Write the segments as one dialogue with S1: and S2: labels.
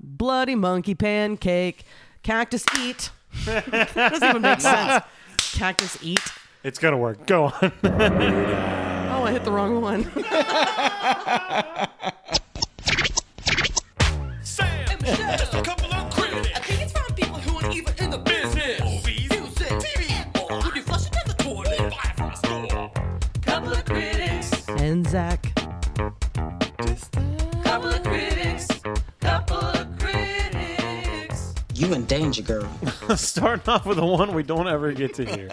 S1: bloody monkey pancake, cactus eat. doesn't even make sense. Cactus eat.
S2: It's gonna work. Go on.
S1: Oh, I hit the wrong one.
S3: Sam, just a couple of critics. I think it's from people who aren't even in the business. Movies, music, TV, and more. Would you flush it down the toilet? Buy it from a store. Couple of critics.
S1: and Zach.
S3: Couple of critics. Couple of critics.
S4: You in danger, girl.
S2: Starting off with the one we don't ever get to hear.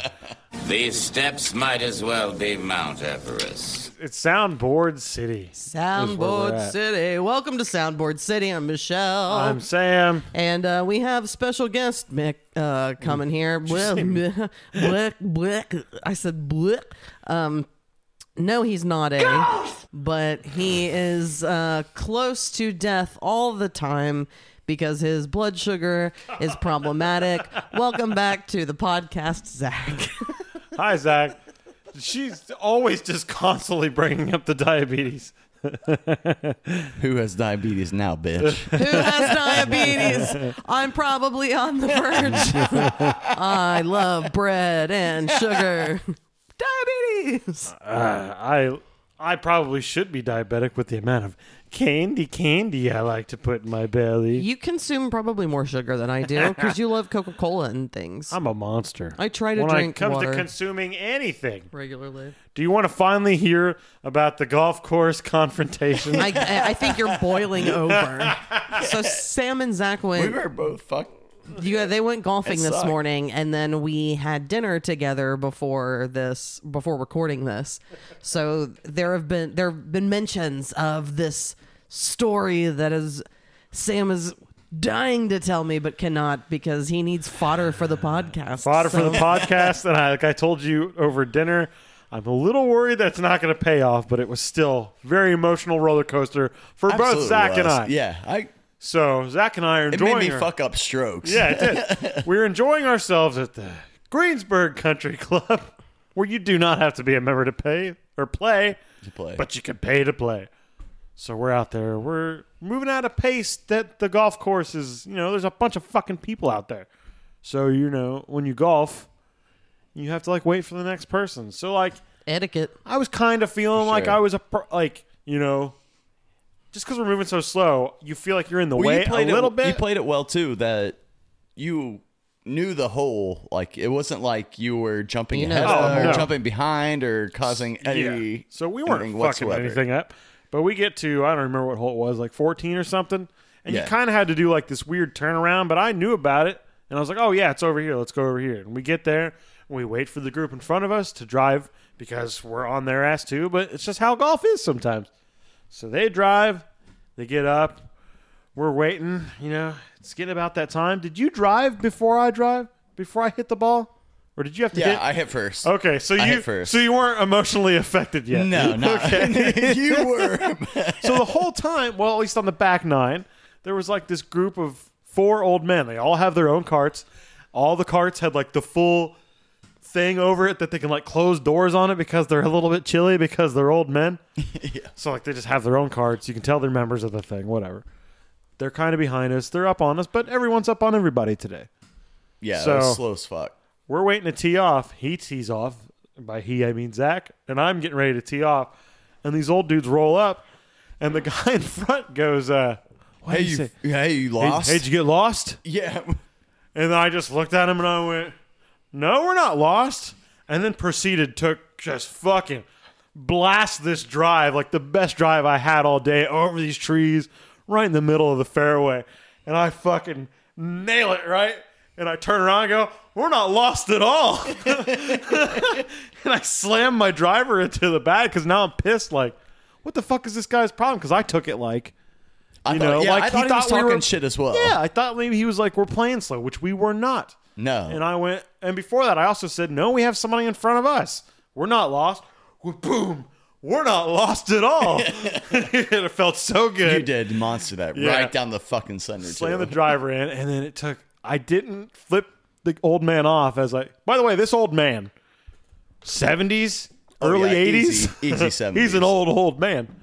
S5: These steps might as well be Mount Everest.
S2: It's Soundboard City. we're
S1: Soundboard
S2: at.
S1: City. Welcome to Soundboard City. I'm Michelle.
S2: I'm Sam.
S1: and uh, we have special guest Mick uh, coming here. Well, bleh, bleh, bleh. I said bleh. Um, no, he's not a, but he is uh, close to death all the time because his blood sugar is problematic. Welcome back to the podcast, Zach.
S2: Hi, Zach. She's always just constantly bringing up the diabetes.
S6: Who has diabetes now, bitch?
S1: Who has diabetes? I'm probably on the verge. I love bread and sugar. Diabetes.
S2: I I probably should be diabetic with the amount of candy candy I like to put in my belly.
S1: You consume probably more sugar than I do because you love Coca Cola and things
S2: I'm a monster.
S1: I try to
S2: when
S1: drink
S2: it comes
S1: water.
S2: to consuming anything.
S1: regularly.
S2: Do you want to finally hear about the golf course confrontation?
S1: I, I- I think you're boiling over. So Sam and Zach
S6: we
S1: went.
S6: were both fucked.
S1: Yeah, they went golfing
S6: It
S1: this
S6: sucked.
S1: morning, and then we had dinner together before this, before recording this. So there have been there have been mentions of this story that is Sam is dying to tell me, but cannot because he needs fodder for the podcast.
S2: Fodder for
S1: So-
S2: the podcast, and I, like I told you over dinner, I'm a little worried that it's not going to pay off, but it was still very emotional roller coaster for both
S6: Absolutely
S2: Zach and
S6: was.
S2: I.
S6: Yeah, I.
S2: So Zach and I are
S6: It
S2: enjoying
S6: made me
S2: our-
S6: fuck up strokes.
S2: Yeah, it did. We're enjoying ourselves at the Greensburg Country Club, where you do not have to be a member to pay or play,
S6: To play.
S2: but you can pay to play. So we're out there. We're moving at a pace that the golf course is, you know, there's a bunch of fucking people out there. So, you know, when you golf, you have to like wait for the next person. So, like,
S1: etiquette.
S2: I was kind of feeling like
S6: sure.
S2: I was a, per- like, you know, just because we're moving so slow, you feel like you're in the
S6: Well,
S2: way
S6: you
S2: a
S6: played
S2: little
S6: it,
S2: bit.
S6: You played it well too. That you knew the hole. Like it wasn't like you were jumping
S1: You know
S6: ahead
S1: the
S6: of- or
S2: hole.
S6: jumping behind or causing any.
S2: Oh, Yeah. So we weren't
S6: anything
S2: fucking
S6: whatsoever.
S2: anything up. But we get to I don't remember what hole it was, like 14 or something. And you
S6: Yeah.
S2: kind of had to do like this weird turnaround, but I knew about it. And I was like, "Oh yeah, it's over here. Let's go over here." And we get there, and we wait for the group in front of us to drive because we're on their ass too, but it's just how golf is sometimes. So they drive, they get up, we're waiting, you know, it's getting about that time. Did you drive before I drive? Before I hit the ball? Or did you have to
S6: Yeah,
S2: hit
S6: I hit first.
S2: Okay, so
S6: I
S2: you
S6: hit first.
S2: so you weren't emotionally affected yet.
S6: No, not you were.
S2: so the whole time, well, at least on the back nine, there was like this group of four old men. They all have their own carts. All the carts had like the full thing over it that they can like close doors on it because they're a little bit chilly because they're old men. So like they just have their own carts. You can tell they're members of the thing, whatever. They're kind of behind us. They're up on us, but everyone's up on everybody today.
S6: Yeah,
S2: So-
S6: it was slow as fuck.
S2: We're waiting to tee off. He tees off. By he, I mean Zach. And I'm getting ready to tee off. And these old dudes roll up. And the guy in front goes, uh, what
S6: Hey,
S2: did he
S6: you,
S2: say?
S6: hey, you
S2: Hey,
S6: lost.
S2: hey, did you get lost?
S6: yeah,
S2: And I just looked at him and I went, No, we're not lost. And then proceeded to just fucking blast this drive, like the best drive I had all day, over these trees, right in the middle of the fairway. And I fucking nail it, right? And I turn around and go, We're not lost at all. and I slam my driver into the bag because now I'm pissed, like, what the fuck is this guy's problem? Because I took it like,
S6: I
S2: you
S6: thought,
S2: know,
S6: yeah,
S2: like
S6: I thought he, was
S2: we
S6: talking
S2: were-
S6: shit as well.
S2: yeah, I thought maybe he was like, we're playing slow, which we were not.
S6: No.
S2: And I went, and before that, I also said, no, we have somebody in front of us. We're not lost. Well, boom, we're not lost at all. it felt so good.
S6: you did monster that
S2: Yeah.
S6: right down the fucking center.
S2: Slam
S6: too.
S2: the driver in, and then it took. I didn't flip the old man off as like. By the way, this old man, seventies,
S6: Oh,
S2: early
S6: yeah,
S2: eighties,
S6: easy- easy
S2: He's
S6: 70s.
S2: an old old man.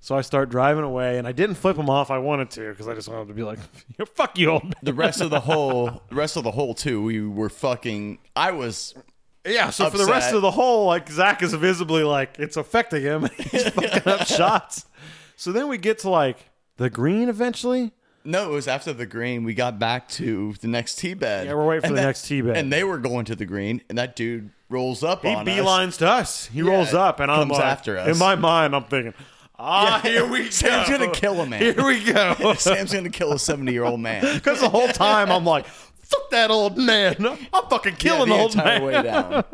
S2: So I start driving away, and I didn't flip him off. I wanted to because I just wanted to be like, "Fuck you, old." man."
S6: The rest of the whole, the rest of the whole too, we were fucking. I was
S2: Yeah, so for the
S6: upset.
S2: rest of the whole, like Zach is visibly like it's affecting him. He's fucking up shots. So then we get to like the green eventually.
S6: no. It was after the green. We got back to the next tee bed.
S2: Yeah, we're waiting for
S6: And
S2: the
S6: that-
S2: next tee bed.
S6: And they were going to the green, and that dude rolls up
S2: He
S6: on us.
S2: beelines to us. He rolls up, and I'm
S6: comes
S2: like,
S6: after us.
S2: In my mind, I'm thinking, ah,
S6: Yeah.
S2: here we go.
S6: Sam's gonna kill a man.
S2: Here we go.
S6: Sam's gonna kill a seventy-year-old man.
S2: Because the whole time I'm like, fuck that old man. I'm fucking
S6: yeah,
S2: killing
S6: the
S2: the old
S6: entire
S2: man.
S6: way down.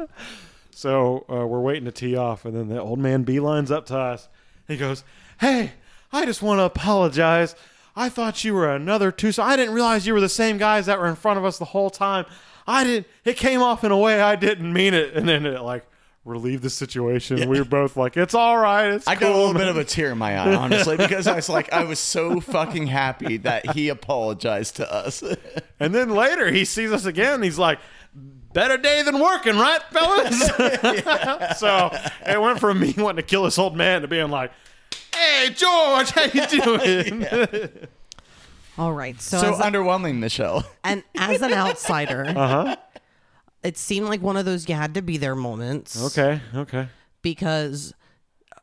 S2: So uh, we're waiting to tee off, and then the old man beelines up to us. He goes, "Hey, I just want to apologize. I thought you were another two. So I didn't realize you were the same guys that were in front of us the whole time. I didn't. It came off in a way I didn't mean it, and then it like relieved the situation. We were both like, "It's all right. It's
S6: I
S2: cool."
S6: got a little
S2: man."
S6: bit of a tear in my eye, honestly, because I was like, I was so fucking happy that he apologized to us.
S2: And then later he sees us again. and He's like, "Better day than working, right, fellas?" so it went from me wanting to kill this old man to being like, "Hey, George, how you doing?"
S1: All right. So,
S6: so
S1: as a-
S6: underwhelming, Michelle.
S1: and as an outsider, uh-huh. it seemed like one of those you had to be there moments.
S2: Okay, okay.
S1: Because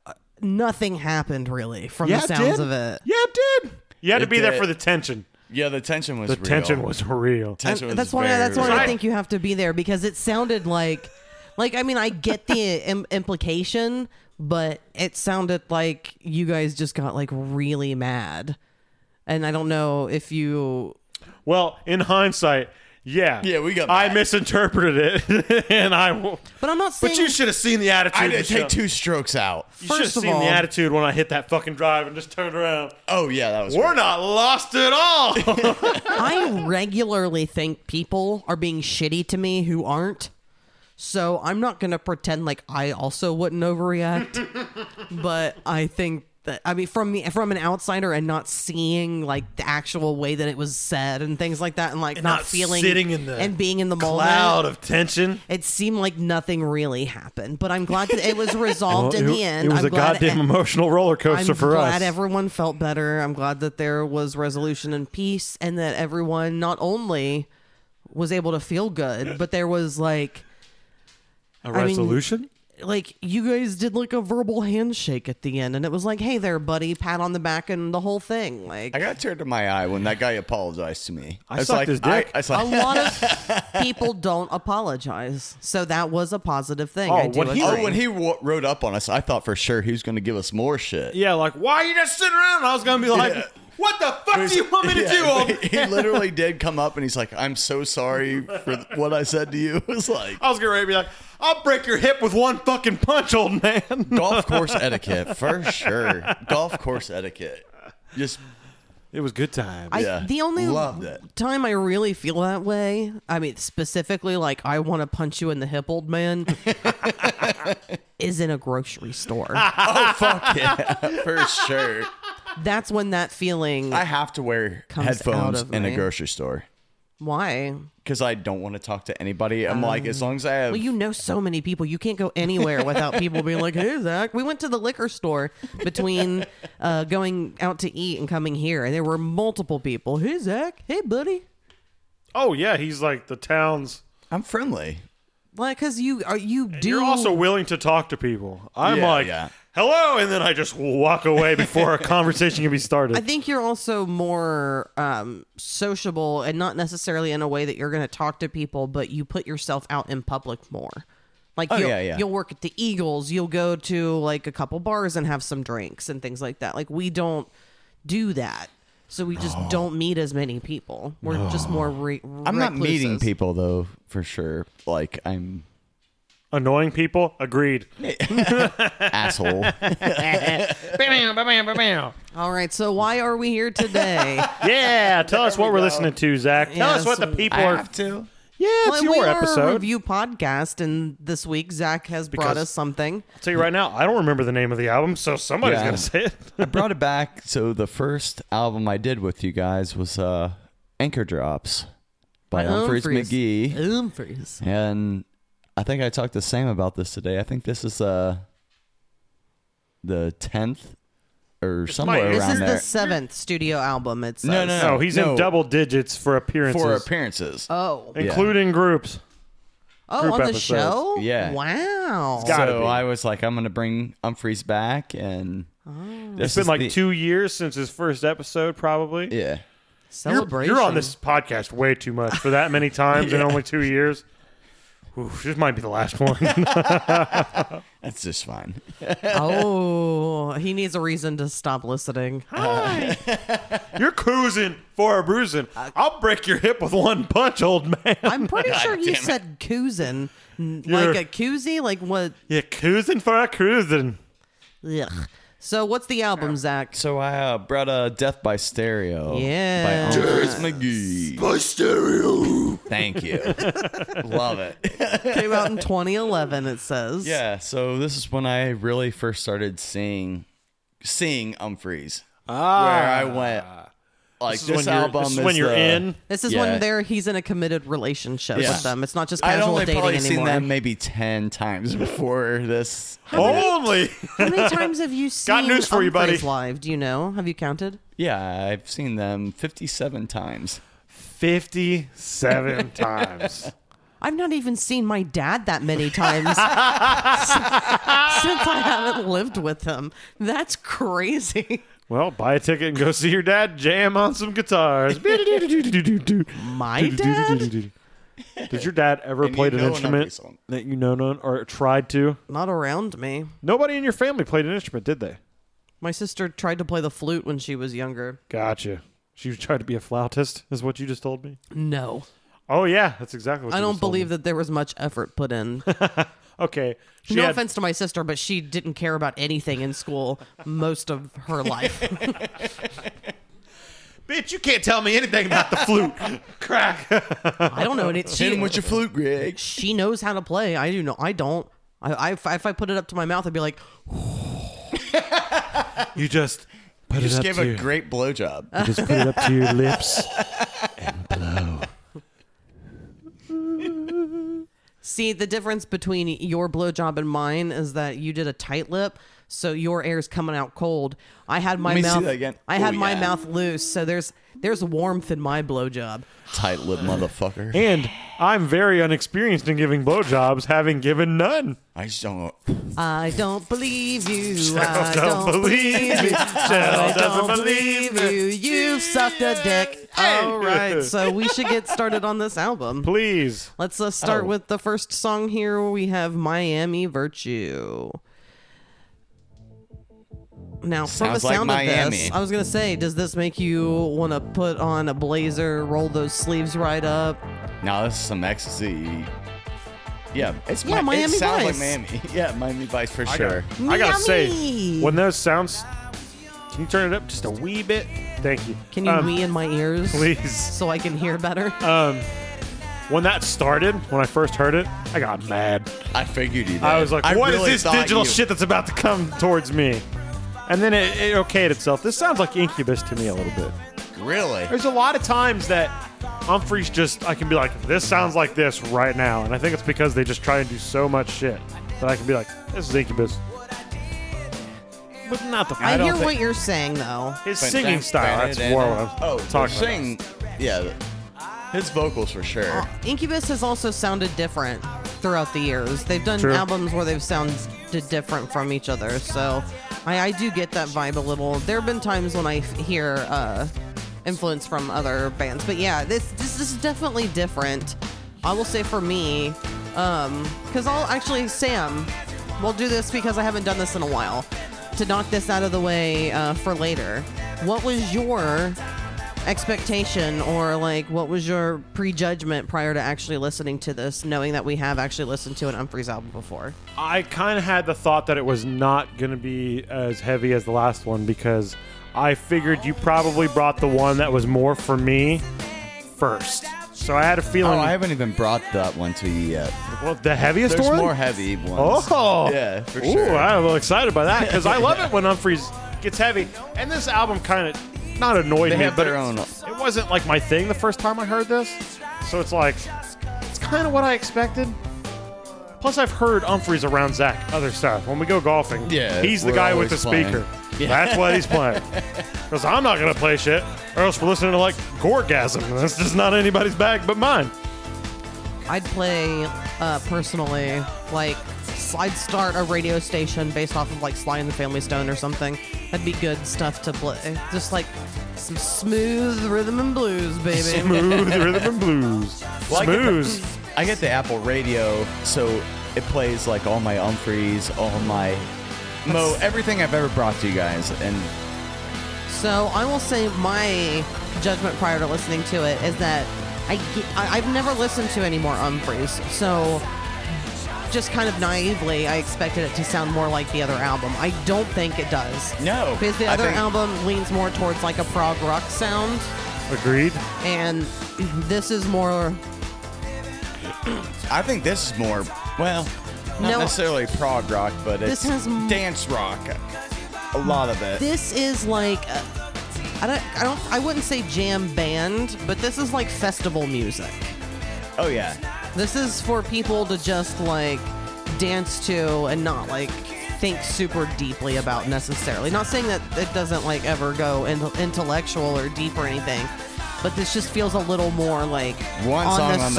S1: uh, nothing happened really from the sounds of it.
S2: Yeah, it did. You had to
S6: It
S2: be there
S6: did.
S2: for the tension.
S6: Yeah, the tension was
S2: The
S6: real.
S2: tension was real.
S1: And
S6: Tension was
S1: that's why.
S6: very
S1: That's why
S6: real.
S1: I think you have to be there because it sounded like, like I mean, I get the Im- implication, but it sounded like you guys just got like really mad, and I don't know if you.
S2: Well, in hindsight, yeah,
S6: Yeah, we got
S2: I
S6: mad.
S2: misinterpreted it, and I. w-
S1: But I'm not saying.
S2: But you should have seen the attitude.
S6: I did
S2: Michelle.
S6: take two strokes out.
S2: You should have
S1: First of
S2: seen
S1: all-
S2: the attitude when I hit that fucking drive and just turned around.
S6: Oh yeah, that was.
S2: We're not lost at all.
S1: I regularly think people are being shitty to me who aren't. So I'm not going to pretend like I also wouldn't overreact. but I think that I mean from me from an outsider and not seeing like the actual way that it was said and things like that and like not,
S2: not
S1: feeling
S2: sitting in the
S1: and being in the
S2: cloud
S1: moment.
S2: of tension.
S1: It seemed like nothing really happened, but I'm glad that it was resolved in the end.
S2: It was
S1: I'm
S2: a
S1: glad
S2: goddamn emotional roller
S1: I'm
S2: coaster for
S1: glad
S2: us.
S1: everyone felt better. I'm glad that there was resolution and peace, and that everyone not only was able to feel good, but there was like,
S2: a
S1: mean-
S2: resolution?
S1: like you guys did like a verbal handshake at the end, and it was like, hey there, buddy, pat on the back, and the whole thing. Like
S6: I got teared in my eye when that guy apologized to me.
S2: I
S6: was
S2: sucked
S6: like,
S2: his dick.
S6: I, I was
S1: a
S6: like,
S1: lot of people don't apologize, so that was a positive thing.
S2: Oh,
S1: I do
S2: when he-
S1: agree.
S6: oh, when he w- rode up on us, I thought for sure he was going to give us more shit.
S2: yeah, like why are you just sitting around? And I was gonna be like,
S6: Yeah.
S2: what the fuck do you want me to
S6: Yeah,
S2: do? old
S6: he he literally did come up and he's like, "I'm so sorry for th- what I said to you." It was like
S2: I was gonna be like, I'll break your hip with one fucking punch, old man.
S6: golf course etiquette for sure. Golf course etiquette. Just
S2: It was good time.
S1: I,
S6: Yeah.
S1: the only
S6: Love that.
S1: time I really feel that way, I mean, specifically, like, I want to punch you in the hip, old man, is in a grocery store.
S6: oh fuck yeah, for sure.
S1: That's when that feeling.
S6: I have to wear
S1: Comes
S6: headphones
S1: out of
S6: in
S1: me.
S6: a grocery store
S1: why?
S6: because I don't want to talk to anybody. I'm like, as long as I have,
S1: Um, Well, you know so many people. You can't go anywhere without people being like, hey, Zach, we went to the liquor store between uh, going out to eat and coming here. And there were multiple people. Hey, Zach. Hey, buddy.
S2: oh yeah, he's like the town's.
S6: I'm friendly.
S1: Like, because you, are you do.
S2: You're also willing to talk to people. I'm
S6: Yeah,
S2: like,
S6: yeah.
S2: hello, and then I just walk away before a conversation can be started.
S1: I think you're also more um, sociable and not necessarily in a way that you're going to talk to people, but you put yourself out in public more. Like you'll,
S6: Oh, yeah, yeah.
S1: you'll work at the Eagles, you'll go to like a couple bars and have some drinks and things like that. Like we don't do that. So we just don't meet as many people. We're just more re-
S6: Oh. I'm not meeting
S1: recluses.
S6: people though, for sure. Like I'm
S2: Annoying people, agreed.
S6: asshole.
S1: All right, so why are we here today?
S2: Yeah, tell us what we're listening to, Zach. Tell
S1: Yeah,
S2: us what the
S1: so-
S2: people
S6: I
S2: are.
S6: have to.
S2: Yeah, it's
S1: Well, we
S2: your
S1: are a
S2: episode.
S1: review podcast, and this week Zach has brought
S2: Because-
S1: us something.
S2: tell you right now, I don't remember the name of the album, so somebody's
S6: Yeah.
S2: gonna say it.
S6: I brought it back. So the first album I did with you guys was uh, Anchor Drops by Humphreys
S1: Humphreys.
S6: McGee,
S1: Humphreys.
S6: and I think I talked to Sam about this today. I think this is uh, the tenth or somewhere
S2: ears.
S1: This
S6: around
S1: is the
S6: there
S1: seventh studio album. It says.
S6: No, no,
S2: No, he's
S6: No.
S2: in double digits for appearances,
S6: for appearances.
S1: Oh,
S2: including groups.
S1: oh,
S2: group
S1: on the
S2: episodes.
S1: show.
S6: Yeah.
S1: Wow.
S2: gotta
S6: so
S2: be.
S6: I was like, I'm gonna bring Humphreys back, and
S1: Oh.
S6: this
S2: It's been
S6: is
S2: like
S6: the-
S2: two years since his first episode, probably.
S6: Yeah,
S1: Celebration.
S2: You're on this podcast way too much for that many times in only two years. Whew, this might be the last one.
S6: that's just fine.
S1: Oh, he needs a reason to stop listening.
S6: Oh
S2: You're coozing for a bruising. I'll break your hip with one punch, old man.
S1: I'm pretty sure you said coozin', n- like
S2: You're-
S1: a koozie, like what?
S2: You're coozing for a cruising.
S1: Ugh. So what's the album, Zach?
S6: So I uh, brought uh, Death by Stereo.
S1: Yeah.
S6: by Humphreys McGee. By Stereo. Thank you. Love it.
S1: Came out in 2011. It says.
S6: Yeah. So this is when I really first started seeing seeing Humphreys, where I went. Like this,
S2: Ah. This is when you're,
S6: album
S2: this is
S6: is
S2: when you're
S6: the-
S2: in.
S1: This is
S6: Yeah.
S1: when there he's in a committed relationship
S6: Yeah.
S1: with them. It's not just
S6: I'd
S1: casual
S6: only
S1: dating
S6: probably
S1: anymore.
S6: seen them maybe ten times before this.
S2: Oh. Only.
S1: How many times have you seen
S2: Got news for you, buddy.
S1: Humphreys live? Do you know? Have you counted?
S6: Yeah, I've seen them fifty-seven times.
S2: 57 times.
S1: I've not even seen my dad that many times since I haven't lived with him. That's crazy.
S2: Well, buy a ticket and go see your dad jam on some guitars. My
S1: My dad?
S2: Did your dad ever play an
S6: know an Humphrey
S2: instrument
S6: song.
S2: that you know none or tried to?
S1: Not around me.
S2: Nobody in your family played an instrument, did they?
S1: My sister tried to play the flute when she was younger.
S2: Gotcha. She was trying to be a flautist, is what you just told me.
S1: No.
S2: Oh yeah, that's exactly what
S1: I
S2: you
S1: don't
S2: just told
S1: believe
S2: me.
S1: that there was much effort put in.
S2: Okay, she
S1: no
S2: had-
S1: offense to my sister, but she didn't care about anything in school most of her life.
S2: Bitch, you can't tell me anything about the flute. Crack.
S1: I don't know. And it,
S6: Hit 'em
S1: she,
S6: with your flute, Greg.
S1: she knows how to play. I do know. I don't. I, I, if I put it up to my mouth, I'd be like,
S2: You just put it
S6: Just
S2: up
S6: gave
S2: to Oh,
S6: a
S2: your,
S6: great blowjob.
S2: you just put it up to your lips and blow.
S1: See, the difference between your blowjob and mine is that you did a tight lip, so your air's coming out cold. I had my
S6: Let me see
S1: mouth
S6: that again.
S1: I had
S6: Oh,
S1: my
S6: yeah.
S1: mouth loose, so there's there's warmth in my blowjob.
S6: Tight lip motherfucker.
S2: And I'm very unexperienced in giving blowjobs, having given none.
S6: I just don't know.
S1: I don't believe you. I
S2: don't
S1: don't
S2: believe
S1: believe
S2: me.
S1: you.
S2: Cheryl
S1: I
S2: doesn't
S1: don't believe
S2: believe me.
S1: you. You've sucked a dick. All right, so we should get started on this album.
S2: Please.
S1: Let's uh, start
S6: Oh.
S1: with the first song here. We have Miami Virtue. Now, from
S6: Sounds
S1: the
S6: like
S1: sound of
S6: Miami.
S1: this, I was going to say, does this make you want to put on a blazer, roll those sleeves right up?
S6: Now this is some ecstasy. Yeah, it's
S1: Yeah,
S6: Mi-
S1: Miami
S6: It sounds
S1: Vice.
S6: like Miami. Yeah, Miami Vice for
S2: I
S6: sure.
S2: gotta- I gotta say,
S1: Yummy.
S2: when those sounds, can you turn it up just a wee bit? Thank you.
S1: Can you
S2: Um,
S1: wee in my ears?
S2: Please. Uh,
S1: So I can hear better?
S2: When that started, when I first heard it, I got mad.
S6: I figured you did.
S2: I was like, "What is
S6: really
S2: this
S6: thought
S2: digital
S6: you-
S2: shit that's about to come towards me?" And then it, it okayed itself. This sounds like Incubus to me a little bit.
S6: Really?
S2: There's a lot of times that Humphreys just I can be like, "This sounds like this right now," and I think it's because they just try and do so much shit that I can be like, "This is Incubus," but not the.
S1: I,
S2: don't
S1: hear
S2: think-
S1: what you're saying, though.
S2: his singing style. That's more what I'm
S6: Oh,
S2: talking about.
S6: sing. Yeah, his vocals for sure.
S1: Incubus has also sounded different throughout the years. They've done
S2: True.
S1: albums where they've sounded different from each other, so I, I do get that vibe a little. There have been times when I f- hear uh, influence from other bands, but yeah, this this, this is definitely different. I will say for me, because I'll actually Sam, we'll do this because I haven't done this in a while. To knock this out of the way uh, for later, what was your expectation or like what was your prejudgment prior to actually listening to this knowing that we have actually listened to an Humphreys album before
S2: I kind of had the thought that it was not going to be as heavy as the last one because I figured you probably brought the one that was more for me first. So I had a
S6: Oh,
S2: feeling.
S6: I haven't even brought that one to you yet.
S2: well, the heaviest
S6: There's
S2: one.
S6: more heavy ones.
S2: oh,
S6: yeah, for
S2: Ooh,
S6: sure.
S2: I'm a little excited by that because I love it when Humphreys gets heavy. And this album kind of not annoyed
S6: They
S2: me,
S6: have
S2: but
S6: their
S2: it's-
S6: own-
S2: it wasn't like my thing the first time I heard this. So it's like it's kind of what I expected. Plus, I've heard Humphreys around Zach other stuff. When we go golfing,
S6: Yeah,
S2: he's the
S6: we're
S2: guy with the
S6: always playing.
S2: speaker. That's why he's playing. Because I'm not going to play shit, or else we're listening to like Gorgasm. and That's just not anybody's bag but mine.
S1: I'd play uh, personally, like I'd start a radio station based off of like Sly and the Family Stone or something. That'd be good stuff to play. Just like some smooth rhythm and blues, baby.
S2: Smooth rhythm and blues.
S6: Well, I get
S2: Smooth.
S6: I get the Apple Radio, so it plays like all my Umphreys, all my Mo, everything I've ever brought to you guys, and
S1: So I will say my judgment prior to listening to it is that I, ge- I have never listened to any more Umphreys, so just kind of naively I expected it to sound more like the other album. I don't think it does.
S6: No,
S1: because the
S6: I
S1: other
S6: think-
S1: album leans more towards like a prog rock sound,
S2: Agreed.
S1: and this is more
S6: I think this is more well, not
S1: No.
S6: necessarily prog rock, but
S1: This
S6: it's
S1: has m-
S6: dance rock. A lot of it.
S1: this is like uh, I don't I don't I wouldn't say jam band, but this is like festival music.
S6: Oh yeah,
S1: This is for people to just like dance to and not like think super deeply about necessarily. Not saying that it doesn't like ever go in- intellectual or deep or anything, but this just feels a little more like
S6: one
S1: on
S6: song
S1: the
S6: on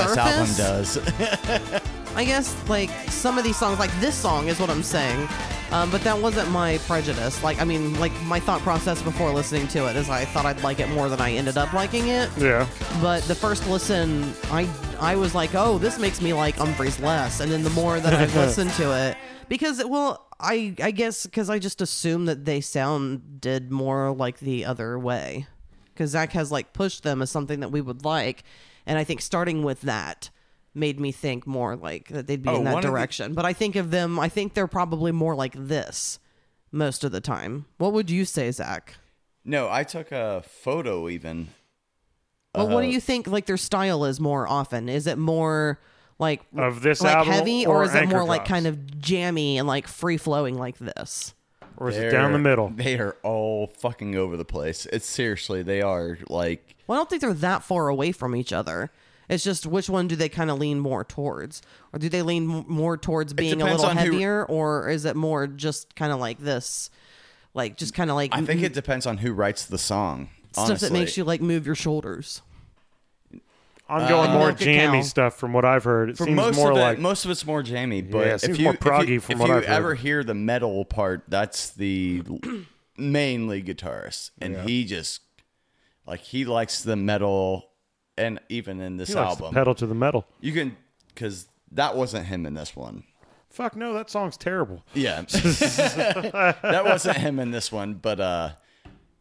S1: surface.
S6: this album does.
S1: I guess like some of these songs, like this song, is what I'm saying. Um, but that wasn't my prejudice. Like, I mean, like my thought process before listening to it is I thought I'd like it more than I ended up liking it.
S2: Yeah.
S1: But the first listen, I I was like, oh, this makes me like Umphreys less. And then the more that I've listened to it, because well, I I guess because I just assumed that they sounded more like the other way, because Zach has like pushed them as something that we would like, and I think starting with that made me think more like that they'd be
S6: Oh,
S1: in
S6: one
S1: that
S6: of the-
S1: direction. But I think of them, I think they're probably more like this most of the time. What would you say, Zach?
S6: no, I took a photo even.
S1: Well,
S2: Uh-huh.
S1: what do you think? Like their style is more often. Is it more like
S2: Of this
S1: like
S2: album
S1: heavy,
S2: or
S1: or is it
S2: Anchor
S1: more like
S2: Drops?
S1: kind of jammy and like free flowing like this?
S2: Or is it
S6: They're-
S2: down the middle?
S6: They are all fucking over the place. It's seriously, they are like
S1: Well, I don't think they're that far away from each other. It's just which one do they kind of lean more towards, or do they lean m- more towards being a
S6: depends
S1: little
S6: on who-
S1: heavier, or is it more just kind of like this, like just kind of like
S6: I think it depends on who writes the song.
S1: stuff
S6: honestly.
S1: that makes you like move your shoulders?
S2: I'm going more
S1: Milk a
S2: jammy
S1: cow.
S2: stuff from what I've heard. It
S6: Uh, For
S2: seems
S6: most
S2: more
S6: of it,
S2: like
S6: most of it's more jammy, but
S2: Yeah, it
S6: if
S2: seems
S6: you
S2: more
S6: if
S2: proggy
S6: you,
S2: from
S6: if
S2: what
S6: you
S2: I've heard.
S6: ever hear the metal part, that's the mainly guitarist, and he just like he likes the metal, and even in this
S2: he likes to
S6: album,
S2: pedal to the metal.
S6: you can because that wasn't him in this one.
S2: Fuck no, that song's terrible.
S6: Yeah, that wasn't him in this one, but uh,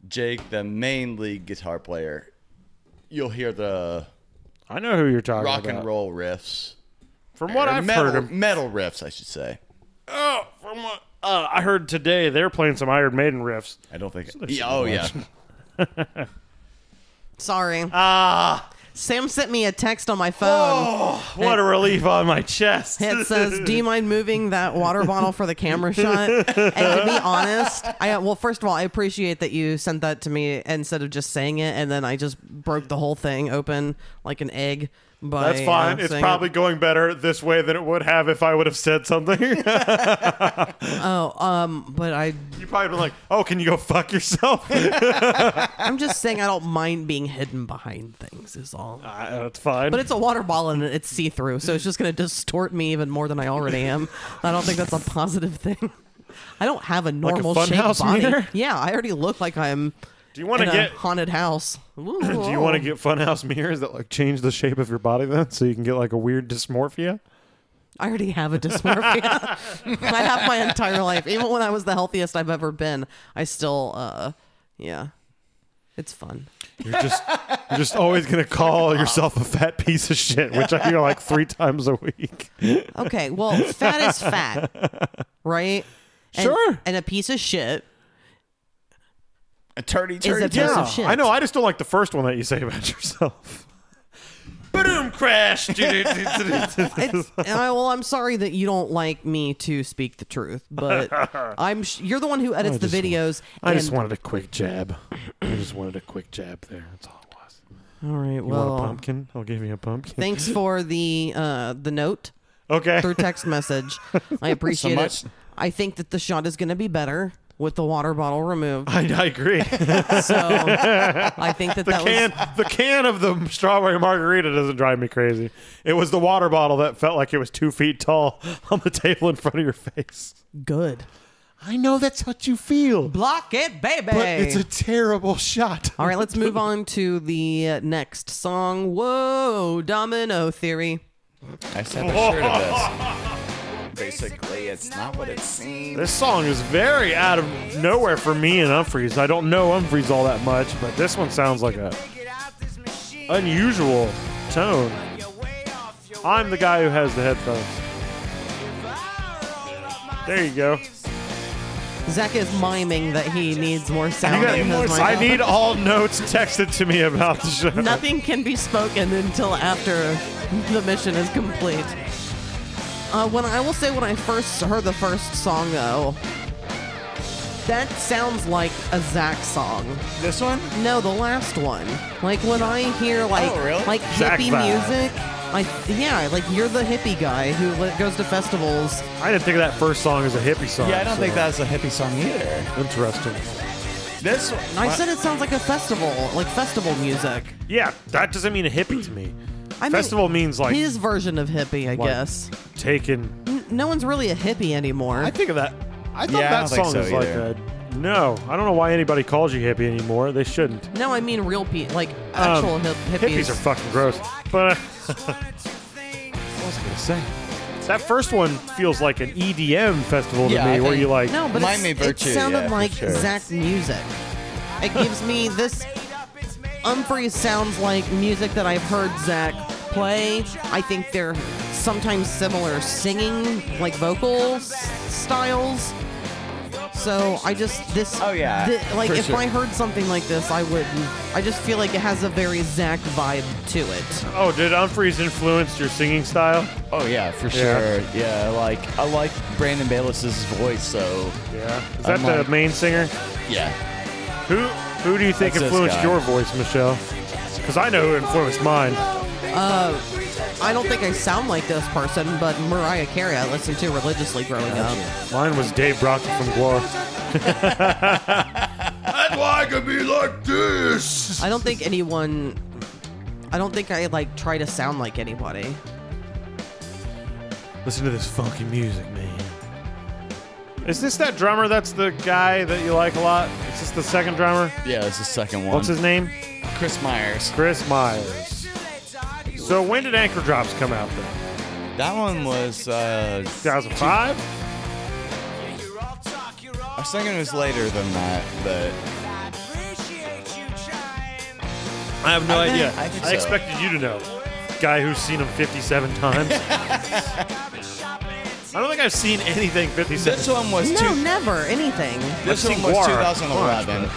S6: Jake, the main lead guitar player, you'll hear the
S2: I know who you're talking
S6: rock
S2: about.
S6: and roll riffs.
S2: From what
S6: or
S2: I've
S6: metal,
S2: heard, him.
S6: metal riffs, I should say.
S2: Oh, from what uh, I heard today, they're playing some Iron Maiden riffs.
S6: I don't think.
S2: there's
S6: yeah, oh yeah.
S1: Sorry. Ah. Sam sent me a text on my phone.
S2: What a relief on my chest.
S1: It says, "Do you mind moving that water bottle for the camera shot?" And to be honest, I well, first of all, I appreciate that you sent that to me instead of just saying it, and then I just broke the whole thing open like an egg. By,
S2: That's fine.
S1: uh,
S2: it's
S1: saying
S2: probably
S1: it.
S2: going better this way than it would have if I would have said something. you
S1: Oh, um, but I,
S2: probably been like, "Oh, can you go fuck yourself?" Uh,
S1: I'm just saying I don't mind being hidden behind things. Is all.
S2: That's fine.
S1: But it's a water bottle and it's see through, so it's just going to distort me even more than I already am. I don't think that's a positive thing. I don't have a normal
S2: funhouse
S1: shaped body.
S2: mirror?
S1: Yeah, I already look like I'm.
S2: do you want
S1: in
S2: to
S1: a
S2: get?
S1: haunted house.
S2: Do you want to get funhouse mirrors that like change the shape of your body then, so you can get like a weird dysmorphia?
S1: I already have a dysmorphia. I have my entire life. Even when I was the healthiest I've ever been, I still, uh, yeah, it's fun.
S2: You're just you're just always gonna call yourself a fat piece of shit, which I hear like three times a week.
S1: Okay, well, fat is fat, right? And,
S2: Sure.
S1: And a piece of shit.
S6: A turdy,
S1: Is
S6: turdy,
S1: a piece
S6: turdy.
S1: of shit.
S2: I know. I just don't like the first one that you say about yourself. Boom! Crash.
S1: It's, I, well, I'm sorry that you don't like me to speak the truth, but I'm. Sh- you're the one who edits the
S2: just want-
S1: videos.
S2: I just
S1: and-
S2: wanted a quick jab. I just wanted a quick jab there. That's all it was.
S1: All right.
S2: You want a
S1: Well,
S2: pumpkin? I'll give you a pumpkin.
S1: thanks for the uh, the note.
S2: okay.
S1: through text message. I appreciate
S6: much.
S1: it. I think that the shot is going to be better. with the water bottle removed.
S2: I, I agree. The
S1: So I think that that
S2: can
S1: was
S2: the can of the strawberry margarita doesn't drive me crazy. It was the water bottle that felt like it was two feet tall on the table in front of your face.
S1: good.
S2: I know that's what you feel,
S1: Block it, baby.
S2: but it's a terrible shot.
S1: All right, let's move on to the next song. Whoa, Domino Theory.
S6: I sent a shirt of this. Basically, it's not what it seems.
S2: This song is very out of nowhere for me and Humphreys. I don't know Humphreys all that much, but this one sounds like a unusual tone. I'm the guy who has the headphones. There you go.
S1: Zach is miming that he needs more sound.
S2: You got-
S1: in his
S2: I
S1: microphone.
S2: need all notes texted to me about the show.
S1: Nothing can be spoken until after the mission is complete. Uh, when I will say when I first heard the first song though, that sounds like a Zach song.
S6: This one?
S1: No, the last one. Like when I hear like
S6: Oh, really?
S1: like
S2: Zach
S1: hippie
S2: vibe.
S1: music, I yeah, like you're the hippie guy who li- goes to festivals.
S2: I didn't think of that first song as a hippie song.
S6: Yeah, I don't
S2: so
S6: think that's a hippie song either.
S2: interesting.
S6: This one.
S1: I said it sounds like a festival, like festival music.
S2: Yeah, that doesn't mean a hippie to me.
S1: I mean,
S2: Festival means like
S1: his version of hippie, I
S2: Like-
S1: guess.
S2: taken.
S1: N- no one's really a hippie anymore.
S2: I think of that. I thought
S6: Yeah, I
S2: that
S6: don't think
S2: song
S6: so
S2: is like
S6: either.
S2: a no. I don't know why anybody calls you hippie anymore. They shouldn't.
S1: No, I mean real pe like actual hip- hippies.
S2: Um, Hippies are fucking gross. But uh, what was I gonna say? That first one feels like an EDM festival to
S6: Yeah,
S2: me,
S6: I
S2: where
S6: think-
S2: you like.
S1: no, but
S6: Miami
S1: it's,
S6: Virtue,
S1: it
S6: yeah,
S1: sounded
S6: for
S1: like
S6: sure.
S1: Zach music. It gives me this. Umphreys sounds like music that I've heard Zach play. I think they're sometimes similar singing, like vocal s- styles. So I just this.
S6: Oh, yeah,
S1: thi- like
S6: for
S1: if
S6: sure.
S1: I heard something like this, I wouldn't. I just feel like it has a very Zach vibe to it.
S2: Oh, did Humphreys influence your singing style?
S6: Oh yeah, for
S2: Yeah.
S6: sure. Yeah, like I like Brandon Bayless's voice, so
S2: Yeah. Is that
S6: I'm
S2: the
S6: like-
S2: main singer?
S6: yeah.
S2: Who Who do you think
S6: That's this
S2: influenced
S6: guy.
S2: your voice, Michelle? Because I know who influenced mine.
S1: I don't think I sound like this person, but Mariah Carey I listened to religiously growing up.
S2: Mine was Dave Brockett from Guar.
S6: That's why I could be like this.
S1: I don't think anyone. I don't think I like try to sound like anybody.
S2: Listen to this funky music, man. Is this that drummer that's the guy that you like a lot? Is this the second drummer?
S6: Yeah, it's the second one.
S2: What's his name?
S6: Chris Myers.
S2: Chris Myers. So when did Anchor Drops come out then?
S6: That one was uh
S2: 2005?
S6: I was thinking it was later than that, but
S2: I have no
S6: I think-
S2: idea.
S6: I think
S2: I
S6: so.
S2: expected you to know. Guy who's seen him 57 times. I don't think I've seen anything 57
S6: this one was
S1: No,
S6: two,
S1: never anything.
S6: this
S2: I've seen
S6: one was
S2: Guar.
S6: 2011.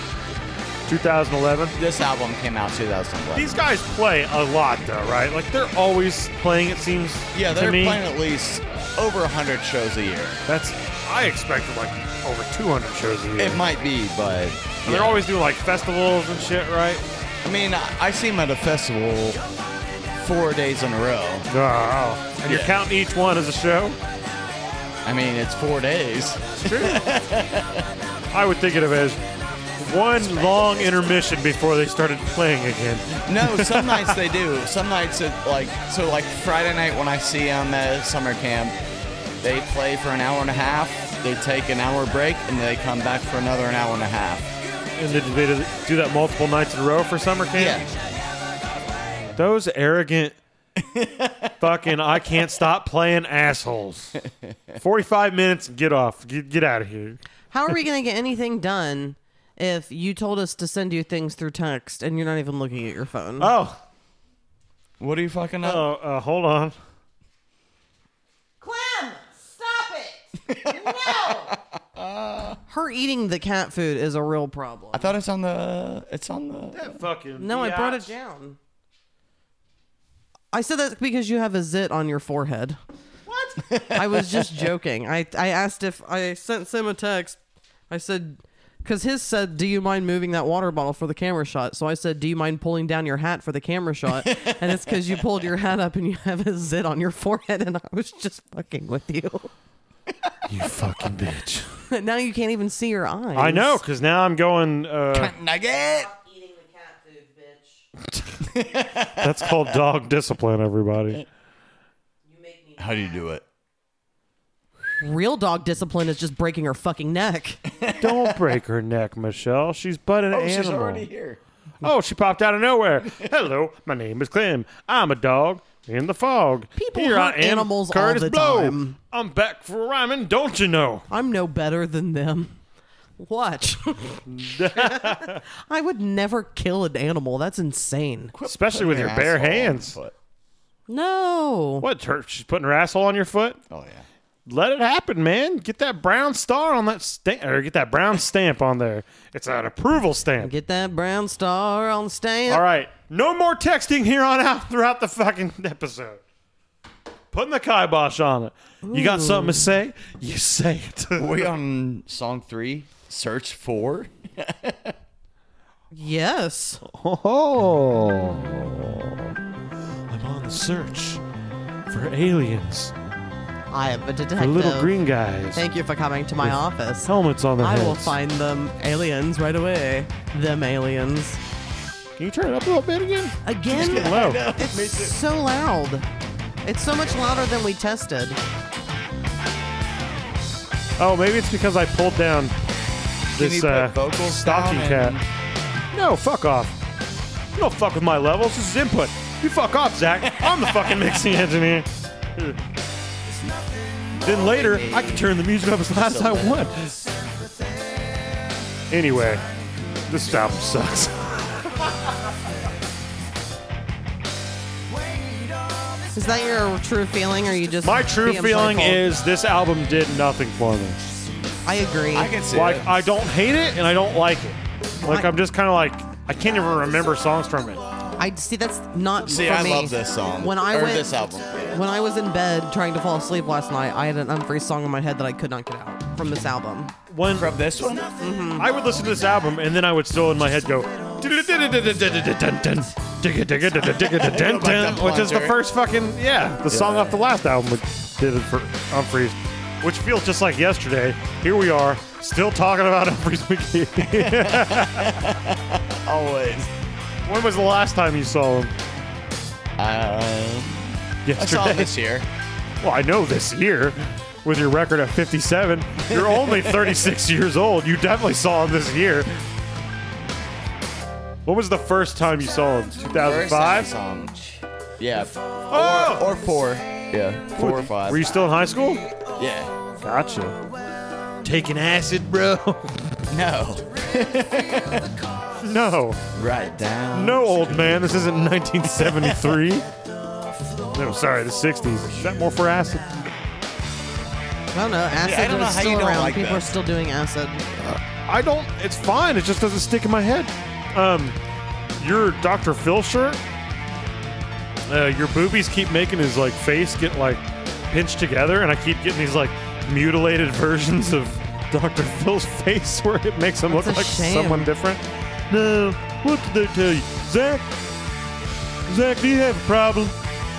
S2: 2011.
S6: This album came out 2011.
S2: These guys play a lot though, right? Like they're always playing it seems
S6: yeah,
S2: to
S6: they're
S2: me.
S6: playing at least over 100 shows a year.
S2: That's I expected like over 200 shows a year.
S6: It might be, but
S2: And They're always doing like festivals and shit, right?
S6: I mean, I, I see him at a festival 4 days in a row.
S2: Wow. And you're
S6: Yeah.
S2: counting each one as a show?
S6: I mean, it's 4 days.
S2: I would think of it as one long intermission before they started playing again.
S6: No, some nights they do. Some nights it like so like Friday night when I see them at summer camp, they play for an hour and a half. They take an hour break and they come back for another an hour and a half.
S2: And did they do that multiple nights in a row for summer
S6: Yeah,
S2: camp? Those arrogant fucking I can't stop playing assholes. 45 minutes, get off. Get, get out of here.
S1: How are we gonna get anything done if you told us to send you things through text and you're not even looking at your phone?
S2: Oh,
S6: what are you fucking up?
S2: oh uh, hold on.
S1: Clem, stop it! No. Her eating the cat food is a real problem.
S6: I thought it's on the. It's on the.
S2: Fucking
S1: No, I brought it down. I said that because you have a zit on your forehead. What? I was just joking. I, I asked if I sent Sim a text. I said, because his said, Do you mind moving that water bottle for the camera shot? So I said, Do you mind pulling down your hat for the camera shot? and it's because you pulled your hat up and you have a zit on your forehead. And I was just fucking with you.
S2: You fucking bitch.
S1: now you can't even see your eyes.
S2: I know, because now I'm going. Uh,
S6: Nugget.
S1: Eating the cat food, bitch.
S2: that's called dog discipline, everybody.
S1: You make me.
S6: How do you do it?
S1: Real dog discipline is just breaking her fucking neck.
S2: Don't break her neck, Michelle. Oh, She's but an animal.
S6: here.
S2: Oh, she popped out of nowhere. Hello, my name is Clem. I'm a dog in the fog.
S1: People
S2: Here
S1: hurt
S2: I am,
S1: animals all
S2: Curtis
S1: the
S2: Blow.
S1: time.
S2: I'm back for rhyming, don't you know?
S1: I'm no better than them. Watch. I would never kill an animal. That's insane.
S2: Especially with your bare hands.
S1: No.
S2: What? Her, she's putting her asshole on your foot?
S6: Oh yeah.
S2: Let it happen, man. Get that brown star on that stamp, or get that brown stamp on there. It's an approval stamp.
S1: Get that brown star on the stand.
S2: All right, no more texting here on out throughout the fucking episode. Putting the kibosh on it. You got something to say? You say it.
S6: Are we on song three? Search for.
S1: Yes.
S2: Oh. I'm on the search for aliens,
S1: I am a
S2: for
S1: detective.
S2: little green guys,
S1: Thank you for coming to my office.
S2: helmets on their
S1: I
S2: heads.
S1: will find them aliens right away. Them aliens.
S2: Can you turn it up a little bit again?
S1: Again,
S2: Hello.
S1: it's so loud. It's so much louder than we tested.
S2: Oh, maybe it's because I pulled down
S6: Can
S2: this
S6: you put
S2: uh,
S6: vocals
S2: stocking
S6: down
S2: cat.
S6: and-
S2: No, fuck off. You don't fuck with my levels. This is input. You fuck off, Zach. I'm the fucking mixing engineer. Then later, I can turn the music up as loud as I want. Anyway, this album sucks.
S1: Is that your true feeling, or you just
S2: My true
S1: being
S2: feeling
S1: playful?
S2: is this album did nothing for me.
S1: I agree.
S6: I can see
S2: Like,
S6: it.
S2: I don't hate it and I don't like it. Like, I'm just kind of like, I can't even remember songs from it.
S1: I see that's not
S6: see,
S1: for
S6: I
S1: me.
S6: love this song.
S1: When I
S6: or
S1: went,
S6: this album. Yeah.
S1: when I was in bed trying to fall asleep last night, I had an unfree song in my head that I could not get out from this album.
S2: When
S6: From this one.
S2: I would listen to this album, and then I would still in my head go, which is the first fucking yeah, the song off the last album which did it for Humphreys, which feels just like yesterday. Here we are, still talking about Humphreys McGee.
S6: Always.
S2: when was the last time you saw him?
S6: Uh, I
S2: Yesterday.
S6: saw it this year.
S2: Well, I know this year. With your record at 57, you're only 36 years old. You definitely saw him this year. When was the first time you saw him?
S6: First time
S2: 2005?
S6: song. Yeah.
S2: Oh!
S6: Or four. Yeah. Four or five.
S2: Were you still in high school?
S6: yeah.
S2: Gotcha. Taking acid, bro.
S6: No.
S2: No.
S6: Right down.
S2: No, old man. This isn't 1973. No, sorry, the 60s. Is that more for acid?
S1: I don't know. Acid
S6: Yeah, I don't know
S1: is
S6: how you
S1: still
S6: don't
S1: around.
S6: like
S1: People
S6: that.
S1: are still doing acid.
S2: I don't. It's fine. It just doesn't stick in my head. Um, your Dr. Phil shirt, uh, your boobies keep making his like face get like pinched together, and I keep getting these like mutilated versions of Dr. Phil's face where it makes him
S1: That's
S2: look
S1: a
S2: like
S1: shame.
S2: someone different. No, what did they tell you, Zach? Zach, do you have a problem?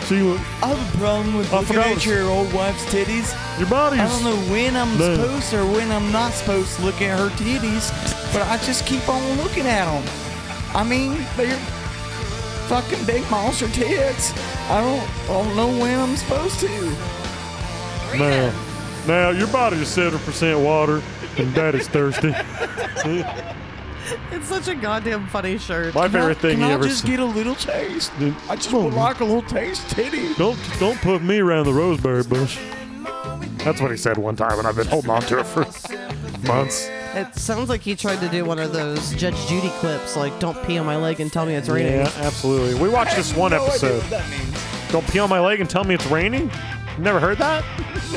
S2: So you,
S6: I have a problem with
S2: I
S6: looking
S2: forgot
S6: at
S2: it's-
S6: your old wife's titties.
S2: your body's.
S6: I don't know when I'm
S2: No.
S6: supposed or when I'm not supposed to look at her titties, but I just keep on looking at them. I mean, they're fucking big monster tits. I don't, I don't know when I'm supposed to.
S2: Now, now your body is seven percent water, and that is thirsty.
S1: It's such a goddamn funny shirt.
S2: My favorite thing
S6: Can
S2: he
S6: I
S2: ever.
S6: just
S2: said-
S6: get a little taste?
S2: Dude,
S6: I just
S2: come
S6: would
S2: on,
S6: like a little taste titty.
S2: Don't don't put me around the roseberry bush. That's what he said one time, and I've been holding on to it for months.
S1: It sounds like he tried to do one of those Judge Judy clips, like "Don't pee on my leg and tell me it's raining."
S2: Yeah, absolutely. We watched this one
S6: No idea
S2: episode.
S6: what that means.
S2: Don't pee on my leg and tell me it's raining. Never heard that.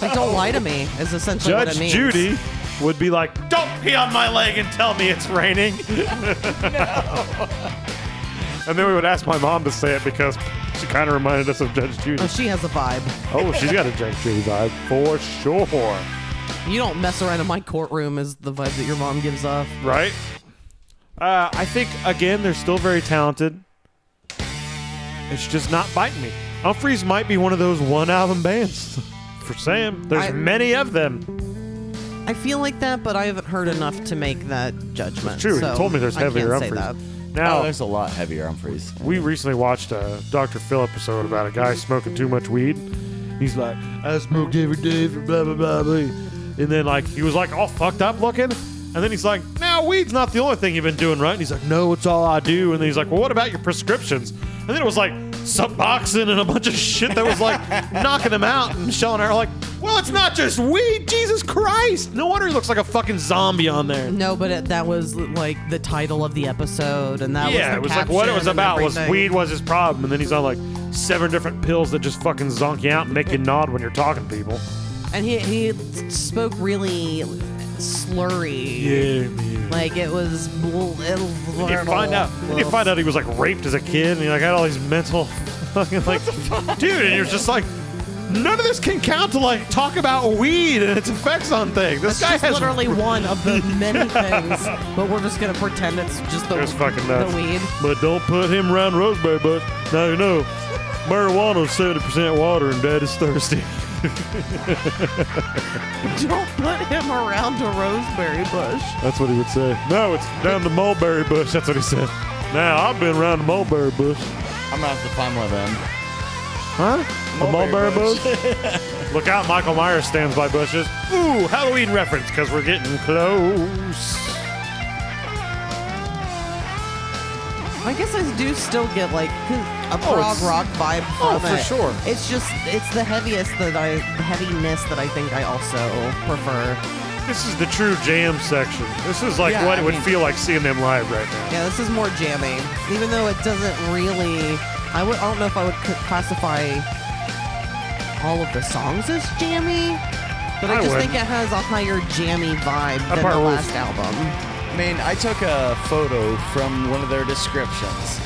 S1: Like, don't lie to me is essentially what
S2: Judge
S1: it means.
S2: Judy would be like, "Don't pee on my leg and tell me it's raining." and then we would ask my mom to say it because she kind of reminded us of Judge Judy.
S1: Oh, she has a vibe.
S2: Oh, she's got a Judge Judy vibe for sure,
S1: You don't mess around in my courtroom is the vibe that your mom gives off.
S2: right? Uh, I think again they're still very talented. It's just not biting me. Humphreys might be one of those one-album bands. For Sam, there's
S1: I-
S2: many of them.
S1: I feel like that, but I haven't heard enough to make that judgment.
S2: True,
S1: so
S2: you told me there's
S1: I
S2: heavier
S1: can't say
S2: Humphreys.
S1: that.
S2: Now,
S6: Oh, there's a lot heavier Humphreys.
S2: we recently watched a Dr. Phil episode about a guy smoking too much weed. He's like, I smoked every day for blah, blah, blah, blah. And then, like, he was, like, all fucked up looking. And then he's like, now weed's not the only thing you've been doing, right? And he's like, no, it's all I do. And then he's like, well, what about your prescriptions? And then it was like Suboxone and a bunch of shit that was like knocking him out. And Michelle and I are like, well, it's not just weed. Jesus Christ. No wonder he looks like a fucking zombie on there.
S1: No, but it, that was like the title of the episode, and that
S2: yeah,
S1: was the
S2: it was like what it
S1: caption
S2: was
S1: and
S2: about was
S1: everything.
S2: weed was his problem, and then he's on like seven different pills that just fucking zonk you out and make you nod when you're talking to people.
S1: And he he spoke really slurry. Like it was.
S2: And you find out, and you find out he was like raped as a kid, and he like had all these mental fucking like, dude, and you're just like. None of this can count to like talk about weed and its effects on things. This guy
S1: It's
S2: has
S1: literally one of the many things, but we're just gonna pretend it's just the,
S2: It was fucking nuts.
S1: the weed.
S2: But don't put him around Roseberry Bush. Now you know, marijuana is 70% water and dad is thirsty.
S1: Don't put him around a roseberry bush.
S2: That's what he would say. No, it's down the mulberry bush. That's what he said. Now I've been around the mulberry bush.
S6: I'm gonna have to find one of them.
S2: Huh? The mulberry,
S6: Mulberry
S2: bush. Look out! Michael Myers stands by bushes. Ooh, Halloween reference because we're getting close.
S1: I guess I do still get like a
S2: Oh,
S1: prog
S2: it's-
S1: rock vibe
S2: oh,
S1: from
S2: for
S1: it.
S2: sure.
S1: It's just it's the heaviest that I the heaviness that I think I also prefer.
S2: This is the true jam section. This is like
S6: Yeah,
S2: what
S6: I
S2: it would
S6: mean-
S2: feel like seeing them live right now.
S1: Yeah, this is more jammy, even though it doesn't really. I would I don't know if I would c- classify all of the songs as jammy, but I,
S2: I
S1: just
S2: would.
S1: think it has a higher jammy vibe
S2: That
S1: than
S2: part
S1: the
S2: rules.
S1: last album.
S6: I mean, I took a photo from one of their descriptions.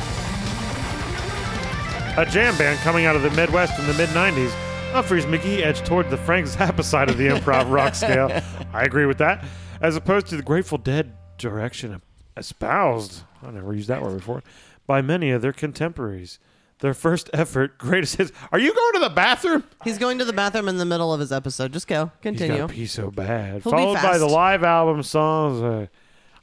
S2: A jam band coming out of the Midwest in the mid 90s. Humphreys McGee edged toward the Frank Zappa side of the improv rock scale. I agree with that. As opposed to the Grateful Dead direction espoused, I never used that word before, by many of their contemporaries. Their first effort, greatest hits. Are you going to the bathroom?
S1: He's going to the bathroom in the middle of his episode. Just go,
S2: He's
S1: continue.
S2: got to pee so bad.
S1: He'll be
S2: Followed by
S1: fast.
S2: the live album songs. Uh,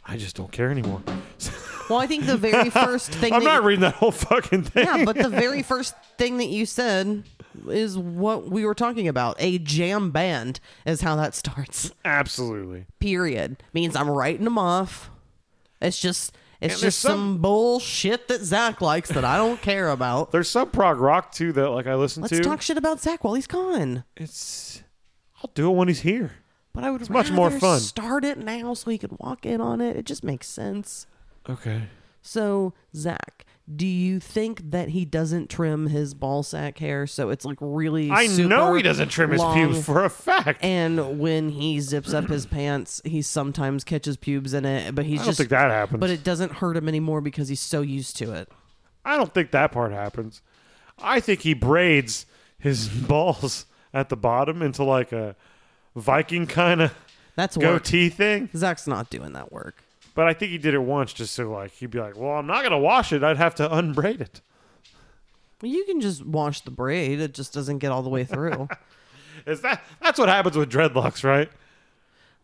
S2: I just don't care anymore.
S1: Well, I think the very first thing.
S2: I'm
S1: that
S2: not
S1: you-
S2: reading that whole fucking thing.
S1: yeah, but the very first thing that you said is what we were talking about. A jam band is how that starts.
S2: Absolutely.
S1: period means I'm writing them off. It's just it's
S2: And there's
S1: just some, bullshit that Zach likes that I don't care about.
S2: There's some prog rock too that like I listen
S1: Let's
S2: to.
S1: talk shit about Zach while he's gone.
S2: It's I'll do it when he's here.
S1: But I would
S2: much more
S1: rather
S2: fun.
S1: Start it now so he could walk in on it. It just makes sense.
S2: Okay.
S1: So Zach, do you think that he doesn't trim his ball sack hair so it's like really?
S2: I
S1: super
S2: know he doesn't trim his
S1: long
S2: pubes for a fact.
S1: And when he zips up his pants, he sometimes catches pubes in it, but he's
S2: I don't
S1: just
S2: think that happens.
S1: but it doesn't hurt him anymore because he's so used to it.
S2: I don't think that part happens. I think he braids his balls at the bottom into like a Viking kind of
S1: That's work.
S2: goatee thing.
S1: Zach's not doing that work.
S2: But I think he did it once just so like he'd be like, "Well, I'm not gonna wash it. I'd have to unbraid it."
S1: You can just wash the braid; it just doesn't get all the way through.
S2: Is that that's what happens with dreadlocks, right?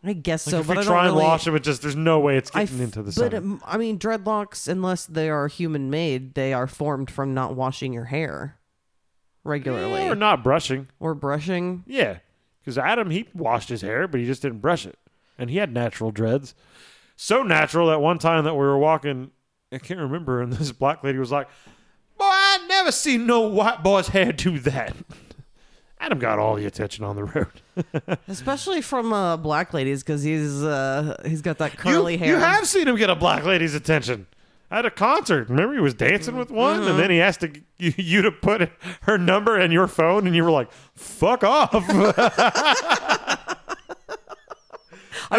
S1: I guess
S2: Like
S1: so,
S2: if
S1: but
S2: you
S1: I don't
S2: try and
S1: really.
S2: wash them, it just there's no way it's
S1: I
S2: getting
S1: f-
S2: into the
S1: but
S2: sun.
S1: um, I mean, dreadlocks, unless they are human made, they are formed from not washing your hair regularly
S2: Or not brushing.
S1: or brushing.
S2: Yeah, because Adam he washed his hair, but he just didn't brush it, and he had natural dreads, so natural that one time that we were walking, I can't remember, and this black lady was like, "Boy, I never seen no white boy's hair do that." Adam got all the attention on the road.
S1: Especially from uh, black ladies, because he's uh, he's got that curly
S2: you,
S1: hair.
S2: You have seen him get a black lady's attention at a concert. Remember, he was dancing with one,
S1: Mm-hmm.
S2: and then he asked to, you, you to put her number and your phone, and you were like, "Fuck off." and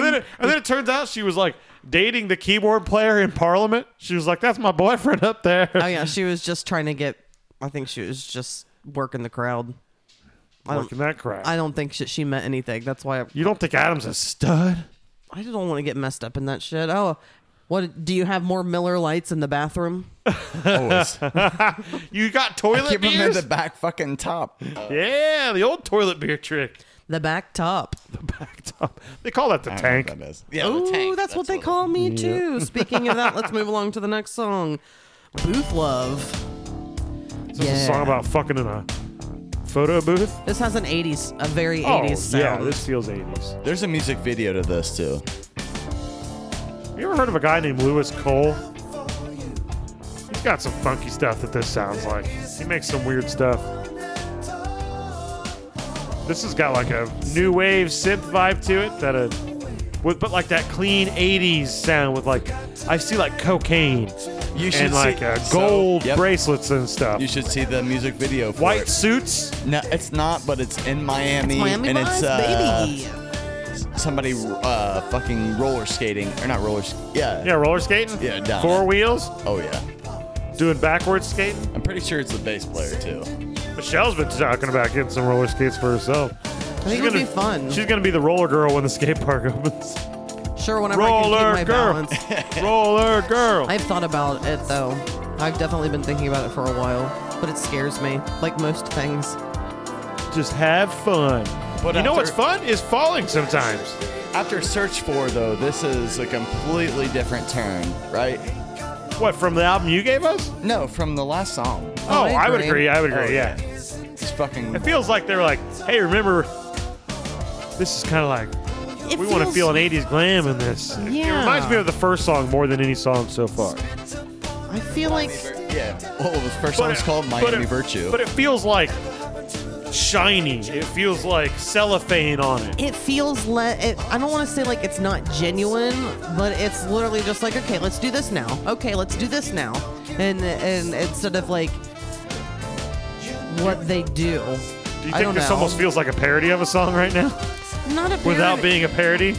S2: then, it, and then it turns out she was like dating the keyboard player in Parliament. She was like, "That's my boyfriend up there."
S1: Oh yeah, she was just trying to get. I think she was just working the crowd. I don't.
S2: Working that crap.
S1: I don't think she, she meant anything. That's why I,
S2: you don't think Adam's a stud?
S1: I just don't want to get messed up in that shit. Oh, what do you have more Miller lights in the bathroom?
S6: Always.
S2: You got toilet
S6: Keep them in
S2: beers?
S6: the back fucking top.
S2: yeah, the old toilet beer trick.
S1: The back top.
S2: back top. They call that the tank.
S6: That is. Yeah,
S1: Ooh,
S6: the tank.
S1: that's, what they call me too. Speaking of that, let's move along to the next song. Booth Love.
S2: This is a song about fucking in a photo booth.
S1: This has an 80s, a very
S2: Oh,
S1: 80s
S2: yeah,
S1: sound.
S2: this feels 80s.
S6: There's a music video to this too.
S2: You ever heard of a guy named Lewis Cole? He's got some funky stuff that this sounds like. He makes some weird stuff. This has got like a new wave synth vibe to it that a with but like that clean 80s sound with like I see like cocaine
S6: You should
S2: and like
S6: see,
S2: uh,
S6: so-
S2: gold
S6: yep.
S2: bracelets and stuff.
S6: You should see the music video. For
S2: White
S6: it.
S2: suits.
S6: No, it's not, but it's in Miami,
S1: Miami
S6: and
S1: Vice,
S6: it's uh,
S1: baby.
S6: somebody uh, fucking roller skating or not roller. sk- Yeah.
S2: Yeah, roller skating.
S6: Yeah, down.
S2: Four wheels,
S6: Oh yeah.
S2: doing backwards skating.
S6: I'm pretty sure it's the bass player too.
S2: Michelle's been talking about getting some roller skates for herself.
S1: I think it would
S2: gonna
S1: be fun.
S2: She's gonna be the roller girl when the skate park opens.
S1: sure, whenever
S2: roller
S1: I can keep my
S2: girl.
S1: balance.
S2: roller girl.
S1: I've thought about it though. I've definitely been thinking about it for a while, but it scares me, like most things.
S2: Just have fun.
S6: But
S2: you know
S6: after-
S2: what's fun is falling sometimes.
S6: After Search For, though, this is a completely different turn, right?
S2: What from the album you gave us?
S6: No, from the last song.
S2: Oh, I, would
S1: agree.
S2: agree. I would
S6: Oh,
S2: agree. yeah.
S6: It's fucking.
S2: it feels like they're like, hey, remember? This is kind of like
S1: It
S2: we want to
S1: feels-
S2: feel an '80s glam in this. It
S1: Yeah.
S2: reminds me of the first song more than any song so far.
S1: I feel like
S6: Yeah. Well, the first song's
S2: it-
S6: called Miami
S2: but it-
S6: Virtue.
S2: But it feels like shiny. It feels like cellophane on it.
S1: it feels le- it, I don't want to say like it's not genuine, but it's literally just like okay, let's do this now. Okay, let's do this now, and and instead of like what they do.
S2: Do you
S1: I
S2: think
S1: don't
S2: this
S1: know.
S2: almost feels like a parody of a song right now?
S1: not a
S2: Without
S1: parody-
S2: being a parody?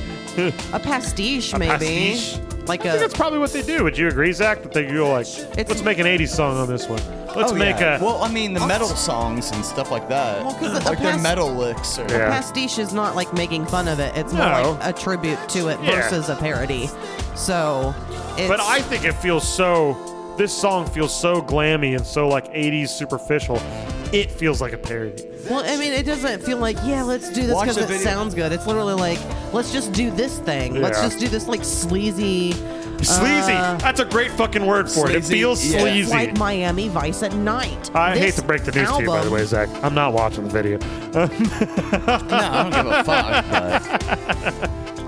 S1: a pastiche maybe
S2: pastiche?
S1: like
S2: I think
S1: a
S2: that's probably what they do. Would you agree, Zach? That they go like, let's make an 80s song on this one. Let's
S6: Oh,
S2: make
S6: yeah.
S2: a.
S6: Well, I mean, the metal songs and stuff like that.
S1: Well, 'cause the- the
S6: like their
S1: past-
S6: metal licks. Or,
S2: Yeah.
S1: pastiche is not like making fun of it. It's more
S2: No.
S1: like a tribute to it
S2: Yeah.
S1: versus a parody. So, it's,
S2: but I think it feels so. This song feels so glammy and so like 80s superficial. It feels like a parody.
S1: well, I mean, it doesn't feel like yeah, let's do this
S6: Watch
S1: because
S6: the
S1: it
S6: video.
S1: sounds good. It's literally like let's just do this thing. Let's
S2: Yeah.
S1: just do this like sleazy.
S2: Sleazy.
S1: uh,
S2: That's a great fucking word for it. It
S6: sleazy,
S2: feels
S6: yeah.
S2: sleazy.
S1: Like Miami Vice at night.
S2: I
S1: This
S2: hate to break the news to you, by the
S1: album-
S2: way, Zach. I'm not watching the video.
S6: No, I don't give a fuck. But,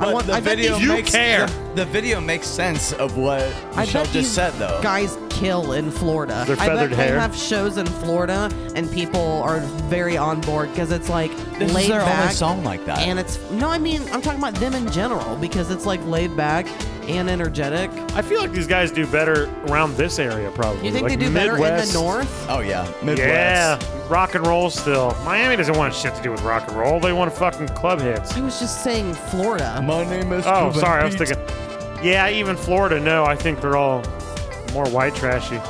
S1: I
S6: but
S1: want-
S6: the
S1: I bet
S6: video
S1: these- You
S6: makes
S2: care.
S6: The, the video makes sense of what
S1: I
S6: Michelle
S1: bet these
S6: just said, though.
S1: guys kill in Florida.
S2: Their
S1: I
S2: feathered
S1: bet they
S2: hair.
S1: have shows in Florida and people are very on board because it's like
S6: this
S1: laid
S6: is their
S1: back.
S6: only song like that.
S1: and it's no i mean i'm talking about them in general because it's like laid back and energetic
S2: I feel like these guys do better around this area, probably.
S1: you think
S2: like
S1: they do
S2: Midwest.
S1: better in the north
S6: oh yeah, Midwest.
S2: Yeah, rock and roll still. Miami doesn't want shit to do with rock and roll. They want fucking club hits.
S1: i was just saying florida
S6: My name is.
S2: Oh,
S6: Cuban
S2: sorry, I was
S6: Pete.
S2: thinking. Yeah, even Florida. No, I think they're all more white trashy.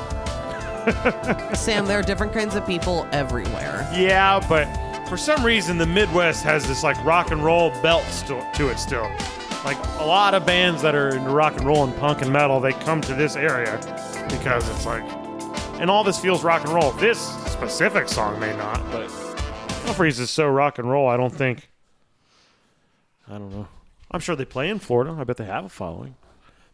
S1: sam there are different kinds of people everywhere
S2: Yeah, but for some reason the Midwest has this like rock and roll belt still to it still. Like a lot of bands that are into rock and roll and punk and metal, they come to this area because it's like, and all this feels rock and roll. This specific song may not, but Humphreys is so rock and roll. I don't think. I don't know. I'm sure they play in Florida. I bet they have a following.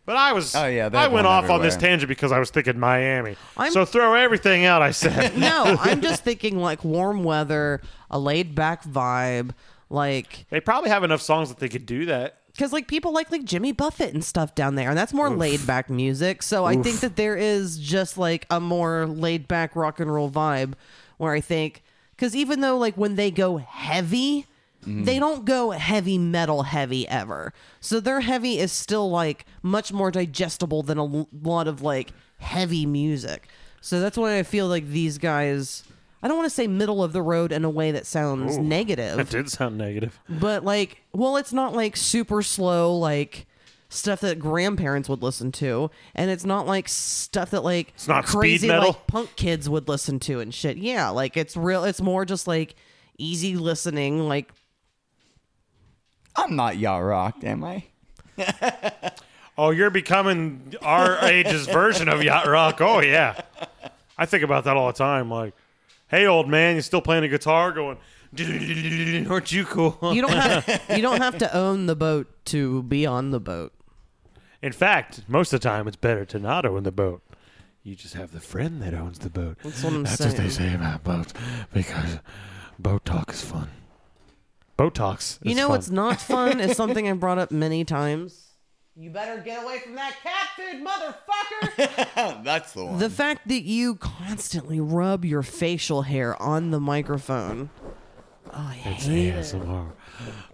S2: But I was,
S6: Oh, yeah, they
S2: I
S6: have
S2: went
S6: one
S2: off on this
S6: everywhere.
S2: tangent because I was thinking Miami.
S1: I'm-
S2: so throw everything out. I said.
S1: no i'm just thinking like warm weather a laid back vibe like
S2: They probably have enough songs that they could do that.
S1: because like people like like jimmy buffett and stuff down there and that's more laid back music so i think that there is just like a more laid back rock and roll vibe where i think because even though like when they go heavy they don't go heavy metal heavy ever so their heavy is still like much more digestible than a l- lot of like heavy music so that's why i feel like these guys i don't want to say middle of the road in a way that sounds negative
S2: did sound negative.
S1: but like, well, it's not like super slow, like stuff that grandparents would listen to, and it's not like stuff that like it's
S2: not speed
S1: crazy
S2: metal?
S1: like punk kids would listen to and shit. Yeah, like it's real. It's more just like easy listening. Like
S6: I'm not yacht rock, am I?
S2: Oh, you're becoming our age's version of yacht rock. Oh yeah, I think about that all the time. Like, hey, old man, you still playing the guitar? Going, Aren't you cool?
S1: You don't have you don't have to own the boat to be on the boat.
S2: In fact, most of the time, it's better to not own the boat. You just have the friend that owns the boat.
S1: That's what I'm
S2: That's
S1: saying.
S2: what they say about boats because boat talk is fun. Boat talks.
S1: You
S2: is
S1: know
S2: fun.
S1: what's not fun is something I brought up many times. You better get away from that cat food, motherfucker.
S6: That's the one.
S1: the fact that you constantly rub your facial hair on the microphone. Oh, I hate it.
S2: ASMR.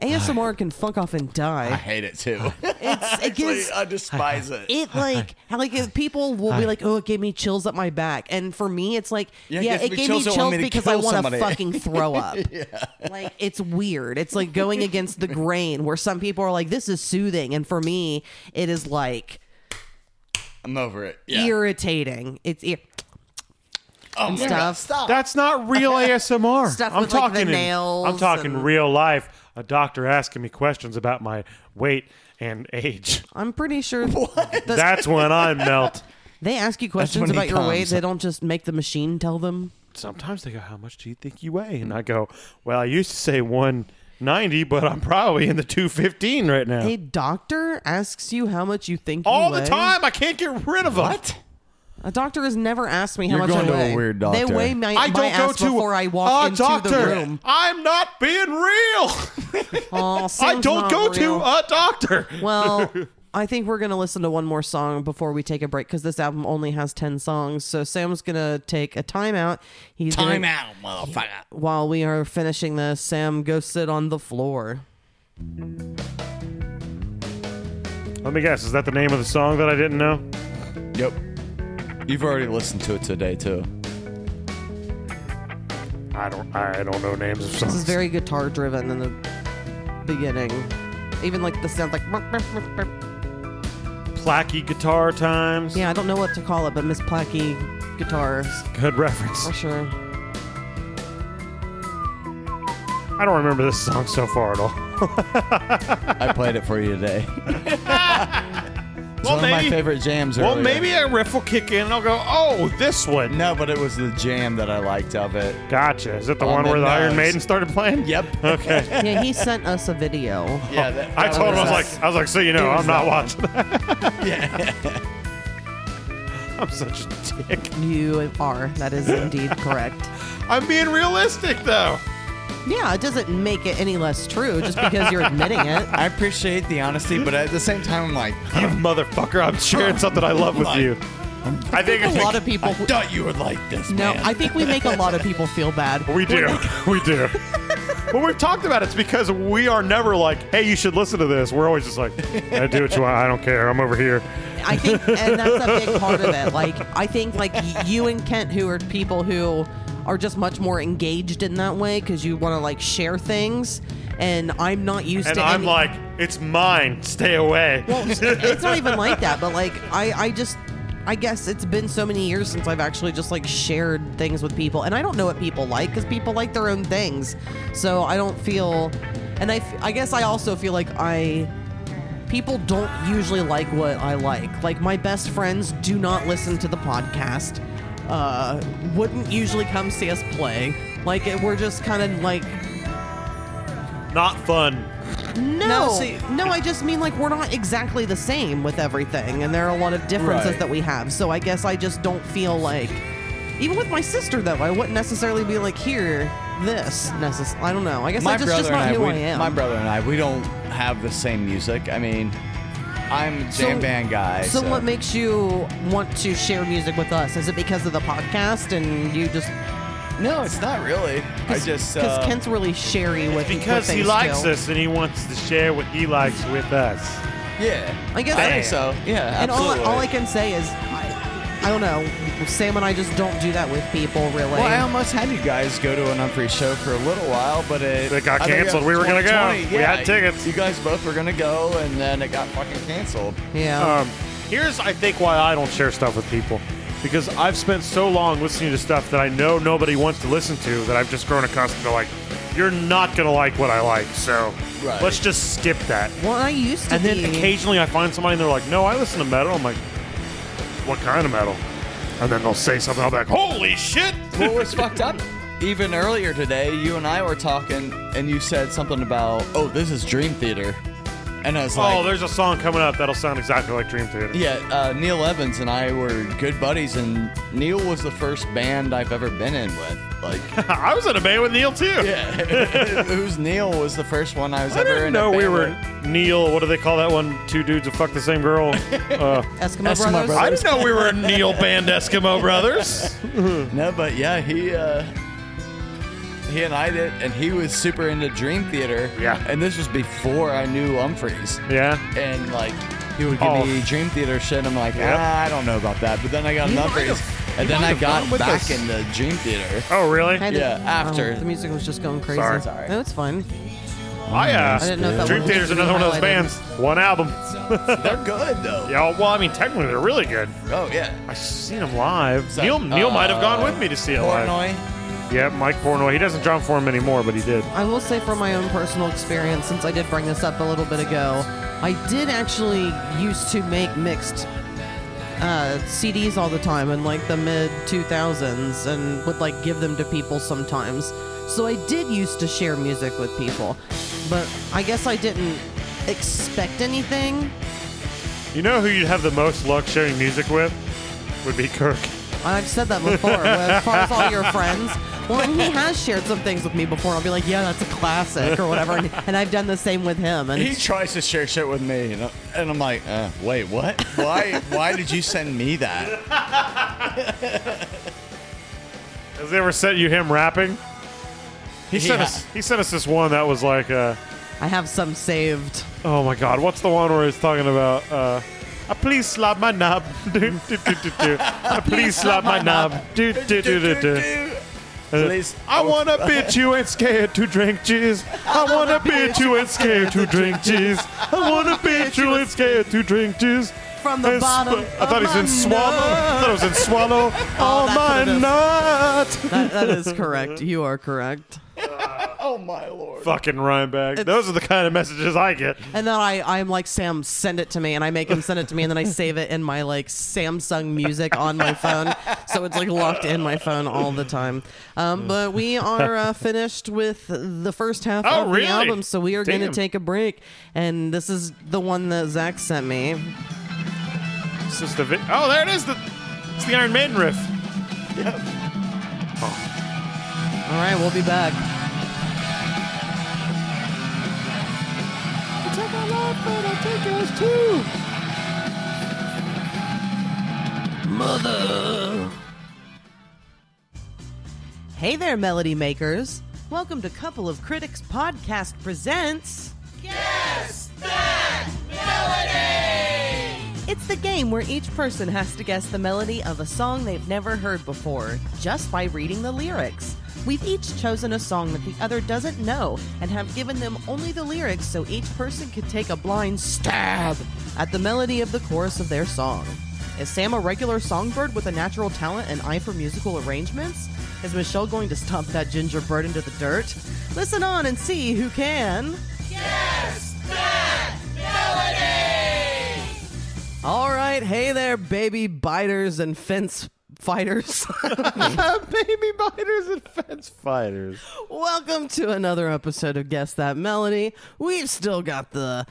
S1: ASMR can fuck off and
S6: I
S1: die.
S6: hate it too.
S1: It's, it gives
S6: I despise it.
S1: it like how like if people will be like, "Oh, it gave me chills up my back," and for me, it's like,
S6: Yeah,
S1: yeah,
S6: it
S1: it
S6: gives me
S1: gave me
S6: chills, I
S1: chills
S6: want me to
S1: because I
S6: kill
S1: want to
S6: somebody.
S1: fucking throw up. Like it's weird. It's like going against the grain, where some people are like, "This is soothing," and for me, it is like
S6: I'm over it. Yeah.
S1: irritating. It's ir-
S6: oh, my God,
S1: stuff.
S6: Stop.
S2: That's not real ASMR.
S1: Stuff
S2: I'm
S1: with, like, the
S2: talking in-
S1: nails
S2: I'm talking
S1: and-
S2: real life. A doctor asking me questions about my weight and age.
S1: I'm pretty sure
S2: That's when I melt.
S1: they ask you questions
S6: when he
S1: about your weight.
S6: comes.
S1: They don't just make the machine tell them.
S2: Sometimes they go, "How much do you think you weigh?" And I go, "Well, I used to say 190, but I'm probably in the 215 right now."
S1: A doctor asks you how much you think you
S2: All the
S1: weigh.
S2: time, I can't get rid of it.
S1: A doctor has never asked me how
S6: You're
S1: much
S6: going
S1: I
S6: to a
S1: weigh.
S6: weird
S1: They
S6: doctor.
S1: weigh my,
S2: I
S1: my
S2: don't go
S1: ass
S2: to
S1: before I walk
S2: a
S1: into
S2: doctor.
S1: the room.
S2: I'm not being real.
S1: Aw,
S2: I
S1: Sam's
S2: don't
S1: not
S2: go
S1: real.
S2: to a doctor.
S1: well, I think we're gonna listen to one more song before we take a break because this album only has ten songs. So Sam's gonna take a timeout. He's
S6: Time
S1: gonna,
S6: out, motherfucker.
S1: while we are finishing this. Sam, go sit on the floor.
S2: Let me guess. Is that the name of the song that I didn't know?
S6: Yep. You've already listened to it today too.
S2: I don't. I don't know names of songs.
S1: This is very guitar driven in the beginning. Even like the sound, like
S2: placky guitar times.
S1: yeah, I don't know what to call it, but Miss Placky guitars
S2: Good reference.
S1: for sure.
S2: I don't remember this song so far at all.
S6: I played it for you today. it's one of my favorite jams.
S2: Well,
S6: earlier.
S2: maybe a riff will kick in and I'll go, oh, this one.
S6: No, but it was the jam that I liked of it.
S2: Gotcha. Is it the one
S6: On
S2: where
S6: the
S2: the Iron
S6: nose.
S2: Maiden started playing?
S6: Yep.
S2: Okay.
S1: Yeah, he sent us a video.
S6: yeah. That,
S2: I
S6: that
S2: told him I was
S6: us.
S2: like, I was like, so you know,
S6: was
S2: I'm not
S6: that one.
S2: watching that. yeah. I'm such a dick.
S1: You are. That is indeed correct.
S2: I'm being realistic though.
S1: Yeah, it doesn't make it any less true just because you're admitting it.
S6: I appreciate the honesty, but at the same time, I'm like,
S2: You motherfucker, I'm sharing something I love with you. I think
S1: A
S2: it's
S1: lot of people.
S6: thought you would like this.
S1: No,
S6: man.
S1: I think we make a lot of people feel bad.
S2: We do. we do. But we've talked about it. it's because we are never like, hey, you should listen to this. We're always just like, "Eh, do what you want. I don't care. I'm over here.
S1: I think, and that's a big part of it. Like, I think like y- you and Kent, who are people who are just much more engaged in that way because you want to like share things, and I'm not used
S2: And
S1: to.
S2: I'm
S1: any-
S2: like, it's mine. Stay away.
S1: well, it's not even like that, but like I, I just. I guess it's been so many years since I've actually just like shared things with people, and I don't know what people like because people like their own things. So I don't feel, and I, f- I guess I also feel like I, people don't usually like what I like. Like my best friends do not listen to the podcast, uh, wouldn't usually come see us play. Like it, we're just kind of like
S2: Not fun.
S1: no,
S6: No, see-
S1: no, I just mean like we're not exactly the same with everything, and there are a lot of differences
S6: Right.
S1: that we have. So I guess I just don't feel like, even with my sister though, I wouldn't necessarily be like here this necess- I don't know. I guess
S6: my
S1: I just
S6: brother
S1: just not
S6: and
S1: who
S6: I,
S1: I
S6: we-
S1: am.
S6: My brother and I, we don't have the same music. I mean, I'm a jam
S1: So-
S6: band guy.
S1: So, what makes you want to share music with us? Is it because of the podcast and you just?
S6: No, it's not really. I just
S1: because
S6: uh,
S1: Kent's really sherry with
S2: Because
S1: with
S2: he
S1: things
S2: likes
S1: still.
S2: us and he wants to share what he likes with us.
S6: yeah.
S1: I guess-
S6: I think so. Yeah,
S1: And all,
S6: absolutely.
S1: all I can say is, I, I don't know. Sam and I just don't do that with people really.
S6: well, I almost had you guys go to an unfree show for a little while, but it,
S2: It got
S6: I think
S2: canceled.
S6: it was
S2: We were gonna go.
S6: 2020.
S2: We
S6: Yeah,
S2: had tickets.
S6: You guys both were gonna go, and then it got fucking canceled.
S1: yeah.
S2: Um, here's, I think, why I don't share stuff with people. Because I've spent so long listening to stuff that I know nobody wants to listen to that I've just grown accustomed to, like, you're not going to like what I like. So
S6: Right.
S2: let's just skip that.
S1: Well, I used to
S2: And then
S1: be.
S2: occasionally I find somebody and they're like, no, I listen to metal. I'm like, what kind of metal? And then they'll say something. I'll be like, holy shit.
S6: What was fucked up even earlier today, you and I were talking, and you said something about, "Oh, this is Dream Theater," and I was like,
S2: oh, there's a song coming up that'll sound exactly like Dream Theater.
S6: Yeah, uh, Neil Evans and I were good buddies, and Neil was the first band I've ever been in with. Like,
S2: I was in a band with Neil too.
S6: yeah, who's Neil was the first one I was
S2: I
S6: ever
S2: didn't
S6: in.
S2: know
S6: a
S2: we
S6: band
S2: were
S6: with.
S2: Neil. What do they call that one? Two dudes who fuck the same girl. Uh,
S1: Eskimo,
S6: Eskimo
S1: Brothers.
S6: Brothers.
S2: I didn't know we were Neil band Eskimo Brothers.
S6: No, but yeah, he uh, he and I did, and he was super into Dream Theater.
S2: Yeah.
S6: and this was before I knew Humphreys,
S2: Yeah.
S6: and like he would give
S2: Oh.
S6: me Dream Theater shit. and I'm like,
S2: Yep.
S6: ah, I don't know about that. But then I got into Humphreys, and then I got back into Dream Theater.
S2: Oh, really?
S1: I didn't-
S6: Yeah, after.
S1: Oh, the music was just going crazy.
S2: Sorry.
S6: Sorry.
S1: No, it's fine.
S2: I uh,
S1: I didn't know if that
S2: Dream
S1: one-
S2: Theater's another one of those
S1: highlighted.
S2: bands. One album.
S6: They're good though.
S2: Yeah. Well, I mean, technically they're really good.
S6: Oh yeah.
S2: I've seen them live.
S6: So,
S2: Neil Neil might have gone
S6: uh,
S2: with me to see it live.
S6: Portnoy.
S2: Yeah, Mike Pornoy. He doesn't drum for him anymore, but he did.
S1: I will say from my own personal experience, since I did bring this up a little bit ago, I did actually used to make mixed uh, CDs all the time in like the mid 2000s and would like give them to people sometimes. So I did used to share music with people, but I guess I didn't expect anything.
S2: You know who you'd have the most luck sharing music with? Would be Kirk.
S1: I've said that before. but as far as all your friends, well, and he has shared some things with me before. I'll be like, yeah, that's a classic or whatever, and, and I've done the same with him. And
S6: He tries to share shit with me, and, I, and I'm like, uh, wait, what? Why? why did you send me that?
S2: Has they ever sent you him rapping? He sent
S6: Yeah.
S2: us. He sent us this one that was like, uh,
S1: I have some saved.
S2: oh my god, what's the one where he's talking about? Uh, I please slap my knob. Do, do, do, do, do. I please slap my knob. Do, do, do, do, do. Uh,
S6: Please,
S2: I wanna bitch you ain't scared to drink cheese. I wanna bitch you ain't scared to drink cheese. I wanna bitch you ain't scared to drink cheese.
S1: From the
S2: And sw-
S1: bottom
S2: I thought
S1: of
S2: he's in
S1: my
S2: swallow. I thought it was in swallow. Oh,
S1: that's
S2: my
S1: what it is. That,
S2: nut.
S1: that is correct. You are correct.
S6: Oh my lord!
S2: Fucking Rhinebeck. Those are the kind of messages I get.
S1: And then I, I'm like, Sam, send it to me. And I make him send it to me. And then I save it in my like Samsung music on my phone. So it's like locked in my phone all the time. Um, but we are uh, finished with the first half
S2: Oh,
S1: of
S2: really?
S1: the album. So we are going to
S2: Damn.
S1: take a break. And this is the one that Zach sent me.
S2: This is the vi- oh, there it is. The it's the Iron Maiden riff.
S1: All right, we'll be back. Mother. Hey there, Melody Makers. Welcome to Couple of Critics Podcast Presents. It's the game where each person has to guess the melody of a song they've never heard before just by reading the lyrics. We've each chosen a song that the other doesn't know and have given them only the lyrics so each person could take a blind stab at the melody of the chorus of their song. Is Sam a regular songbird with a natural talent and eye for musical arrangements? Is Michelle going to stomp that ginger bird into the dirt? Listen on and see who can. All right, hey there, baby biters and fence fighters.
S2: Baby biters and fence fighters.
S1: Welcome to another episode of Guess That Melody. We've still got the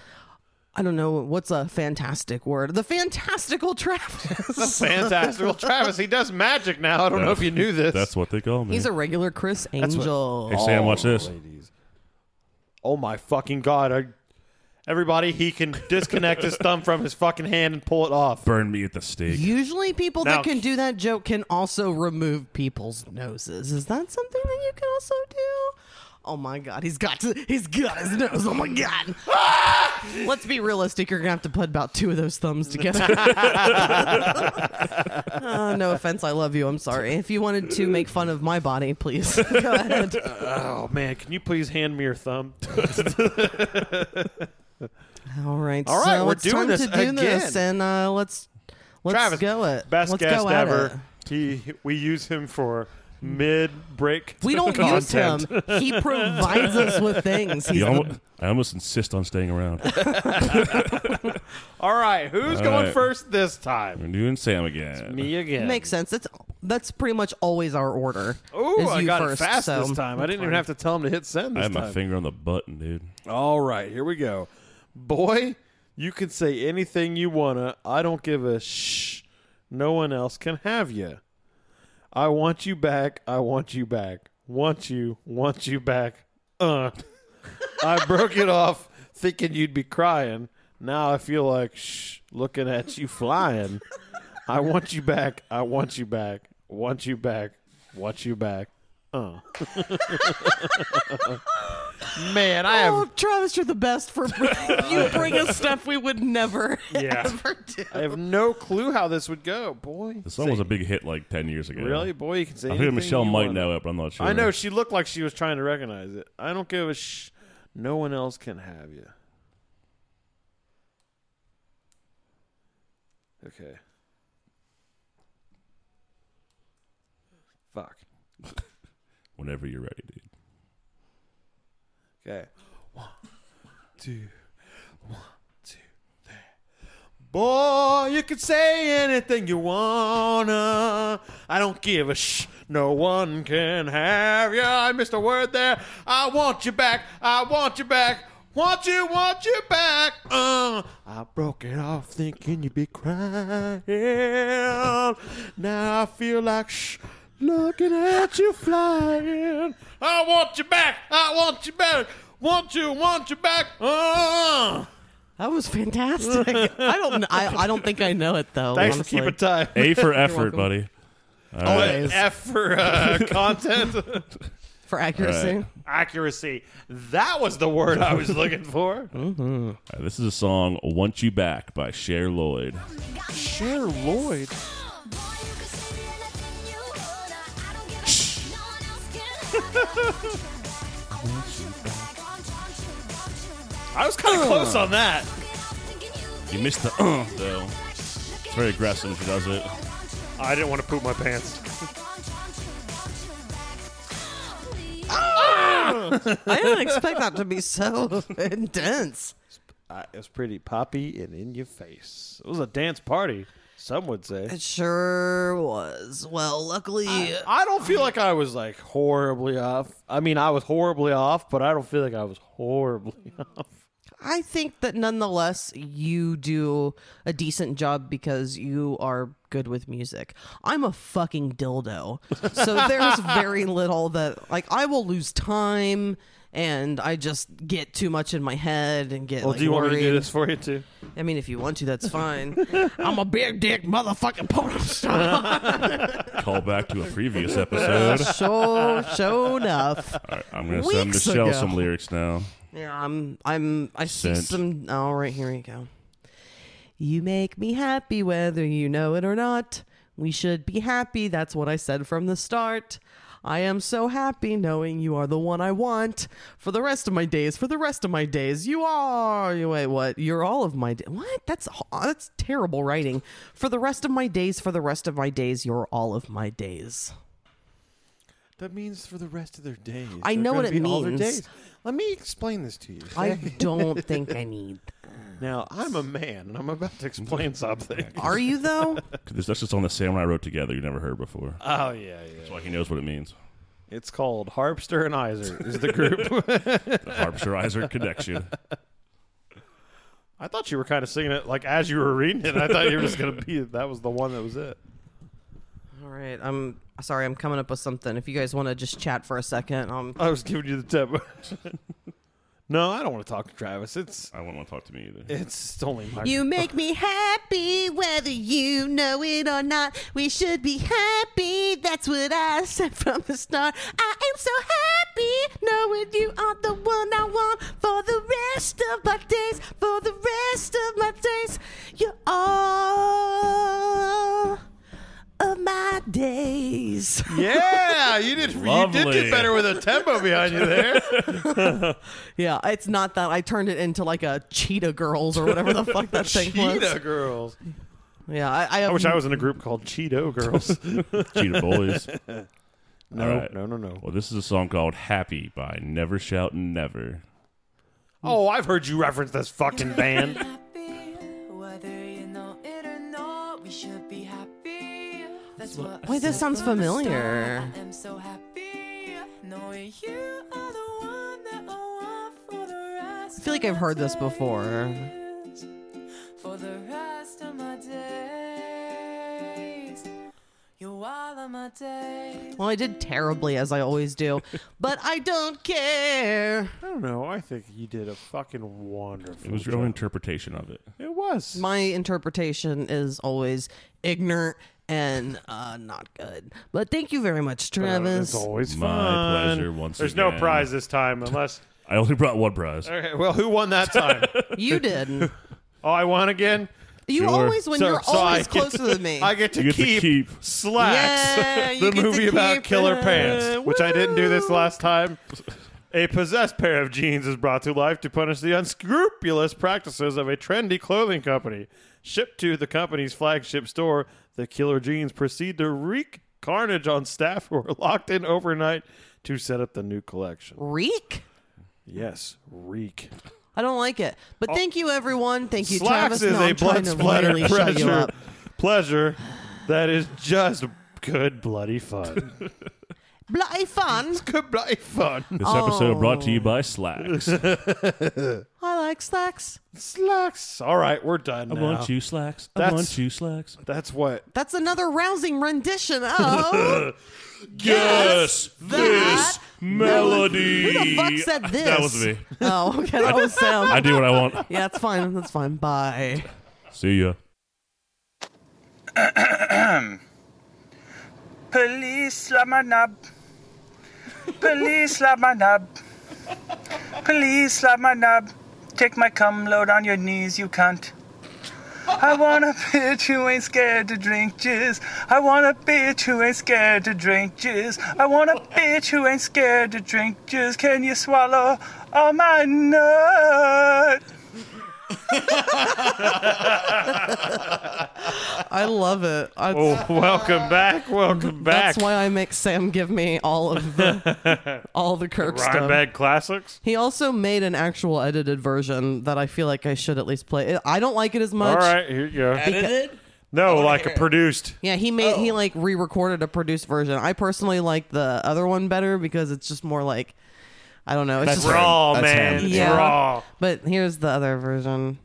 S1: I don't know what's a fantastic word. The fantastical Travis.
S2: Fantastic. Well, Travis, he does magic now. I don't know if you knew this.
S4: That's what they call me.
S1: He's a regular Chris Angel.
S4: hey, Sam, watch this.
S2: oh my fucking god! I, everybody, he can disconnect his thumb from his fucking hand and pull it off.
S4: Burn me at the stake.
S1: Usually, people
S2: Now-
S1: that can do that joke can also remove people's noses. Is that something that you can also do? Oh my god, he's got to, he's got his nose. Oh my god. Let's be realistic. You're gonna have to put about two of those thumbs together. Uh, no offense, I love you. I'm sorry. If you wanted to make fun of my body, please go ahead.
S2: Oh man, can you please hand me your thumb?
S1: All right.
S2: All right,
S1: so
S2: we're
S1: it's
S2: doing
S1: time
S2: this
S1: to do this,
S2: again.
S1: and uh, let's let's
S2: Travis,
S1: go it.
S2: Best
S1: let's
S2: guest
S1: go at it.
S2: ever. He we use him for mid break.
S1: We don't use him. He provides us with things. He's
S4: You
S1: the-
S4: almo- I almost insist on staying around.
S2: All right, who's
S4: All
S2: going
S4: right. Mm.
S2: first this time?
S4: We're doing Sam again.
S2: Me again.
S1: makes sense. It's that's pretty much always our order.
S2: Oh,
S1: is
S2: I
S1: you
S2: got
S1: first,
S2: it fast
S1: so
S2: this time. I
S1: that's
S2: didn't
S1: fine.
S2: even have to tell him to hit send
S4: I
S2: this
S4: had my
S2: time.
S4: finger on the button, dude.
S2: All right, here we go. Boy, you can say anything you wanna. I don't give a shh. No one else can have you. I want you back. I want you back. Want you. Want you back. Uh. I broke it off thinking you'd be crying. Now I feel like shh, looking at you flying. I want you back. I want you back. Want you back. Want you back. Uh. Man, I have
S1: Oh, Travis, you're the best for you bring us stuff we would never
S2: Yeah.
S1: ever do.
S2: I have no clue how this would go, boy.
S4: The song was a big hit like 10 years ago.
S2: Really, boy, you can say.
S4: I think
S2: anything
S4: Michelle
S2: you
S4: might
S2: want.
S4: know it, but I'm not sure.
S2: I know she looked like she was trying to recognize it. I don't give a sh. No one else can have you. Okay. Fuck.
S4: Whenever you're ready, dude.
S2: Okay. One, two, one, two, three. Boy, you can say anything you wanna. I don't give a sh. No one can have you. I missed a word there. I want you back. I want you back. Want you, want you back. Uh, I broke it off thinking you'd be crying. Now I feel like shh, looking at you flying. I want you back. I want you back. Want you, want you back. Uh.
S1: That was fantastic. I don't. kn- I, I don't think I know it though.
S2: Thanks
S1: honestly.
S2: for keeping time.
S4: A for effort, buddy. All right.
S1: Always.
S2: F for uh, content.
S1: for accuracy.
S4: Right.
S2: Accuracy. That was the word I was looking for.
S4: Uh, This is a song, Want You Back by Cher Lloyd.
S2: Cher Lloyd. I was kind of close on that.
S4: You missed the uh, though. It's very aggressive when she does it.
S2: I didn't want to poop my pants.
S1: I didn't expect that to be so intense.
S2: I, Uh, it was pretty poppy and in your face. It was a dance party, some would say.
S1: It sure was. Well, luckily,
S2: I don't feel like I was like horribly off. I mean, I was horribly off, but I don't feel like I was horribly off.
S1: I think that nonetheless you do a decent job because you are good with music. I'm a fucking dildo. So there's very little that like I will lose time and I just get too much in my head and get
S2: Well,
S1: like
S2: Oh, do you want
S1: worried.
S2: me to do this for you too?
S1: I mean if you want to that's fine. I'm a big dick motherfucking porn star.
S4: Call back to a previous episode.
S1: so show enough.
S4: I'm gonna send
S1: Weeks
S4: Michelle
S1: ago.
S4: some lyrics now.
S1: Yeah, I'm. I'm. I see
S4: Sent.
S1: some. All right, here we go. You make me happy, whether you know it or not. We should be happy. That's what I said from the start. I am so happy knowing you are the one I want for the rest of my days. For the rest of my days, you are. You wait, what? You're all of my. Da- what? That's h- uh, that's terrible writing. For the rest of my days. For the rest of my days, you're all of my days.
S2: That means for the rest of their days.
S1: I
S2: They're
S1: know what
S2: gonna
S1: it
S2: be all their
S1: means.
S2: days. Let me explain this to you.
S1: I don't think I need.
S2: Now, I'm a man, and I'm about to explain something.
S1: Are you though?
S4: 'Cause This that's just on the samurai wrote together. You never heard before.
S2: Oh yeah, yeah.
S4: That's why he knows what it means.
S2: It's called Harpster and Iser is the group.
S4: The Harpster Isaac connection.
S2: I thought you were kind of singing it like as you were reading it. I thought you were just gonna be that was the one that was it.
S1: All right, I'm sorry, I'm coming up with something. If you guys want to just chat for a second, um,
S2: I was giving you the tip. no, I don't want to talk to Travis. It's
S4: I wouldn't want to talk to me either.
S2: it's only my
S1: you make me happy whether you know it or not. We should be happy. That's what I said from the start. I am so happy knowing you are the one I want for the rest of my days. For the rest of my days, you're all of my days.
S2: Yeah, you did you did
S4: Lovely.
S2: do better with a tempo behind you there.
S1: Yeah, it's not that I turned it into like a Cheetah Girls or whatever the fuck that thing was.
S2: Cheetah girls.
S1: Yeah, I, I,
S2: I
S1: have
S2: wish I was in a group called Cheeto Girls.
S4: Cheetah boys.
S2: no,
S4: All right.
S2: no, no, no.
S4: Well, this is a song called "Happy" by Never Shout Never.
S2: Oh, I've heard you reference this fucking band.
S7: Whether you know it or not, we should be happy.
S1: Wait, this sounds familiar.
S7: I am so happy knowing you are the one that I want for the rest.
S1: I feel like I've heard this before.
S7: For the rest of my days, you all of my days.
S1: Well, I did terribly as I always do, but I don't care.
S2: I don't know. I think you did a fucking wonderful.
S4: It was your own interpretation of it.
S2: It was.
S1: My interpretation is always ignorant and uh, not good. But thank you very much, Travis.
S2: Uh, It's always
S4: My
S2: fun.
S4: pleasure once
S2: There's no
S4: again.
S2: prize this time, unless.
S4: I only brought one prize.
S2: Okay, well, who won that time?
S1: You did.
S2: oh, I won again.
S1: You
S4: Sure.
S1: always win.
S2: So-
S1: You're
S2: so I
S1: always
S2: get-
S1: closer than me.
S2: I get to,
S4: You get to
S2: keep,
S4: keep.
S2: Slacks,
S1: Yeah, you
S2: the
S1: get to
S2: movie about
S1: keep
S2: killer
S1: it.
S2: pants, which I didn't do this last time. A possessed pair of jeans is brought to life to punish the unscrupulous practices of a trendy clothing company. Shipped to the company's flagship store, the killer jeans proceed to wreak carnage on staff who are locked in overnight to set up the new collection.
S1: Reek?
S2: Yes, reek.
S1: I don't like it. But thank you, everyone. Thank you,
S2: Slacks
S1: Travis. No,
S2: Oh. is a
S1: I'm trying
S2: blood
S1: to
S2: splatter
S1: really shut you
S2: pressure,
S1: up.
S2: pleasure that is just good bloody fun.
S1: Bloody fun.
S2: good bloody fun.
S4: This episode brought to you by Slacks. I
S1: I like slacks.
S2: Slacks. All right, we're done now.
S4: want you, Slacks. I
S2: That's-
S4: want you, Slacks.
S2: That's what.
S1: That's another rousing rendition of.
S4: Guess
S1: that-
S4: melody.
S1: Who the fuck said this?
S4: That was me.
S1: Oh, okay. That was Sam.
S4: I do what I want.
S1: yeah, that's fine. That's fine. Bye.
S4: See ya.
S8: Police slap my knob. Police slap my knob. Police slap my knob. Take my cum load on your knees, you cunt. I want a bitch who ain't scared to drink jizz. I want a bitch who ain't scared to drink jizz. I want a bitch who ain't scared to drink jizz. Can you swallow all my nut?
S1: I love it. I,
S2: Oh, welcome back. Welcome back.
S1: That's why I make Sam give me all of the all the Kirk stuff.
S2: Rhinebeck Classics.
S1: He also made an actual edited version that I feel like I should at least play. I don't like it as much.
S2: All right, here you go.
S6: Edited?
S2: No, like a produced.
S1: Yeah, he made he like re-recorded a produced version. I personally like the other one better because it's just more like I don't know. It's just
S2: Raw,
S6: That's
S2: man.
S6: him.
S2: It's
S1: Yeah.
S2: Raw.
S1: But here's the other version.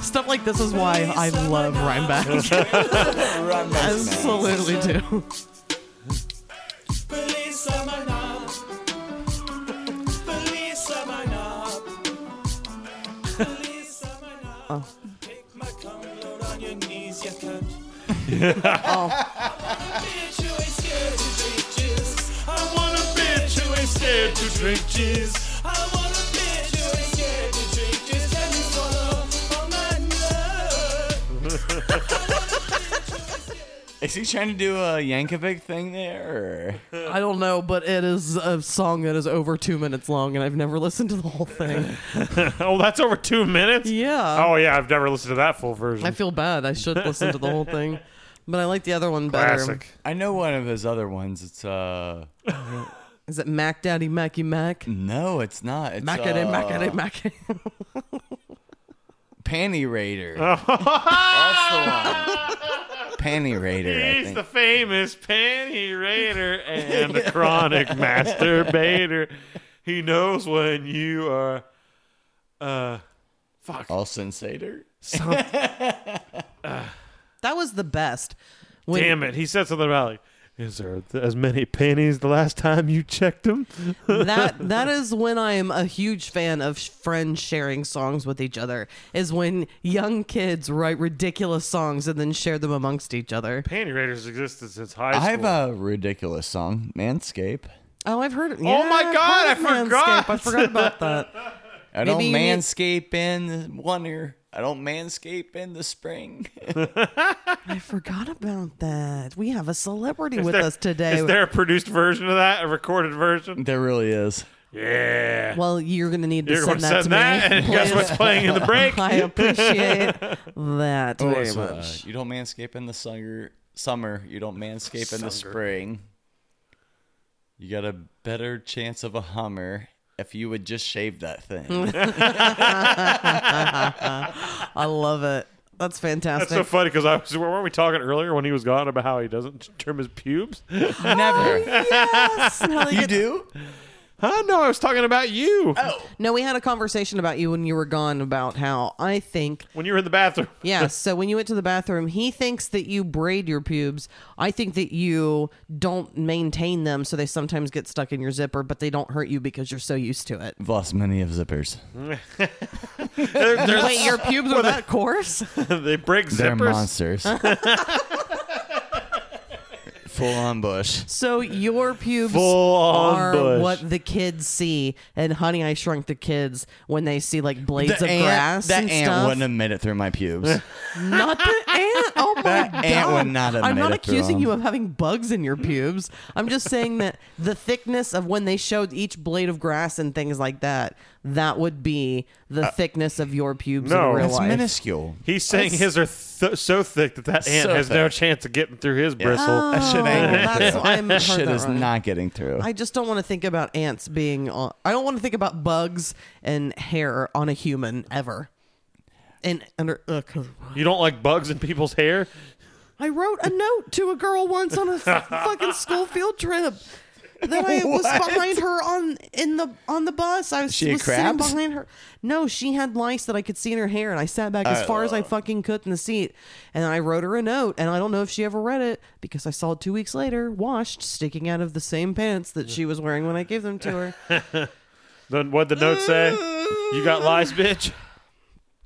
S1: Stuff like this is why I love Rhinebeck. Absolutely do.
S6: Is he trying to do a Yankovic thing there? Or?
S1: I don't know, but it is a song that is over two minutes long, and I've never listened to the whole thing.
S2: Oh, that's over two minutes?
S1: Yeah.
S2: Oh, yeah. I've never listened to that full version.
S1: I feel bad. I should listen to the whole thing. But I like the other one better.
S2: Classic.
S6: I know one of his other ones. It's uh
S1: Is it Mac Daddy Macky Mac?
S6: no, it's not. It's
S1: Mac
S6: uh,
S1: Daddy Mac Daddy Mac.
S6: Panty Raider. That's the one. Panty Raider. I
S2: He's
S6: think.
S2: the famous panty raider and the chronic masturbator. He knows when you are. Uh,
S6: All sensator.
S1: That was the best. When,
S2: damn it. He said something about like, is there th- as many panties the last time you checked them?
S1: that that is when I am a huge fan of sh- friends sharing songs with each other. Is when young kids write ridiculous songs and then share them amongst each other.
S2: Panty raiders existed since high
S6: I
S2: school.
S6: have a ridiculous song, Manscape.
S1: Oh, I've heard. Yeah,
S2: Oh my
S1: I've
S2: God,
S1: heard of
S2: I forgot.
S1: Manscaped. I forgot about that.
S6: I don't
S1: you need-
S6: manscape in the winter. I don't manscape in the spring.
S1: I forgot about that. We have a celebrity with
S2: there-
S1: us today.
S2: Is there a produced version of that? A recorded version?
S6: there really is.
S2: Yeah.
S1: well, you're gonna need to
S2: You're going
S1: send
S2: to
S1: that
S2: send
S1: to
S2: that,
S1: me.
S2: and guess
S1: Please.
S2: what's playing in the break?
S1: I appreciate that very
S6: So, uh,
S1: much.
S6: you don't manscape in the summer. Summer. You don't manscape in the spring. You got a better chance of a Hummer if you would just shave that thing.
S1: I love it. That's fantastic.
S2: That's so funny because I was. Weren't we talking earlier when he was gone about how he doesn't trim his pubes?
S6: Never.
S1: yes. and how they
S6: You
S1: get-
S6: do?
S2: Huh? No, I was talking about you
S1: No, we had a conversation about you when you were gone about how I think
S2: when you were in the bathroom.
S1: Yeah, so when you went to the bathroom, he thinks that you braid your pubes. I think that you don't maintain them, so they sometimes get stuck in your zipper, but they don't hurt you because you're so used to it.
S6: I've lost many of zippers.
S1: Wait, your pubes are that coarse?
S2: they break
S6: They're
S2: zippers.
S6: monsters. Full on bush.
S1: So your pubes
S2: Full on
S1: are
S2: bush.
S1: what the kids see, and Honey, I Shrunk the kids when they see like blades of
S6: ant,
S1: grass
S6: that
S1: and
S6: ant
S1: stuff.
S6: wouldn't have made it through my pubes.
S1: Not the ant. Oh my
S6: That
S1: god.
S6: ant would not have
S1: I'm
S6: made
S1: not
S6: it through
S1: accusing you
S6: them.
S1: of having bugs in your pubes. I'm just saying that the thickness of when they showed each blade of grass and things like that, that would be the thickness of your pubes
S2: no.
S1: in real
S2: That's
S6: Uh, it's
S1: life.
S6: minuscule.
S2: He's saying his are th- so thick that that ant
S6: So
S2: has no
S6: thick.
S2: chance of getting through his bristle.
S6: That shit ain't
S1: Oh,
S6: getting
S1: that's-
S6: through.
S1: I'm-
S6: that
S1: heard
S6: shit
S1: that
S6: is
S1: right.
S6: not getting through.
S1: I just don't want to think about ants being on. I don't want to think about bugs and hair on a human ever. And under, ugh,
S2: You don't like bugs in people's hair?
S1: I wrote a note to a girl once on a f- fucking school field trip. That I was behind her on in the on the bus. I was,
S6: She a
S1: was sitting
S6: crab?
S1: behind her. No, she had lice that I could see in her hair, and I sat back as far as I fucking could in the seat. And I wrote her a note, and I don't know if she ever read it because I saw it two weeks later, washed, sticking out of the same pants that she was wearing when I gave them to her.
S2: Then what'd the note say? You got lice, bitch?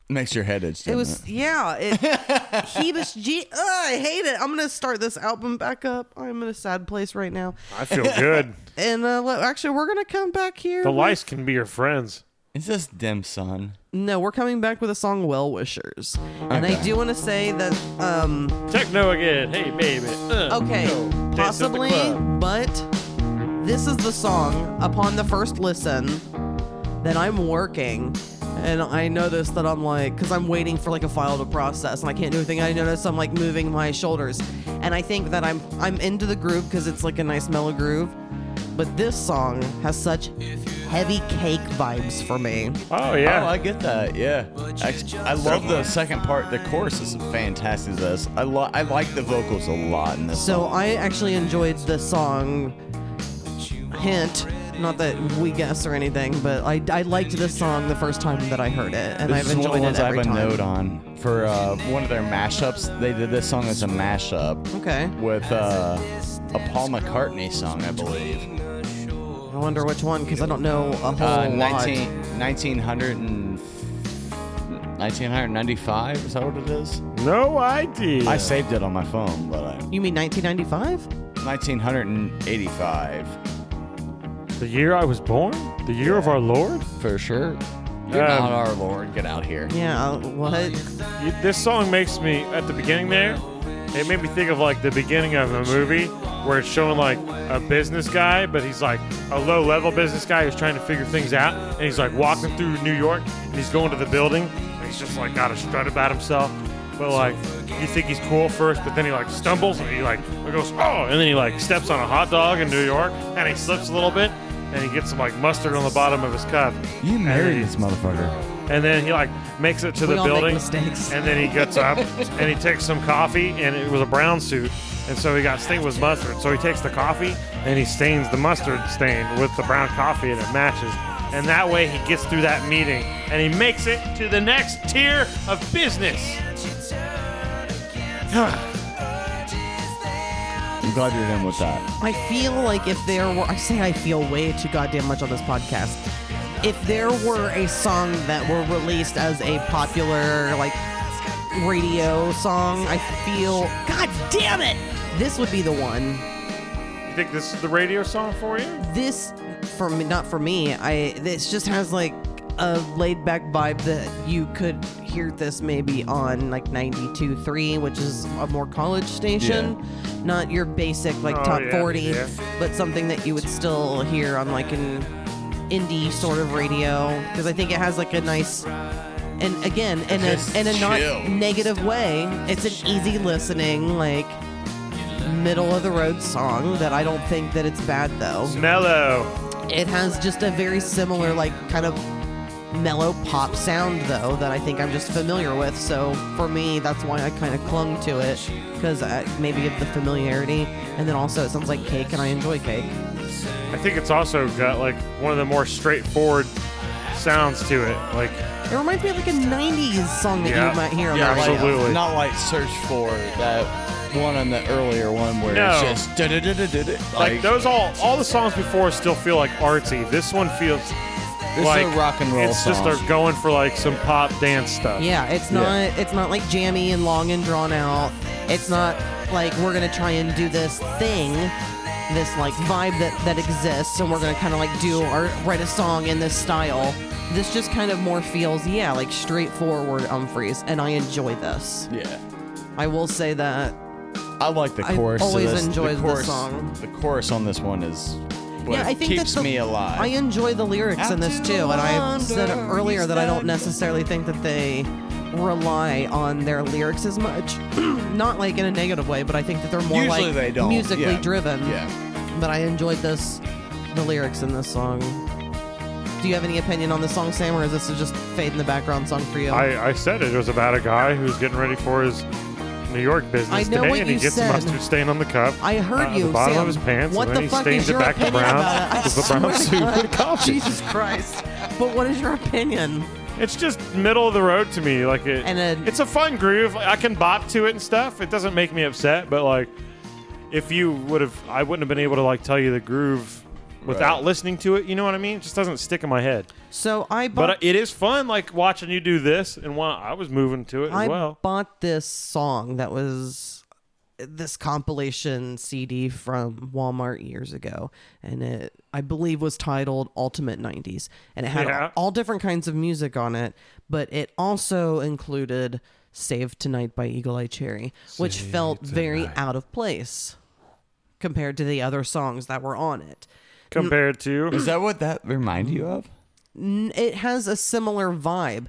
S6: Makes your head itch.
S1: It
S6: doesn't
S1: was yeah. It, he was G. Ugh, I hate it. I'm gonna start this album back up. I'm in a sad place right now.
S2: I feel good.
S1: And uh, well, actually, we're gonna come back here.
S2: The
S1: with-
S2: lice can be your friends.
S6: Is this dim sun?
S1: No, we're coming back with a song, Well Wishers. And I
S6: Okay.
S1: do want to say that, um,
S2: Techno again. Hey, baby. Uh.
S1: okay,
S2: in the
S1: possibly,
S2: club.
S1: but this is the song upon the first listen that I'm working. And I noticed that I'm like, because I'm waiting for like a file to process and I can't do anything. I notice I'm like moving my shoulders. And I think that I'm I'm into the groove because it's like a nice mellow groove. But this song has such heavy cake vibes for me.
S2: Oh, yeah.
S6: Oh, I get that. Yeah, Act- I, love the second part. The chorus is fantastic. to This I lo- I like the vocals a lot in this.
S1: So I actually enjoyed the song Hint. Not that we guess or anything, but I, I liked this song the first time that I heard it, and
S6: This
S1: I've
S6: is one of
S1: enjoyed
S6: the ones
S1: it
S6: I have
S1: every
S6: a
S1: time.
S6: note on for uh, one of their mashups. They did this song as a mashup
S1: Okay,
S6: with uh, a Paul McCartney song, I believe.
S1: I wonder which one because I don't know a whole
S6: Uh,
S1: lot.
S6: 19, 1900 and 1995 is that what it is?
S2: no idea.
S6: I saved it on my phone, but I,
S1: You mean 1995?
S6: 1985
S2: the year I was born? The year of our Lord?
S6: for sure. You're
S2: Um,
S6: not our Lord. Get out here.
S1: Yeah. uh, What?
S2: You- This song makes me at the beginning there. It made me think of like the beginning of a movie where it's showing like a business guy, but he's like a low level business guy who's trying to figure things out, and he's like walking through New York, and he's going to the building, and he's just like got a strut about himself. But like you think he's cool first, but then he like stumbles and he like goes oh, and then he like steps on a hot dog in New York, and he slips a little bit, and he gets some like mustard on the bottom of his cup.
S6: You
S2: And
S6: married
S2: he-
S6: this motherfucker.
S2: and then he like makes it to
S1: We
S2: the
S1: all make
S2: building
S1: mistakes.
S2: and then he gets up and he takes some coffee and it was a brown suit and so he got stained with mustard so he takes the coffee and he stains the mustard stain with the brown coffee and it matches and that way he gets through that meeting and he makes it to the next tier of business
S6: I'm glad you're done with that.
S1: I feel like if there were, I say I feel way too goddamn much on this podcast. If there were a song that were released as a popular, like, radio song, I feel, god damn it, this would be the one.
S2: you think this is the radio song for you
S1: This, for me, not for me, I, this just has, like, a laid back vibe that you could hear this maybe on, like, 92.3, which is a more college station. Not your basic, like,
S2: Oh,
S1: top
S2: yeah,
S1: 40
S2: yeah.
S1: but something that you would still hear on like an indie sort of radio because I think it has like a nice and again in a
S6: Just
S1: in a
S6: chill.
S1: not negative way. It's an easy listening like middle of the road song that I don't think that it's bad though.
S2: mellow
S1: It has just a very similar, like, kind of mellow pop sound, though, that I think I'm just familiar with. So for me, that's why I kind of clung to it, because maybe of the familiarity. And then also, it sounds like cake, and I enjoy cake.
S2: I think it's also got like one of the more straightforward sounds to it. Like,
S1: It reminds me of like a 90s song that
S2: Yeah.
S1: you might hear on
S2: Yeah,
S1: the radio.
S2: absolutely.
S6: Not like Search for that one on the earlier one where
S2: No.
S6: it's just da da da da da.
S2: like those all all the songs before still feel like artsy. This one feels
S6: is
S2: like
S6: a rock and roll
S2: It's just
S6: song.
S2: they're going for like some pop dance stuff.
S1: Yeah, it's not it's not like jammy and long and drawn out. It's not like we're gonna try and do this thing, this like vibe that that exists, and we're gonna kind of like do or write a song in this style. This just kind of more feels yeah like straightforward Umphreys, and I enjoy this.
S6: yeah.
S1: I will say that
S6: I like the
S1: I
S6: chorus. to
S1: always
S6: this.
S1: enjoyed
S6: the
S1: the
S6: chorus,
S1: song.
S6: The chorus on this one is what
S1: yeah I think
S6: keeps
S1: that the,
S6: me alive.
S1: I enjoy the lyrics in this too, and I said earlier that I don't necessarily think that they rely on their lyrics as much. Not like in a negative way, but I think that they're more
S6: Usually
S1: like
S6: they don't,
S1: musically
S6: yeah.
S1: driven.
S6: yeah.
S1: But I enjoyed this, the lyrics in this song. Do you have any opinion on this song, Sam, or is this just fade in the background song for you?
S2: I, I said it was about a guy who's getting ready for his New York business
S1: I know
S2: today,
S1: what
S2: and he
S1: you
S2: gets
S1: said.
S2: mustard stain on the cup.
S1: I heard
S2: uh,
S1: you,
S2: The bottom
S1: Sam.
S2: of his pants,
S1: What
S2: and then
S1: the
S2: he
S1: fuck
S2: stains
S1: is
S2: it
S1: your
S2: back to
S1: opinion
S2: brown
S1: about it? I
S2: with the brown
S1: swear to
S2: soup and coffee.
S1: Jesus Christ! But what is your opinion?
S2: It's just middle of the road to me. Like it,
S1: And a-
S2: it's a fun groove. I can bop to it and stuff. It doesn't make me upset, but like if you would have, I wouldn't have been able to like tell you the groove without listening to it. You know what I mean? It just doesn't stick in my head.
S1: So I bought
S2: But uh, it is fun, like watching you do this, and while I was moving to it as
S1: I
S2: well.
S1: bought this song that was this compilation CD from Walmart years ago, and it I believe was titled Ultimate '90s, and it had
S2: Yeah.
S1: all different kinds of music on it, but it also included "Save Tonight" by Eagle Eye Cherry, which felt very out of place compared to the other songs that were on it.
S2: Compared to
S6: Is that what that remind you of?
S1: It has a similar vibe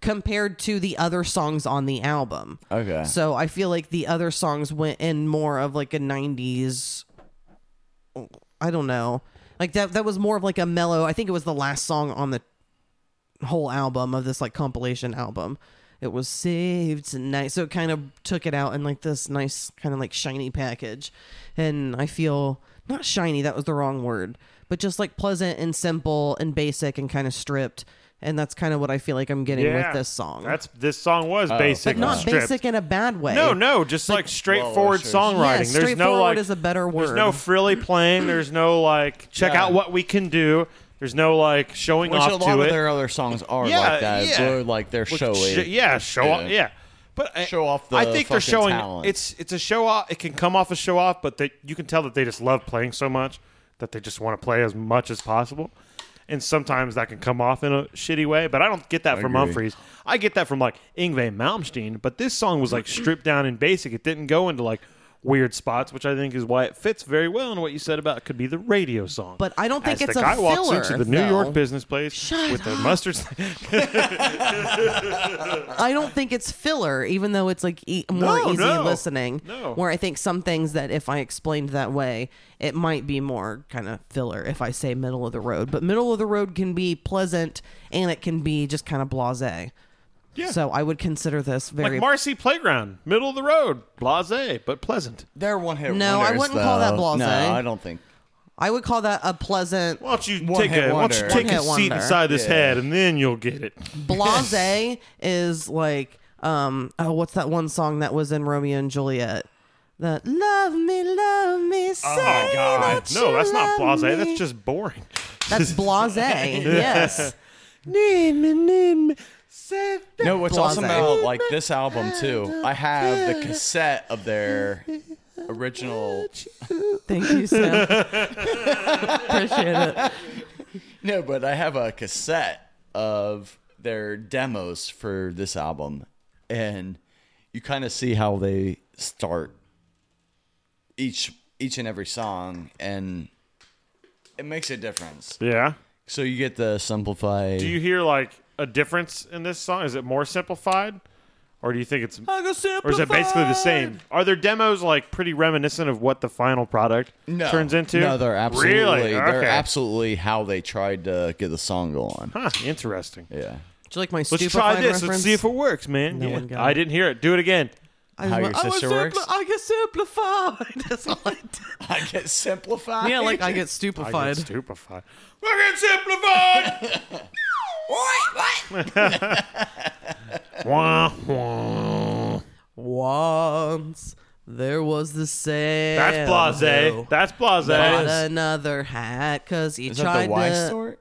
S1: compared to the other songs on the album.
S6: Okay.
S1: So I feel like the other songs went in more of like a 90s I don't know. Like that that was more of like a mellow. I think it was the last song on the whole album of this like compilation album. It was saved tonight. So it kind of took it out in like this nice kind of like shiny package. And I feel not shiny, that was the wrong word, but just like pleasant and simple and basic and kind of stripped. And that's kind of what I feel like I'm getting
S2: yeah,
S1: with this song.
S2: That's this song was basic,
S1: but not
S2: and stripped.
S1: basic in a bad way.
S2: No, no, just like, straightforward
S6: sure.
S2: songwriting.
S1: Yeah,
S2: there's no
S1: straightforward
S2: like
S1: is a better
S2: There's
S1: word.
S2: no frilly playing. There's no like check
S6: Yeah.
S2: out what we can do. There's no like showing
S6: Which
S2: off
S6: a
S2: to
S6: lot of
S2: it.
S6: their other songs are
S2: Yeah,
S6: like that.
S2: yeah.
S6: They're like they're
S2: Which
S6: showy.
S2: sh- yeah, show off.
S6: Yeah.
S2: Yeah, but I-
S6: Show off the
S2: I think they're
S6: fucking
S2: showing.
S6: talent.
S2: It's it's a show off. It can come off a show off, but they, you can tell that they just love playing so much that they just want to play as much as possible. And sometimes that can come off in a shitty way, but I don't get that from
S6: agree.
S2: Humphreys. I get that from like Ingve Malmsteen, but this song was like stripped down and basic. It didn't go into like weird spots, which I think is why it fits very well in what you said about it could be the radio song.
S1: But I don't think
S2: As
S1: it's
S2: the
S1: a
S2: guy walks
S1: filler,
S2: into the New York
S1: though.
S2: business place with the mustard.
S1: I don't think it's filler, even though it's like e- more
S2: No,
S1: easy
S2: no.
S1: listening.
S2: No.
S1: Where I think some things that if I explained that way, it might be more kind of filler if I say middle of the road. But middle of the road can be pleasant and it can be just kind of blase.
S2: Yeah.
S1: So I would consider this very.
S2: Like Marcy Playground, middle of the road, blase but pleasant.
S6: they're one hit.
S1: No, I
S6: wonders,
S1: wouldn't call that
S6: though.
S1: blasé.
S6: No, I don't think.
S1: I would call that a pleasant
S2: Why don't you
S6: One
S2: take
S6: hit
S2: a why don't you
S6: wonder.
S2: take
S1: One
S2: a
S1: hit
S2: seat
S1: wonder.
S2: inside this
S6: Yeah.
S2: head, and then you'll get it.
S1: blase is like um oh what's that one song that was in Romeo and Juliet? That love me, love me, say that
S2: Oh no,
S1: you
S2: that's not
S1: love
S2: blase.
S1: me."
S2: That's just boring.
S1: That's blase. yes.
S6: No, what's awesome
S1: Blase.
S6: about like this album too? I have the cassette of their original.
S1: Thank you, Sam. Appreciate it.
S6: No, but I have a cassette of their demos for this album, and you kind of see how they start each each and every song, and it makes a difference.
S2: Yeah.
S6: So you get the simplified.
S2: Do you hear like a difference in this song? Is it more simplified? Or do you think it's
S1: Or
S2: or is it basically the same? Are their demos like pretty reminiscent of what the final product
S6: No.
S2: turns into?
S6: No, they're absolutely
S2: really
S6: they're
S2: Okay.
S6: absolutely how they tried to get the song going.
S2: Huh, interesting.
S6: Yeah.
S1: Do you like my
S2: Let's
S1: stupefied
S2: try this.
S1: reference?
S2: Let's see if it works, man.
S1: No
S2: Yeah.
S1: one got
S2: I
S1: it.
S2: didn't hear it. Do it again.
S1: I,
S6: How
S1: was
S6: Your
S1: like, I was
S6: Sister Works?
S1: I get simplified. That's all I did.
S6: I get simplified.
S1: Yeah, like I get
S2: I
S1: stupefied.
S2: get stupefied. Fucking simplified. Wah, wah.
S1: Once there was the sale.
S2: That's blase. That's blase.
S1: Bought another hat because he
S6: Is that
S1: tried
S6: the Y
S1: to.
S6: story?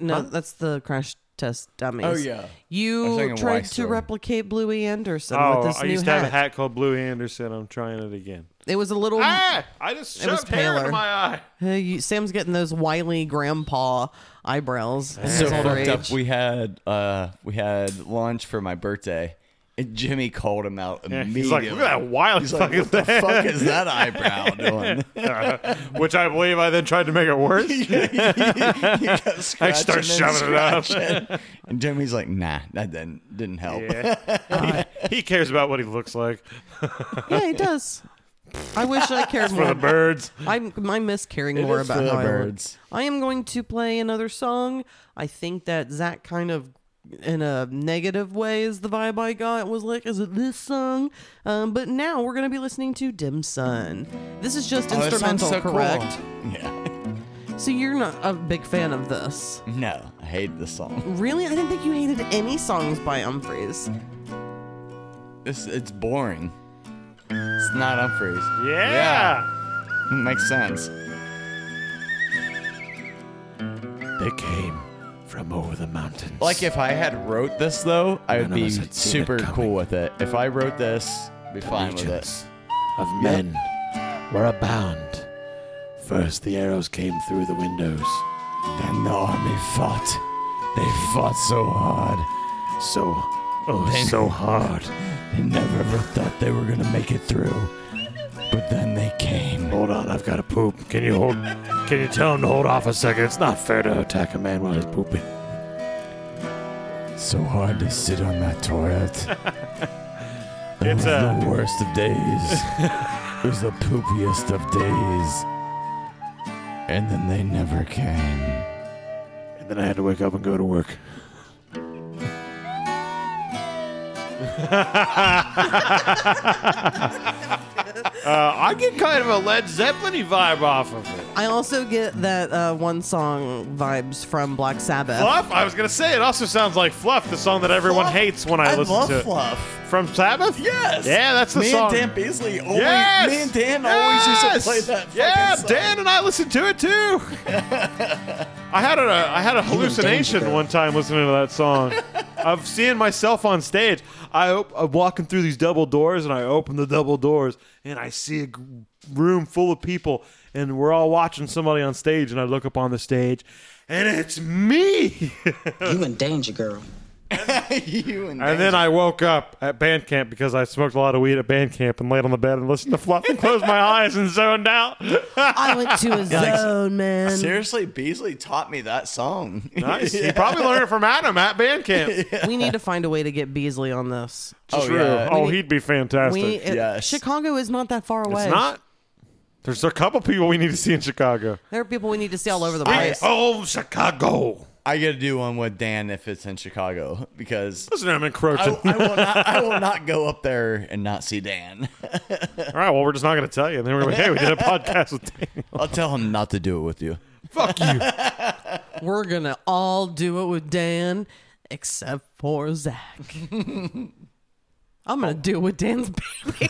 S1: No, that's the crash test dummies.
S6: Oh, yeah. I was
S1: you
S6: thinking
S1: tried
S6: Y
S1: to
S6: story.
S1: replicate Bluey Anderson
S2: Oh,
S1: with this
S2: I
S1: new
S2: used
S1: hat.
S2: to have a hat called Blue Anderson. I'm trying it again.
S1: It was a little.
S2: Ah, I just
S1: It was
S2: shoved hair into
S1: paler.
S2: my eye.
S1: Hey, Uh, you, Sam's getting those wily grandpa eyebrows. in
S6: so
S1: his older
S6: fucked up.
S1: age.
S6: We had uh, we had lunch for my birthday, and Jimmy called him out immediately.
S2: He's like, look at that wild
S6: He's like,
S2: fucking
S6: what the
S2: thing.
S6: fuck is that eyebrow doing?
S2: Which I believe I then tried to make it worse. I start shoving it up.
S6: And Jimmy's like, nah, that didn't didn't help.
S2: Yeah. he, he cares about what he looks like
S1: yeah, he does. I wish I cared
S2: for the
S1: more.
S2: birds.
S1: I'm, I miss caring more
S6: is
S1: about
S6: for the
S1: how I look.
S6: birds.
S1: I am going to play another song. I think that Zach kind of, in a negative way, is the vibe I got. Was like, is it this song? Um, but now we're going to be listening to Dim Sun. This is just
S6: Oh, that sounds
S1: instrumental,
S6: so cool.
S1: correct?
S6: Yeah.
S1: So you're not a big fan of this.
S6: No, I hate this song.
S1: Really? I didn't think you hated any songs by Humphreys.
S6: This it's boring. It's not Humphreys.
S2: Yeah.
S6: Makes sense.
S2: They came from over the mountains.
S6: Like if I had wrote this though, I would
S2: None of
S6: be
S2: us had seen it
S6: super
S2: coming.
S6: cool with it. If I wrote this, be fine with it.
S2: legions of men were abound. First, the arrows came through the windows.
S6: Then the army fought. They fought so hard.
S2: So, oh, so hard.
S6: They never ever thought they were gonna make it through. But then they came.
S2: Hold on, I've got to poop. Can you hold? Can you tell him to hold off a second? It's not fair to attack a man while he's pooping.
S6: So hard to sit on that toilet. It
S2: It's
S6: was
S2: a-
S6: the worst of days. it was the poopiest of days. And then they never came.
S2: And then I had to wake up and go to work. uh, I get kind of a Led Zeppelin vibe off of it.
S1: I also get that uh, one song vibes from Black Sabbath.
S2: Fluff, I was gonna say it also sounds like Fluff, the song that everyone
S6: Fluff?
S2: hates when I, listen to it.
S6: fluff.
S2: From Sabbath?
S6: Yes.
S2: Yeah, that's the
S6: me
S2: song.
S6: and Dan Beasley always.
S2: Yes!
S6: Me and Dan
S2: Yes!
S6: always used to play that. fucking
S2: Yeah,
S6: song.
S2: Dan and I listened to it too. I had a I had a hallucination one time listening to that song. of seeing myself on stage. I op- I'm walking through these double doors and I open the double doors and I see a g- room full of people and we're all watching somebody on stage and I look up on the stage and it's me.
S9: You in danger, girl.
S6: you and,
S2: And then I woke up at band camp because I smoked a lot of weed at band camp and laid on the bed and listened to Fluff and closed my eyes and zoned out.
S1: I went to a
S6: like,
S1: zone, man.
S6: Seriously, Beasley taught me that song.
S2: Nice. You probably learned it from Adam at band camp.
S1: We need to find a way to get Beasley on this.
S6: oh,
S2: True.
S6: yeah.
S2: Oh, he'd be fantastic.
S1: We it-
S6: Yes.
S1: Chicago is not that far away.
S2: it's not. There's a couple people we need to see in Chicago.
S1: There are people we need to see all over the
S2: I
S1: place.
S6: oh.
S2: own Chicago.
S6: I got to do one with Dan if it's in Chicago because
S2: Listen, I'm
S6: I,
S2: encroaching.
S6: I will not, I will not go up there and not see Dan.
S2: All right, well, we're just not going to tell you. And then we're like, hey, we did a podcast with Dan.
S6: I'll tell him not to do it with you.
S2: Fuck you.
S1: We're gonna all do it with Dan, except for Zach. I'm gonna do it with Dan's baby.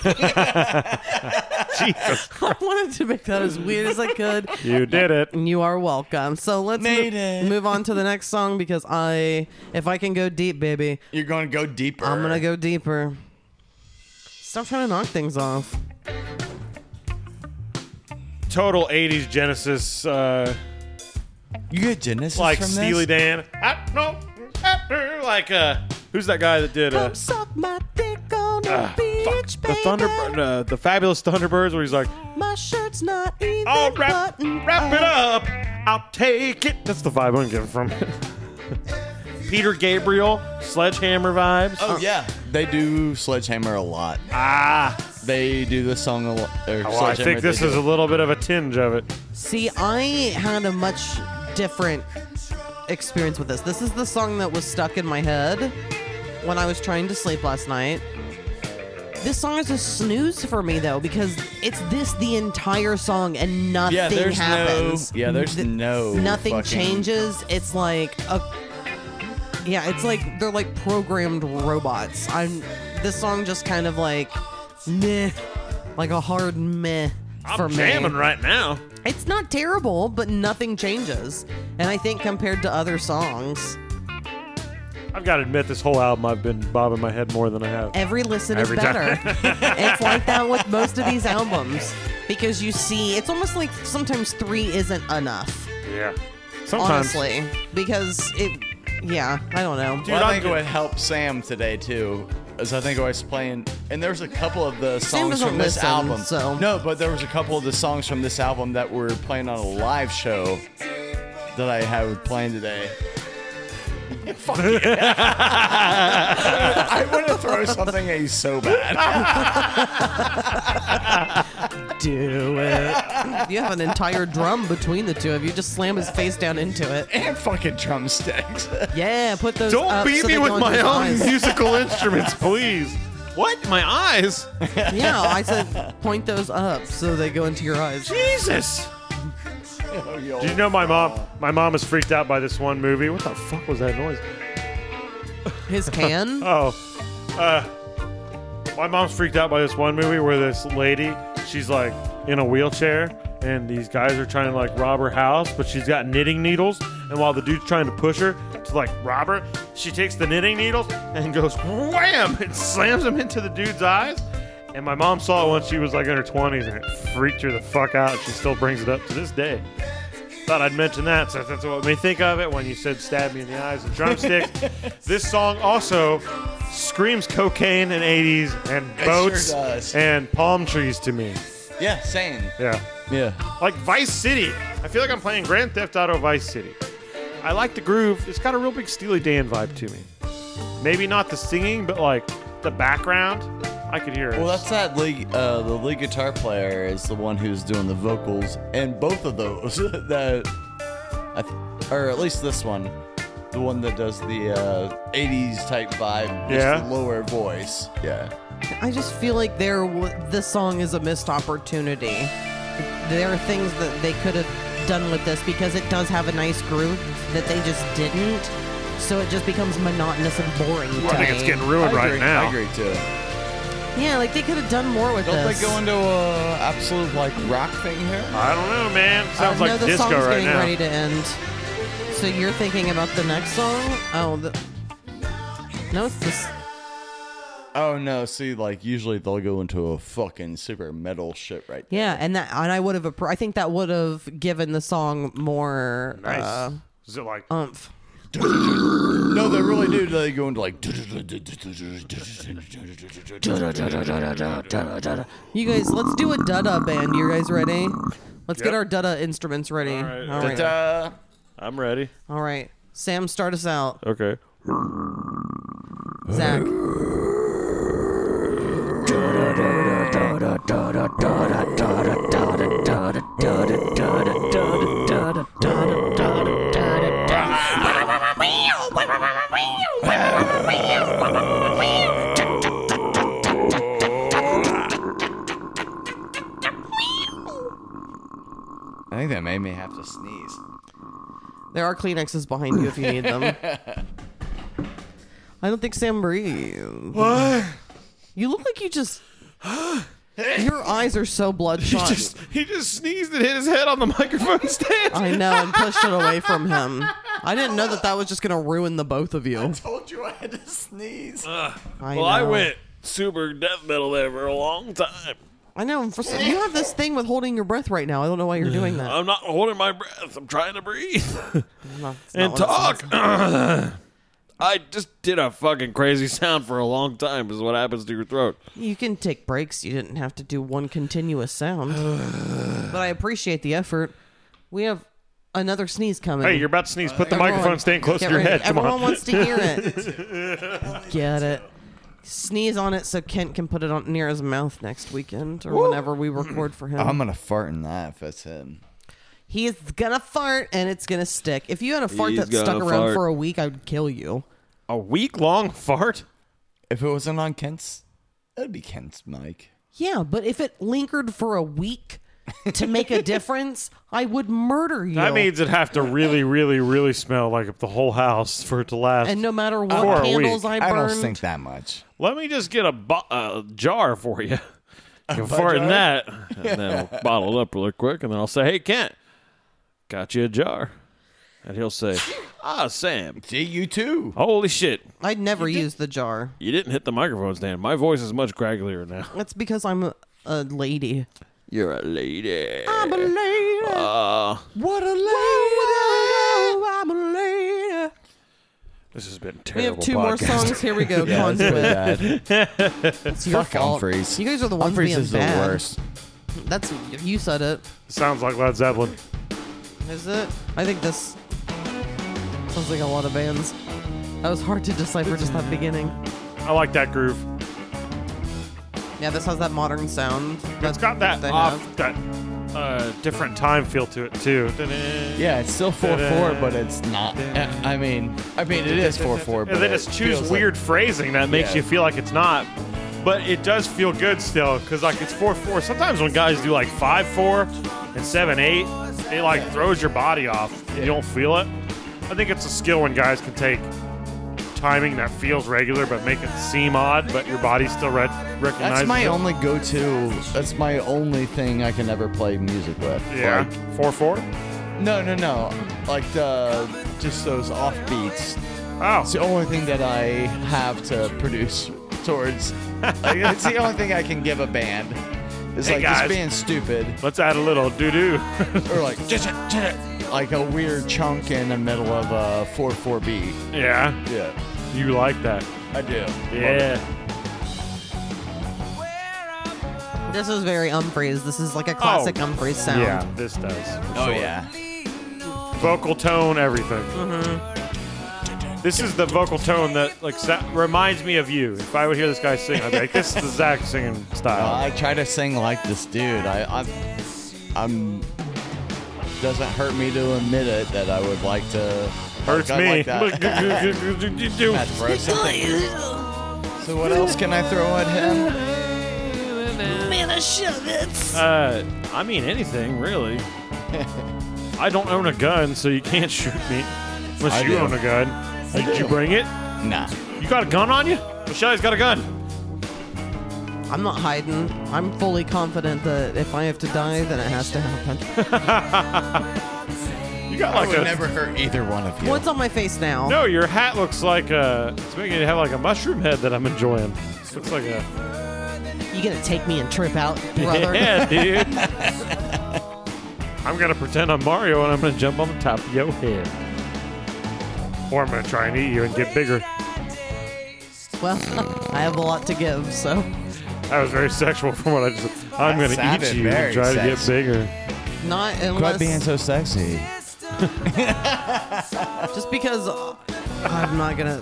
S2: Jesus.
S1: I wanted to make that as weird as I could.
S2: You did it.
S1: You are welcome. So let's
S6: Made
S1: mo-
S6: it.
S1: move on to the next song because I, if I can go deep, baby,
S6: You're going to go deeper.
S1: I'm gonna go deeper. Stop trying to knock things off.
S2: Total 80s Genesis, uh,
S6: You get Genesis
S2: like
S6: from
S2: Steely Dan.
S6: this?
S2: I don't know. Like, uh, who's that guy that did. Uh,
S1: Come suck my dick on the
S2: Ah, fuck.
S1: beach,
S2: The
S1: baby.
S2: Thunderbird, uh, the fabulous Thunderbirds, where he's like,
S1: My shirt's not even
S2: "Oh, wrap,
S1: buttoned
S2: wrap it up, I'll take it." That's the vibe I'm getting from it. Peter Gabriel, Sledgehammer vibes.
S6: Oh yeah, they do Sledgehammer a lot.
S2: Ah,
S6: They do this song a lot.
S2: well, I think this is a little bit of a tinge of it.
S1: See, I had a much different experience with this. This is the song that was stuck in my head when I was trying to sleep last night. This song is a snooze for me though because it's this the entire song and nothing
S6: Yeah, there's no-
S1: happens.
S6: yeah, there's
S1: Th-
S6: no
S1: nothing
S6: fucking-
S1: changes. It's like a yeah, it's like they're like programmed robots. I'm this song just kind of like meh, like a hard meh for me.
S2: right now.
S1: It's not terrible, but nothing changes. And I think compared to other songs,
S2: I've got to admit, this whole album I've been bobbing my head more than I have.
S1: every listen
S2: Every
S1: is better.
S2: time.
S1: it's like that with most of these albums because you see, it's almost like sometimes three isn't enough,
S2: Yeah. Sometimes.
S1: honestly. Because it, yeah, I don't know.
S6: Well, I
S2: I'm
S6: think
S2: good.
S6: what helped Sam today too is I think I was playing, and there was a couple of the
S1: Sam
S6: songs
S1: doesn't
S6: from this
S1: listen,
S6: album.
S1: so-
S6: No, but there was a couple of the songs from this album that were playing on a live show that I had playing today. Fuck yeah. I want to throw something at you so bad.
S1: Do it. you have an entire drum between the two of you. Just slam his face down into it.
S6: And fucking drumsticks.
S1: Yeah, put those.
S2: Don't
S1: up
S2: beat
S1: so
S2: me
S1: they
S2: with
S1: go into
S2: my
S1: his
S2: own
S1: eyes.
S2: musical instruments, please. What? My eyes?
S1: Yeah, I said point those up so they go into your eyes.
S2: Jesus. Do you know my mom? My mom is freaked out by this one movie. What the fuck was that noise?
S1: His can.
S2: Oh, uh, my mom's freaked out by this one movie where this lady, she's like in a wheelchair, and these guys are trying to like rob her house, but she's got knitting needles, and while the dude's trying to push her to like rob her, she takes the knitting needles and goes wham and slams them into the dude's eyes. And my mom saw it when she was like in her 20s, and it freaked her the fuck out. She still brings it up to this day. Thought I'd mention that since that's what made me think of it when you said stab me in the eyes and drumsticks. this song also screams cocaine and 80s and boats
S6: sure does.
S2: and palm trees to me.
S6: Yeah, same.
S2: Yeah.
S6: Yeah.
S2: Like Vice City. I feel like I'm playing Grand Theft Auto Vice City. I like the groove. It's got a real big Steely Dan vibe to me. Maybe not the singing, but like the background. I could hear it.
S6: Well, that's that lead, uh, the lead guitar player is the one who's doing the vocals, and both of those, that, I th- or at least this one, the one that does the uh, '80s type vibe, just
S2: Yeah.
S6: the lower voice. Yeah,
S1: I just feel like there w- this song is a missed opportunity. There are things that they could have done with this because it does have a nice groove that they just didn't. So it just becomes monotonous and boring to
S2: I think
S1: me.
S2: it's getting ruined
S6: I
S2: right
S6: agree,
S2: now.
S6: I agree too.
S1: yeah, like they could have done more with
S6: Don't
S1: this.
S6: they go into a absolute like rock thing here?
S2: I don't know, man. Sounds
S1: uh,
S2: like
S1: no, the
S2: disco
S1: song's
S2: right
S1: getting
S2: now.
S1: ready to end. So you're thinking about the next song? Oh, the- no, it's this.
S6: Oh no! See, like usually they'll go into a fucking super metal shit right there.
S1: Yeah, and that and I would have. appro- I think that would have given the song more
S2: Nice.
S1: uh,
S2: Is it like
S1: oomph.
S6: No, they really do. They go into like.
S1: You guys, let's do a Dada band. You guys ready? Let's get
S2: Yep.
S1: our Dada instruments ready. All
S2: right.
S1: right. All right.
S6: Da-da.
S2: I'm ready.
S1: Sam, start us out.
S2: Okay.
S1: Zach.
S6: I think that made me have to sneeze.
S1: There are Kleenexes behind you if you need them. I don't think Sam breathes. What? You look like you just. Your eyes are so bloodshot.
S2: he just sneezed and hit his head on the microphone stand.
S1: I know, and pushed it away from him. I didn't know that that was just gonna ruin the both of you.
S6: told you I had to sneeze.
S1: I
S2: Well, I
S1: know.
S2: went super death metal there for a long time.
S1: I know. For some, you have this thing with holding your breath right now. I don't know why you're doing that.
S2: I'm not holding my breath. I'm trying to breathe
S1: No, it's not
S2: and
S1: what it sounds
S2: talk. I just did a fucking crazy sound for a long time. Is what happens to your throat.
S1: You can take breaks. You didn't have to do one continuous sound. but I appreciate the effort. We have another sneeze coming.
S2: Hey, you're about to sneeze. Put the
S1: Everyone,
S2: microphone stand close
S1: get
S2: to your
S1: ready.
S2: head. Come
S1: Everyone
S2: on.
S1: wants to hear it. Get it. sneeze on it so Kent can put it on near his mouth next weekend or whenever we record for him.
S10: Um,
S6: I'm gonna fart in that if that's him.
S1: He's gonna fart and it's gonna stick. If you had a fart
S10: He's
S1: that stuck
S10: gonna
S1: around
S10: fart.
S1: for a week, I would kill you.
S2: A week long fart?
S6: If it wasn't on Kent's, that'd be Kent's mic.
S1: Yeah, but if it lingered for a week to make a difference, I would murder you.
S2: That means it'd have to really, really, really smell like the whole house for it to last.
S1: and no matter
S2: For
S1: what
S2: a
S1: candles
S2: week.
S1: I
S6: I
S1: burned,
S6: don't think that much.
S2: Let me just get a bo- uh, jar for you. You can fart in
S6: jar?
S2: that, and then we'll bottle it up real quick, and then I'll say, "Hey, Kent, got you a jar," and he'll say, "Ah, Sam,
S6: Gee, you too.
S2: holy shit,
S1: I'd never use the jar.
S2: you didn't hit the microphone stand. My voice is much cragglier now."
S1: That's because I'm a, a lady.
S10: You're a lady. Ah.
S1: I'm a lady.
S2: Uh,
S1: what a lady. I'm a lady.
S2: This has been a
S1: We
S2: terrible.
S1: have two more
S2: podcast.
S1: songs. Here we go.
S6: Yeah, that's
S1: Conduit.
S6: really bad.
S1: It's your
S6: Fuck
S1: fault.
S6: Humphreys.
S1: You guys are the ones
S6: Humphreys
S1: being
S6: is the
S1: bad.
S6: worst.
S1: That's you said it.
S2: Sounds like Led Zeppelin.
S1: Is it? I think this sounds like a lot of bands. That was hard to decipher just that beginning.
S2: I like that groove.
S1: Yeah, this has that modern sound.
S2: It's got that
S1: they
S2: off
S1: have.
S2: that uh, different time feel to it too.
S6: Yeah, it's still four four, but it's not. I mean, I mean, it is four four, but
S2: And they
S6: it
S2: just choose
S6: feels like-
S2: weird phrasing that makes
S6: Yeah.
S2: you feel like it's not. But it does feel good still, because like it's four four. Sometimes when guys do like five four and seven eight, it like throws your body off. and You don't feel it. I think it's a skill when guys can take timing that feels regular but make it seem odd, but your body still re- recognizes.
S6: That's my
S2: it.
S6: only go-to. That's my only thing I can ever play music with.
S2: Yeah,
S6: Like,
S2: four four.
S6: no, no, no. Like the just those off beats.
S2: Oh,
S6: It's the only thing that I have to produce towards. Like, it's the only thing I can give a band. It's
S2: Hey,
S6: like
S2: guys.
S6: just being stupid
S2: let's add a little doo doo.
S6: or like like a weird chunk in the middle of a four four B.
S2: yeah,
S6: Yeah,
S2: you like that.
S6: I do.
S2: Yeah.
S1: This is very Humphreys. This is like a classic
S2: Oh.
S1: Humphreys sound.
S2: Yeah, this does.
S6: Oh yeah.
S2: Vocal tone, everything. This is the vocal tone that like sa- reminds me of you. If I would hear this guy sing, I'd be like, "This is the Zach singing
S6: Uh,
S2: style."
S6: I try to sing like this dude. I, I, I'm. Doesn't hurt me to admit it that I would like to.
S2: Hurts
S6: like, I
S2: me.
S6: Like that. Had to throw something. So what else can I throw at him?
S2: uh, I mean anything really. I don't own a gun, so you can't shoot me unless
S6: I
S2: you
S6: do.
S2: own a gun. Did you bring it?
S6: Nah.
S2: You got a gun on you? Michelle's got a gun.
S1: I'm not hiding. I'm fully confident that if I have to die, then it has to happen.
S2: You got like a
S6: hurt either one of you.
S1: What's on my face now?
S2: No, your hat looks like a. It's making it have like a mushroom head that I'm enjoying. Looks like a.
S1: You gonna take me and trip out, brother?
S2: Yeah, dude. I'm gonna pretend I'm Mario and I'm gonna jump on the top of your head. Or I'm gonna try and eat you and get bigger.
S1: Well, I have a lot to give, so
S2: That was very sexual from what I just. I'm
S6: That
S2: gonna eat
S6: sounded
S2: you and
S6: very
S2: try to get
S6: sexy.
S2: bigger.
S1: not
S6: Quit
S1: unless
S6: being so sexy.
S1: just because uh, I'm not gonna.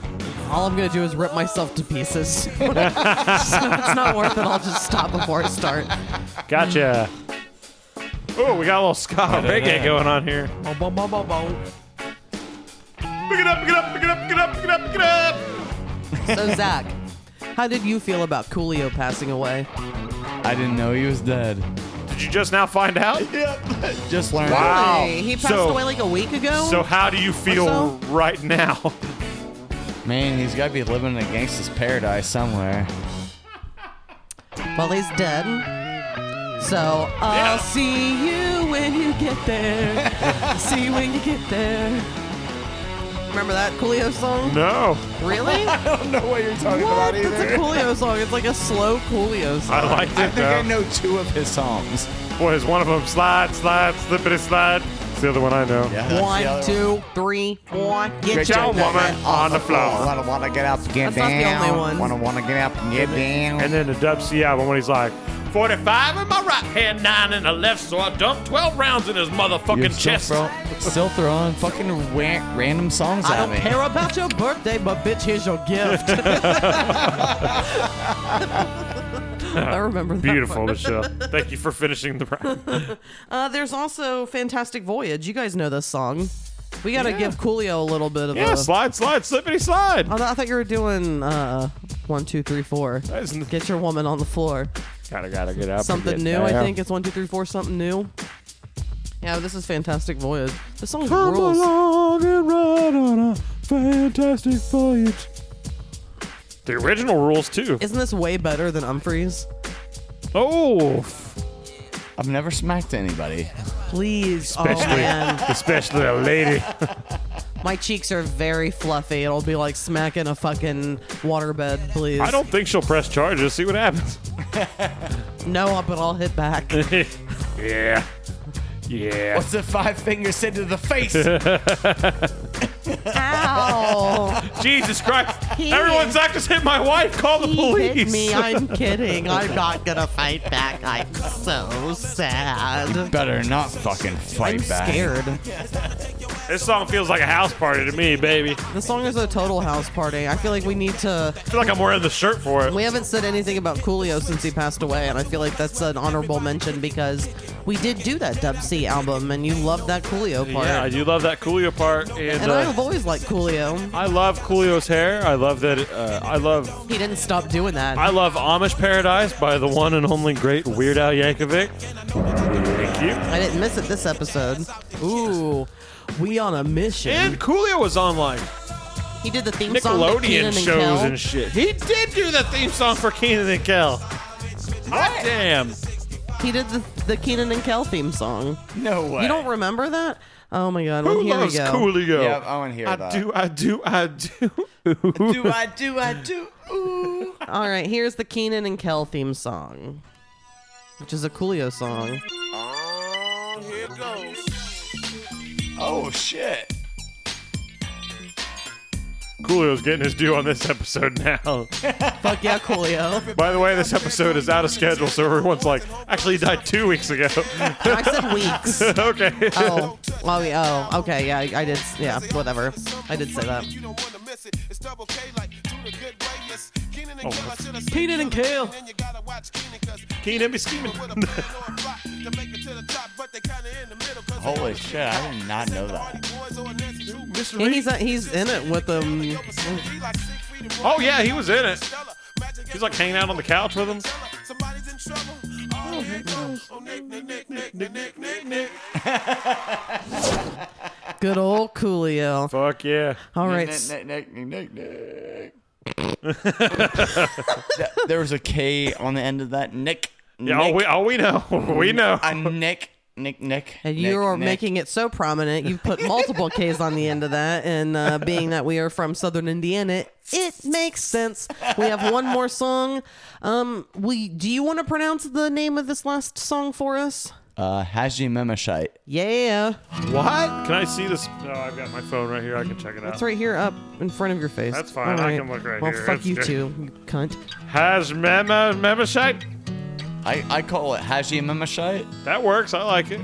S1: All I'm gonna do is rip myself to pieces. so it's not worth it. I'll just stop before I start.
S2: Gotcha. Oh, we got a little ska reggae going on here. Pick it up, pick it up, pick it up, pick it up, pick it up, pick it up.
S1: So Zach, how did you feel about Coolio passing away?
S6: I didn't know he was dead.
S2: Did you just now find out?
S6: Just learned.
S2: Wow.
S1: Hey, he passed
S2: Oh, So-
S1: away like a week ago.
S2: So how do you feel
S1: so?
S2: right now?
S6: it. Man, he's got to be living in a gangster's paradise somewhere.
S1: well, he's dead. So I'll see you when you get there. see you when you get there. Remember that Coolio song?
S2: No,
S1: Really? what?
S6: I don't know what you're talking
S1: That's a Coolio song. It's like a slow Coolio song.
S2: I liked it
S6: I think
S2: though.
S6: I know two of his songs.
S2: Boy, is one of them slide, slide, slippity slide. It's the other one I know.
S6: Yeah, that's the
S1: One,
S6: other
S1: two, three, one. Get
S6: Get
S1: your
S2: your
S1: nut
S2: woman
S1: off
S2: on the
S6: Oh,
S2: floor.
S6: wanna wanna get up, get
S1: That's not the
S6: down.
S1: only one.
S6: Wanna wanna get up, get down.
S2: And then the Dub C album when he's like,
S11: 45 in my right hand, 9 in the left, so I dumped 12 rounds in his motherfucking
S6: You're still,
S11: chest.
S6: throw, still throwing fucking ra- random songs
S1: I
S6: at
S1: don't
S6: me.
S1: care about your birthday, but bitch, here's your gift. I remember that.
S2: Beautiful,
S1: part.
S2: Michelle. Thank you for finishing the round.
S1: Uh, there's also Fantastic Voyage. You guys know this song. We got to
S2: Yeah.
S1: give Coolio a little bit of
S2: Yeah,
S1: a.
S2: slide, slide, slippity slide.
S1: Oh, no, I thought you were doing uh, one, two, three, four. Get your woman on the floor.
S2: Gotta, gotta get up.
S1: Something new, I think. It's one, two, three, four, something new. Yeah, this is Fantastic Voyage. This song
S2: Come
S1: rules.
S2: along and ride on a fantastic voyage. The original rules too.
S1: Isn't this way better than Humphreys?
S2: Oh,
S6: I've never smacked anybody.
S1: Please. Oh,
S2: especially,
S1: man.
S2: especially a lady.
S1: My cheeks are very fluffy. It'll be like smacking a fucking waterbed, please.
S2: I don't think she'll press charges. See what happens.
S1: No, but I'll hit back.
S2: yeah, yeah.
S6: What's a five finger said to the face?
S1: Ow!
S2: Jesus Christ!
S1: He
S2: Everyone's
S1: hit-
S2: act just hit my wife. Call the
S1: He
S2: police.
S1: hit me. I'm kidding. I'm not gonna fight back. I'm so sad.
S6: Better not fucking fight
S1: I'm
S6: back.
S1: scared.
S2: This song feels like a house party to me, baby. I
S1: This song is a total house party. I feel like we need to.
S2: feel like I'm wearing the shirt for it.
S1: We haven't said anything about Coolio since he passed away, and I feel like that's an honorable mention because we did do that Dub C album, and you loved that Coolio part.
S2: Yeah, I do love that Coolio part, and,
S1: and I've
S2: uh,
S1: always liked Coolio.
S2: I love Coolio's hair. I love that. It, uh, I love
S1: He didn't stop doing that.
S2: I love Amish Paradise by the one and only great Weird Al Yankovic. Thank you.
S1: I didn't miss it this episode. Ooh, we on a mission.
S2: And Coolio was on like
S1: he did the theme song to Keenan
S2: Nickelodeon
S1: and
S2: shows
S1: Kel.
S2: and shit. He did do the theme song for Keenan and Kel. Hot damn.
S1: He did the, the Keenan and Kel theme song.
S6: No way.
S1: You don't remember that? Oh my god! Well,
S2: Who
S1: here
S2: loves
S1: we go.
S2: Coolio?
S6: Yeah, I want to hear
S2: I
S6: that.
S2: do, I do, I do.
S6: do I do I do? Ooh.
S1: All right, here's the Keenan and Kel theme song, which is a Coolio song.
S6: Oh shit.
S2: Coolio's getting his due on this episode now.
S1: Fuck yeah, Coolio!
S2: By the way, this episode is out of schedule, so everyone's like, actually, he died two weeks ago.
S1: I said weeks.
S2: okay.
S1: Oh, oh, yeah, oh, okay, yeah, I, I did, yeah, whatever. I did say that.
S6: Oh.
S1: Keenan and Kel.
S2: Keenan be scheming.
S6: Holy shit! I did not know that.
S1: Yeah, he's uh, he's in it with them.
S2: Oh yeah, he was in it. He's like hanging out on the couch with him.
S1: Good old Coolio.
S2: Fuck yeah.
S1: All right,
S6: Nick, Nick, Nick, Nick, Nick, Nick. Th- there was a K on the end of that. Nick.
S2: Yeah,
S6: Nick,
S2: all we, all we know, we know.
S6: A Nick. Nick. Nick.
S1: And
S6: Nick,
S1: you are
S6: Nick.
S1: making it so prominent. You've put multiple K's on the end of that. And uh, being that we are from Southern Indiana, it makes sense. We have one more song. Um, we do you want to pronounce the name of this last song for us?
S6: Uh, Haji Memeshite.
S1: Yeah,
S2: What? Can I see this? No, I've got my phone right here. I can check it out.
S1: it's right here up in front of your face.
S2: That's fine. I can look right
S1: well,
S2: here.
S1: fuck
S2: It's
S1: you
S2: good.
S1: too, you cunt.
S2: Has memo membership?
S6: I, I call it Haji Memeshite.
S2: That works. I like it.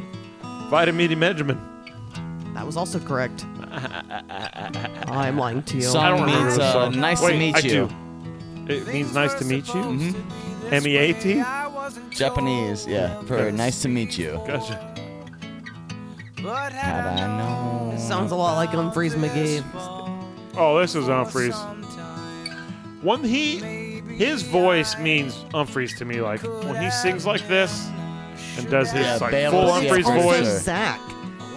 S2: Vitamin E D Benjamin.
S1: That was also correct. I'm lying to you.
S2: I
S6: Song
S2: don't remember
S6: means
S2: this
S6: uh,
S2: song.
S6: nice
S2: Wait,
S6: to meet
S2: I
S6: you.
S2: Do. It means nice to meet you.
S6: Mm-hmm.
S2: M E A T.
S6: Japanese, yeah. For nice to meet you.
S2: Gotcha.
S6: Had I known.
S1: Sounds a lot like Humphreys McGee.
S2: Oh, this is Humphreys. When he, his voice means Humphreys to me. Like when he sings like this, and does his
S6: Yeah,
S2: like
S6: Bama,
S2: full
S6: yeah,
S2: Humphreys
S6: for
S1: Also
S2: voice.
S6: sure.
S1: Zach.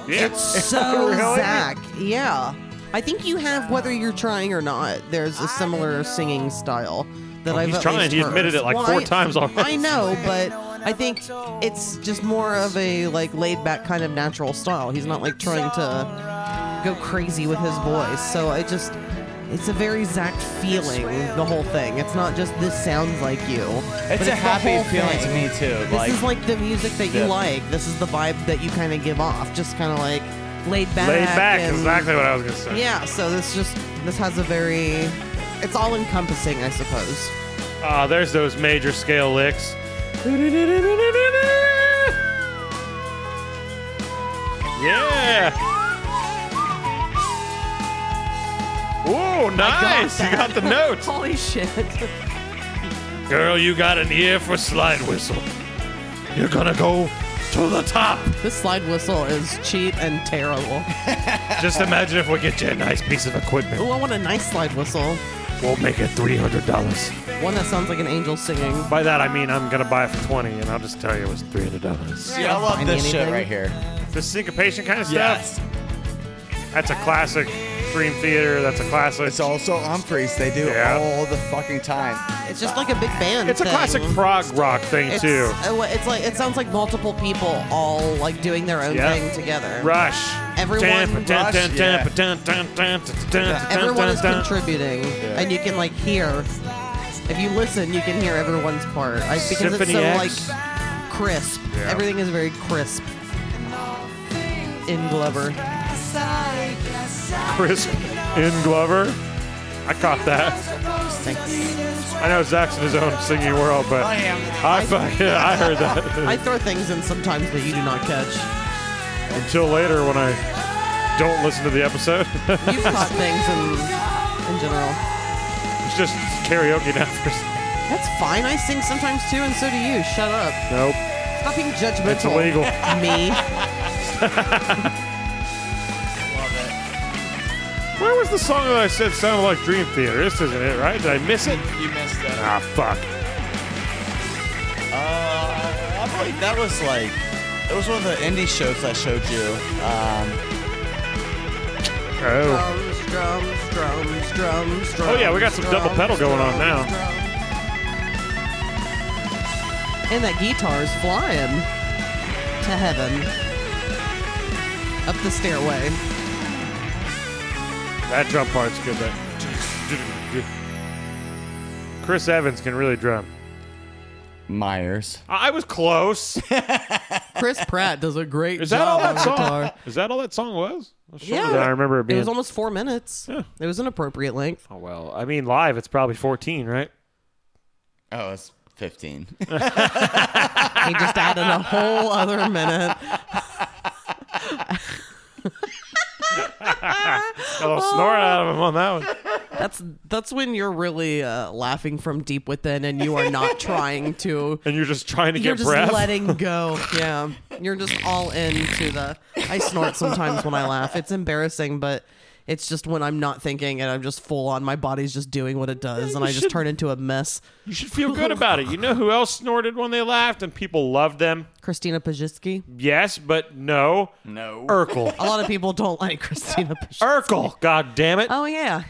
S2: Yeah.
S1: so Zach. Yeah. I think you have, whether you're trying or not, there's a similar singing style that I've
S2: he's
S1: at
S2: trying.
S1: least
S2: He admitted
S1: heard.
S2: it like
S1: Well,
S2: four
S1: I-
S2: times already.
S1: I know, but I think it's just more of a like laid back kind of natural style. He's not like trying to go crazy with his voice. So I just it's a very Zach feeling, the whole thing. It's not just this sounds like you. but
S6: It's a
S1: the
S6: happy
S1: whole
S6: feeling
S1: thing.
S6: to me too.
S1: This
S6: Like,
S1: is like the music that you
S6: Yeah.
S1: like. This is the vibe that you kind of give off. Just kind of like laid back.
S2: Laid back.
S1: and-
S2: Exactly what I was gonna say.
S1: Yeah. So this just this has a very, it's all encompassing, I suppose.
S2: Ah, there's those major scale licks. Yeah. Ooh, nice. You got the notes.
S1: Holy shit.
S11: Girl, you got an ear for slide whistle. You're gonna go to the top.
S1: This slide whistle is cheap and terrible.
S11: Just imagine if we get you a nice piece of equipment.
S1: Ooh, I want a nice slide whistle.
S11: We'll make it three hundred dollars.
S1: One that sounds like an angel singing.
S2: By that I mean I'm gonna buy it for twenty, and I'll just tell you it was three hundred dollars.
S6: See, I love
S1: Find
S6: this shit
S1: anything?
S6: right here.
S2: The syncopation kind of stuff.
S6: Yes.
S2: That's a classic. Dream Theater. That's a classic.
S6: It's also Humphreys. They do
S2: Yeah.
S6: all the fucking time.
S1: It's just like a big band.
S2: It's a
S1: thing.
S2: classic prog rock thing
S1: It's,
S2: too.
S1: uh, wha- it's like it sounds like multiple people all like doing their own
S2: Yeah.
S1: thing together.
S2: Rush.
S1: Everyone-
S6: Rush, yeah.
S1: Everyone is contributing, and you can like hear. If you listen, you can hear everyone's part I, because it's
S2: Symphony
S1: so
S2: X.
S1: like crisp.
S2: Yeah.
S1: Everything is very crisp. In Glover,
S2: Crisp in Glover. I caught that. I know Zach's in his own singing world, but I
S6: am.
S2: I, fucking- I heard that
S1: I throw things in sometimes that you do not catch.
S2: until later when I don't listen to the episode.
S1: You've caught things in in general.
S2: it's just karaoke now. for-
S1: That's fine. I sing sometimes too, and so do you. Shut up.
S2: Nope,
S1: Stop being judgmental.
S2: it's illegal.
S1: Me.
S2: Where was the song that I said sounded like Dream Theater? This isn't it, right? Did I miss it?
S6: You missed that.
S2: Ah, fuck.
S6: Uh, I believe that was like it was one of the indie shows I showed you. Um,
S2: Oh,
S1: Drums, drums, drums, drums, drums.
S2: oh yeah, we got some double
S1: drums,
S2: pedal going on
S1: drums.
S2: now.
S1: And that guitar's flying to heaven up the stairway.
S2: That drum part's good. That. Chris Evans can really drum.
S6: Myers.
S2: I I was close.
S1: Chris Pratt does a great
S2: Is
S1: job
S2: that all
S1: on
S2: that song?
S1: guitar.
S2: Is that all that song was? That's shorter
S1: Yeah,
S2: than I remember it
S1: It
S2: being.
S1: was almost four minutes. It was an appropriate length.
S2: oh, well, I mean, live it's probably 14, right?
S6: Oh, it's fifteen.
S1: He just added a whole other minute.
S2: Got a little snort out of him on that one.
S1: That's that's when you're really uh, laughing from deep within, and you are not trying to.
S2: And you're just trying to
S1: You're
S2: get
S1: just
S2: breath.
S1: letting go. Yeah, you're just all into the. I snort sometimes when I laugh. It's embarrassing, but it's just when I'm not thinking and I'm just full on. My body's just doing what it does, and I just turn into a mess.
S2: you should feel good about it. You know who else snorted when they laughed and people loved them?
S1: Christina Pajitsky.
S2: Yes, but no.
S6: no.
S2: Urkel.
S1: A lot of people don't like Christina Pajitsky.
S2: Urkel. God damn it.
S1: Oh yeah.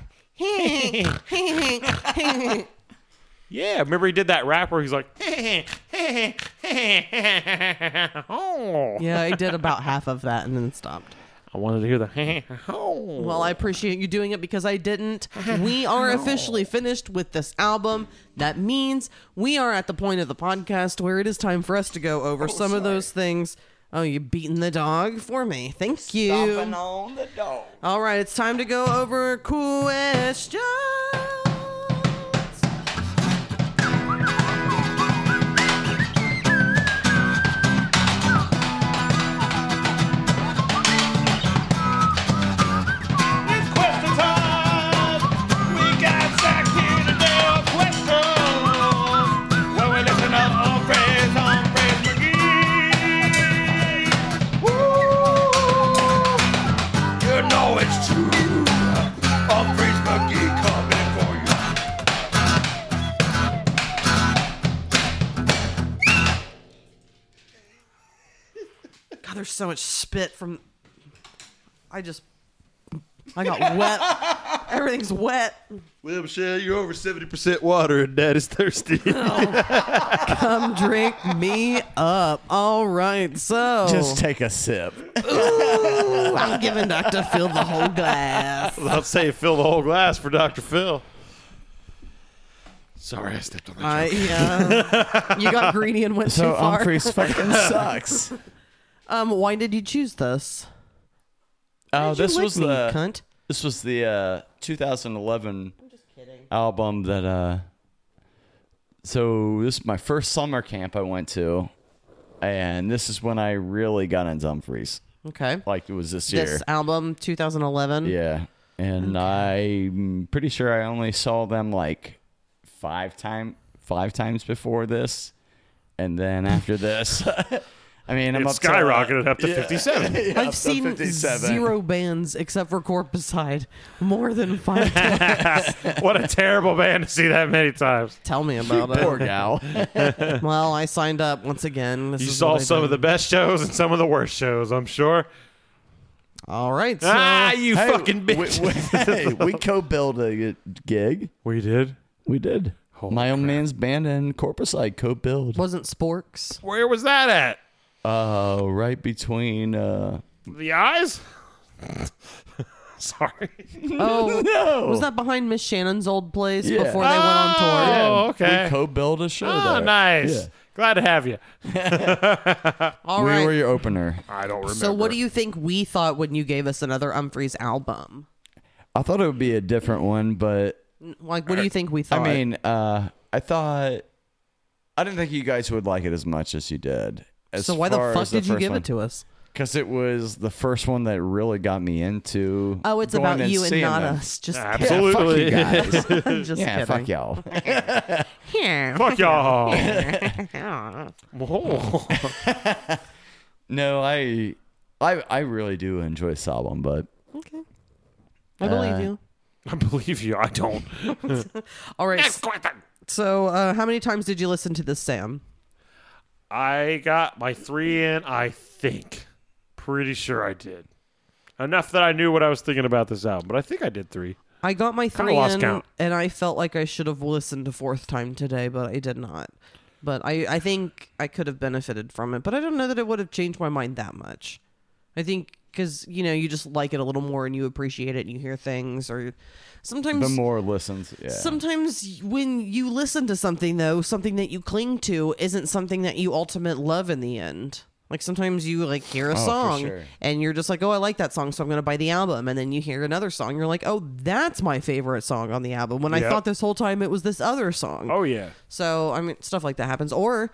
S2: Yeah, remember he did that rap where he's like, oh.
S1: yeah, I did about half of that and then stopped.
S2: I wanted to hear the. oh.
S1: Well, I appreciate you doing it because I didn't. We are officially finished with this album. That means we are at the point of the podcast where it is time for us to go over some of those things. Oh, you beating the dog for me. Thank you.
S6: Stomping on the dog.
S1: All right, it's time to go over questions. God, there's so much spit from. I just. I got wet. Everything's wet.
S4: Well, Michelle, you're over 70% water and dad is thirsty.
S1: Come drink me up. All right, so
S6: Just take a sip.
S1: I'm giving Dr. Phil the whole glass.
S2: I'll say fill the whole glass for Dr. Phil. Sorry, I stepped on that.
S1: I, yeah. You got greedy and went
S6: So um,
S1: too far.
S6: Humphreys fucking sucks.
S1: Um, why did you choose this?
S6: Oh,
S1: Did you
S6: this
S1: like
S6: was
S1: me,
S6: the
S1: cunt.
S6: this was the uh, 2011 album that uh, so this is my first summer camp I went to, and this is when I really got into Humphreys.
S1: Okay.
S6: Like it was this year.
S1: This album, 2011.
S6: yeah. And I'm pretty sure I only saw them like five time five times before this. And then after this I mean I'm
S2: It
S6: up to, uh,
S2: skyrocketed up to
S6: yeah.
S2: 57.
S6: Yeah, up
S1: I've
S6: to
S1: seen
S6: 57.
S1: zero bands except for Corpuside more than five times.
S2: what a terrible band to see that many times.
S1: Tell me about it.
S2: Poor gal.
S1: well, I signed up once again. This
S2: You
S1: is
S2: saw
S1: what I
S2: some of
S1: do.
S2: the best shows and some of the worst shows, I'm sure.
S1: All right. So,
S2: ah, you
S6: Hey,
S2: fucking
S6: we-
S2: bitch.
S6: we- hey, we co-billed a g- gig.
S2: We did.
S6: We did. My own man's band and Corpus I co-billed.
S1: Wasn't Sporks?
S2: Where was that at?
S6: Uh, right between. Uh,
S2: The eyes? Sorry.
S1: Oh,
S6: No.
S1: was that behind Miss Shannon's old place
S6: Yeah.
S1: before they went on tour?
S2: Oh, okay.
S6: We co-billed a show.
S1: Ah,
S2: Oh,
S6: there.
S2: nice.
S6: Yeah.
S2: Glad to have you.
S1: All
S6: we
S1: right.
S6: were your opener.
S2: I don't remember.
S1: so, what do you think we thought when you gave us another Humphreys album?
S6: I thought it would be a different one, but
S1: Like, what do you think we
S6: I
S1: thought?
S6: mean, uh, I thought I didn't think you guys would like it as much as you did. As
S1: so why the fuck did you give it to us?
S6: Because it was the first one that really got me into.
S1: Oh, it's
S6: going
S1: about you and
S6: seeing
S1: not
S6: them.
S1: us. Just
S2: Absolutely.
S6: Yeah, fuck you guys.
S1: kidding. just
S6: yeah,
S1: kidding.
S6: fuck y'all.
S1: Yeah.
S2: Fuck y'all.
S6: No, I, I, I really do enjoy this album, but
S1: Okay. I believe
S6: Uh,
S1: you.
S2: I believe you. I don't.
S1: All right. s- So, uh, how many times did you listen to this, Sam?
S2: I got my three in, I think. Pretty sure I did. Enough that I knew what I was thinking about this album, but I think I did three.
S1: I got my
S2: Kinda
S1: three
S2: lost
S1: in,
S2: count.
S1: and I felt like I should have listened a fourth time today, but I did not. But I, I think I could have benefited from it, but I don't know that it would have changed my mind that much. I think because you know you just like it a little more and you appreciate it and you hear things, or sometimes
S6: the more listens, yeah.
S1: Sometimes when you listen to something though, something that you cling to isn't something that you ultimate love in the end. Like sometimes you like
S2: Oh,
S1: hear a
S6: for
S1: song
S6: sure.
S1: and you're just like, "Oh, I like that song, so I'm going to buy the album." And then you hear another song, you're like, "Oh, that's my favorite song on the album." When I
S2: Yep.
S1: thought this whole time it was this other song.
S2: Oh, yeah.
S1: So, I mean, stuff like that happens or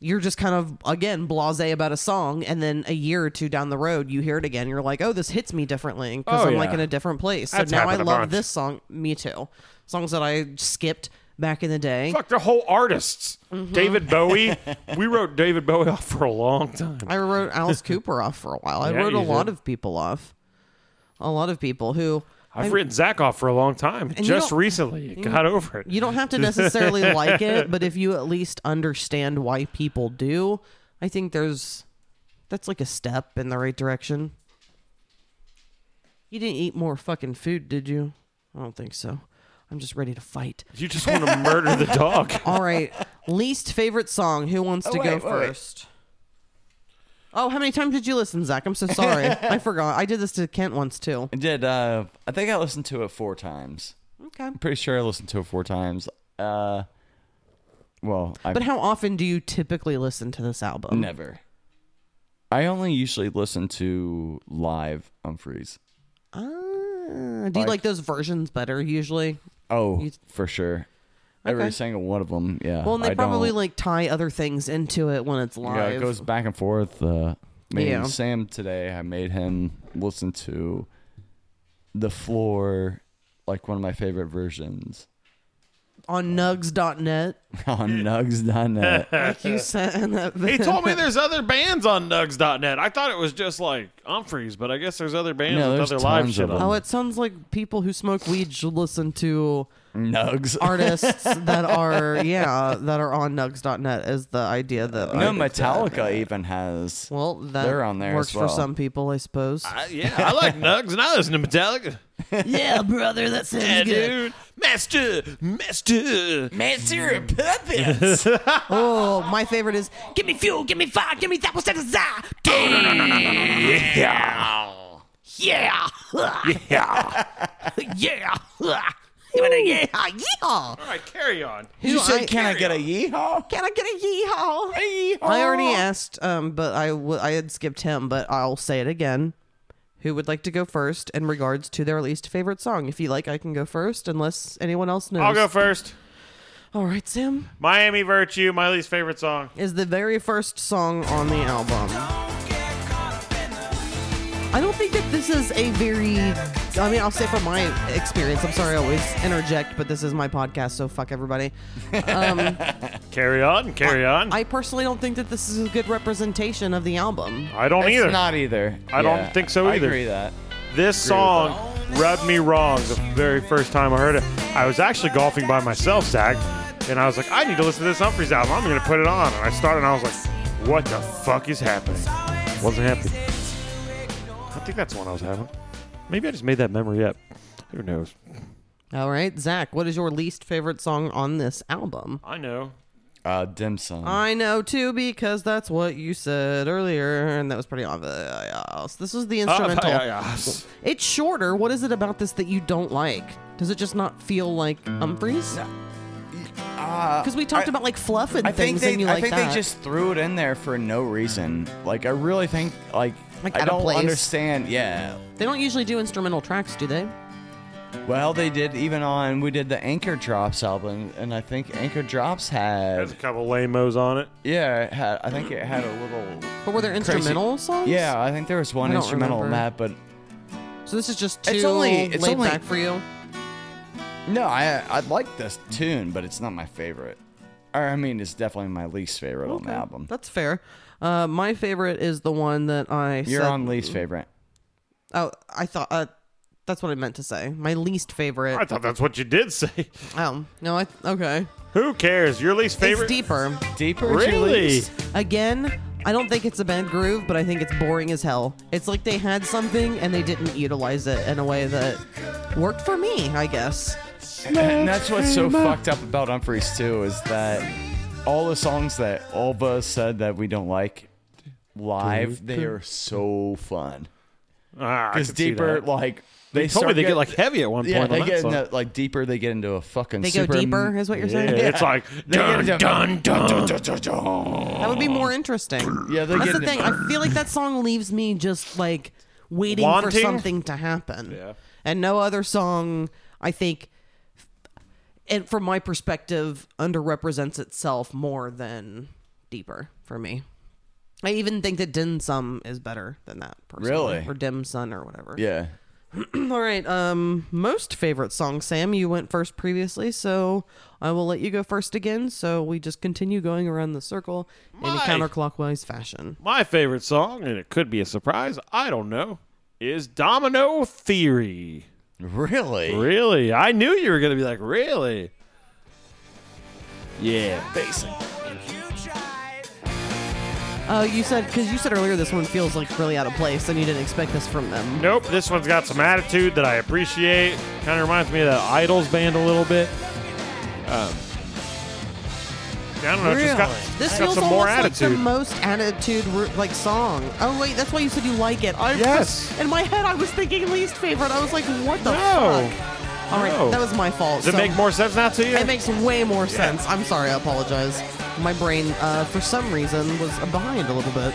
S1: you're just kind of again blasé about a song and then a year or two down the road you hear it again you're like oh this hits me differently because
S2: Oh,
S1: i'm like
S2: yeah.
S1: in a different place so
S2: That's
S1: now i
S2: happened a
S1: love
S2: bunch.
S1: this song me too songs that i skipped back in the day
S2: Fuck, they're whole artists. David Bowie. we wrote David Bowie off for a long time.
S1: i wrote alice cooper off for a while i
S2: Yeah,
S1: wrote a
S2: you
S1: lot
S2: did.
S1: of people off a lot of people who
S2: I've written Zach off for a long time.
S1: you
S2: Just
S1: don't-
S2: recently, got over it.
S1: you don't have to necessarily like it but if you at least understand why people do i think there's that's like a step in the right direction you didn't eat more fucking food did you i don't think so i'm just ready to fight
S2: You just want to murder the dog.
S1: All right. Least favorite song. Who wants to
S6: wait,
S1: go
S6: wait, wait.
S1: first? Oh, how many times did you listen, Zach? I'm so sorry. I forgot. I did this to Kent once too.
S6: I did. Uh, I think I listened to it four times.
S1: Okay.
S6: I'm pretty sure I listened to it four times. Uh, well, I
S1: But how often do you typically listen to this album?
S6: never. I only usually listen to live Humphreys.
S1: Ah, do you like those versions better usually?
S6: Oh,
S1: You-
S6: for sure. Every single one of them. Yeah.
S1: Well, and they
S6: I
S1: probably
S6: don't-
S1: like tie other things into it when it's live.
S6: Yeah, it goes back and forth. Uh, me
S1: Yeah.
S6: and Sam today, I made him listen to the floor, like one of my favorite versions
S1: on nugs.net.
S6: on Nugs.net.
S1: Like you said in that
S2: He told me there's other bands on Nugs.net. I thought it was just like Humphreys, but I guess there's other bands
S6: No,
S2: with
S6: there's
S2: other live
S6: tons
S2: shit
S6: of
S2: on.
S1: Oh, it sounds like people who smoke weed should listen to
S6: Nugs.
S1: artists that are yeah that are on nugs.net is the idea that I
S6: No,
S1: think that-
S6: Metallica even has.
S1: well that
S6: They're on there
S1: works
S6: as well.
S1: for some people i suppose
S2: Uh, yeah, I like Nugs, and I listen to Metallica.
S1: yeah brother that sounds
S2: Yeah, dude. Master, master.
S6: Master of Puppets.
S1: oh my favorite is give me fuel give me fire give me that was that desire yeah
S2: Yeah.
S1: yeah yeah yeah yeah
S2: All right, carry on.
S6: you
S1: Who
S6: said,
S1: I-
S6: can I get a yeehaw?
S1: can i get a yeehaw i already asked um but i w- i had skipped him but i'll say it again who would like to go first in regards to their least favorite song if you like i can go first unless anyone else knows
S2: I'll go first.
S1: All right, Sam.
S2: Miami Virtue, my least favorite song.
S1: Is the very first song on the album. I don't think that this is a very. I mean, I'll say from my experience. I'm sorry I always interject, but this is my podcast, so fuck everybody. Um,
S2: Carry on, carry on.
S1: I personally don't think that this is a good representation of the album.
S2: I don't
S6: It's
S2: either.
S6: not either.
S2: I
S6: Yeah,
S2: don't think so
S6: I
S2: either.
S6: agree that.
S2: This song rubbed me wrong the very first time I heard it. I was actually golfing by myself, Zach, and I was like, I need to listen to this Humphreys album. I'm going to put it on. And I started, and I was like, what the fuck is happening? Wasn't happy. I think that's the one I was having. Maybe I just made that memory up. Who knows?
S1: All right, Zach, what is your least favorite song on this album?
S2: I know.
S6: Uh, dim sum.
S1: I know too because that's what you said earlier, and that was pretty obvious. This is the instrumental.
S2: Obvious.
S1: It's shorter. What is it about this that you don't like? Does it just not feel like Humphreys? Because we talked about like fluff and
S6: I
S1: things,
S6: think they,
S1: and you
S6: I
S1: like
S6: think
S1: that.
S6: they just threw it in there for no reason. Like I really think like,
S1: Like,
S6: I
S1: out of
S6: don't
S1: place.
S6: understand. Yeah.
S1: They don't usually do instrumental tracks, do they?
S6: Well, they did even on we did the Anchor Drops album, and I think Anchor Drops
S2: There's a
S6: had
S2: couple lamos on it.
S6: yeah, it had I think it had a little.
S1: But were there
S6: crazy-
S1: instrumental songs?
S6: Yeah, I think there was one
S1: I don't
S6: instrumental on
S1: remember.
S6: that, but
S1: So this is just too
S6: It's only- it's
S1: laid
S6: only-
S1: back for you.
S6: no, I I like this tune, but it's not my favorite. Or I mean, it's definitely my least favorite on the album.
S1: That's fair. Uh, my favorite is the one that I.
S6: You're
S1: said-
S6: on least favorite.
S1: Oh, I thought uh, that's what I meant to say. My least favorite.
S2: I thought that's what you did say.
S1: Oh no, I okay.
S2: Who cares? Your least favorite?
S1: It's deeper.
S6: Deeper. is your
S2: Really?
S6: least?
S1: Again, I don't think it's a bad groove, but I think it's boring as hell. It's like they had something and they didn't utilize it in a way that worked for me, I guess.
S6: And that's what's so fucked up about Humphreys too is that all the songs that all of us said that we don't like live, they are so fun.
S2: Ah, I
S6: Because
S2: could see
S6: deeper,
S2: that.
S6: like they,
S2: told me
S6: start
S2: they get
S6: getting-
S2: like heavy at one
S6: yeah,
S2: point.
S6: they
S2: on
S6: get
S2: that song.
S6: into, like deeper. They get into a fucking.
S1: They
S6: super,
S1: go deeper, is what you're saying?
S2: Yeah, It's like
S6: They get
S2: dun
S6: into-
S2: dun dun.
S1: That would be more interesting.
S6: Yeah, they
S1: That's
S6: get
S1: the
S6: into-
S1: thing. I feel like that song leaves me just like waiting for
S2: Wanting?
S1: something to happen.
S2: Yeah.
S1: And no other song, I think, and from my perspective, underrepresents itself more than Deeper for me. I even think that Dim Sum is better than that. Personally,
S6: Really?
S1: Or Dim Sun or whatever.
S6: Yeah.
S1: All right. Um, most favorite song, Sam. You went first previously, so I will let you go first again. So we just continue going around the circle in a
S2: My-
S1: counterclockwise fashion.
S2: My favorite song, and it could be a surprise, I don't know, is Domino Theory.
S6: Really?
S2: Really? I knew you were going to be like, really? Yeah, basic.
S1: Oh, you said because you said earlier this one feels like really out of place, and you didn't expect this from them.
S2: Nope, this one's got some attitude that I appreciate. Kind of reminds me of the Idols band a little bit. Um, I don't know, it's just got, it's
S1: This
S2: got
S1: feels
S2: some more
S1: almost like the
S2: attitude.
S1: most attitude ru- like song. Oh wait, that's why you said you like it. I
S2: Yes.
S1: In my head, I was thinking least favorite. I was like, what the
S2: No.
S1: fuck? All right,
S2: No.
S1: that was my fault.
S2: Does it
S1: so-
S2: make more sense now to you?
S1: It makes way more sense. I'm sorry. I apologize. My brain, uh, for some reason, was behind a little bit.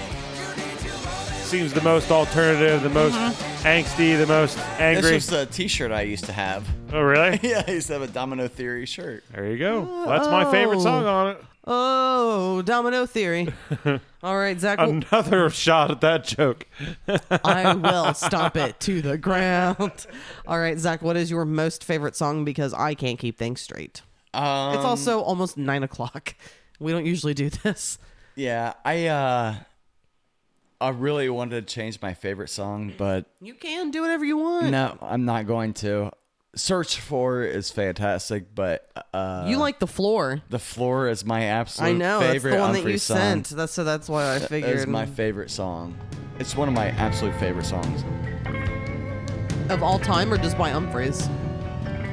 S2: Seems the most alternative, the most angsty, the most
S6: This
S2: angry.
S6: was the T-shirt I used to have.
S2: oh, really?
S6: Yeah, I used to have a Domino Theory shirt.
S2: There you go. That's my favorite song on it.
S1: Oh, Domino Theory. All right, Zach. well,
S2: Another shot at that joke.
S1: I will stomp it to the ground. All right, Zach. What is your most favorite song? Because I can't keep things straight.
S6: Um,
S1: It's also almost nine o'clock. We don't usually do this.
S6: yeah. I uh, I really wanted to change my favorite song, but
S1: You can do whatever you want.
S6: No, I'm not going to. Search for is fantastic, but uh,
S1: you like the floor.
S6: the floor is my absolute
S1: I know. That's
S6: favorite
S1: the one that
S6: Humphrey
S1: you
S6: song.
S1: sent. That's so. That's why I
S6: That
S1: figured.
S6: is my favorite song. It's one of my absolute favorite songs.
S1: of all time, or just by Humphreys.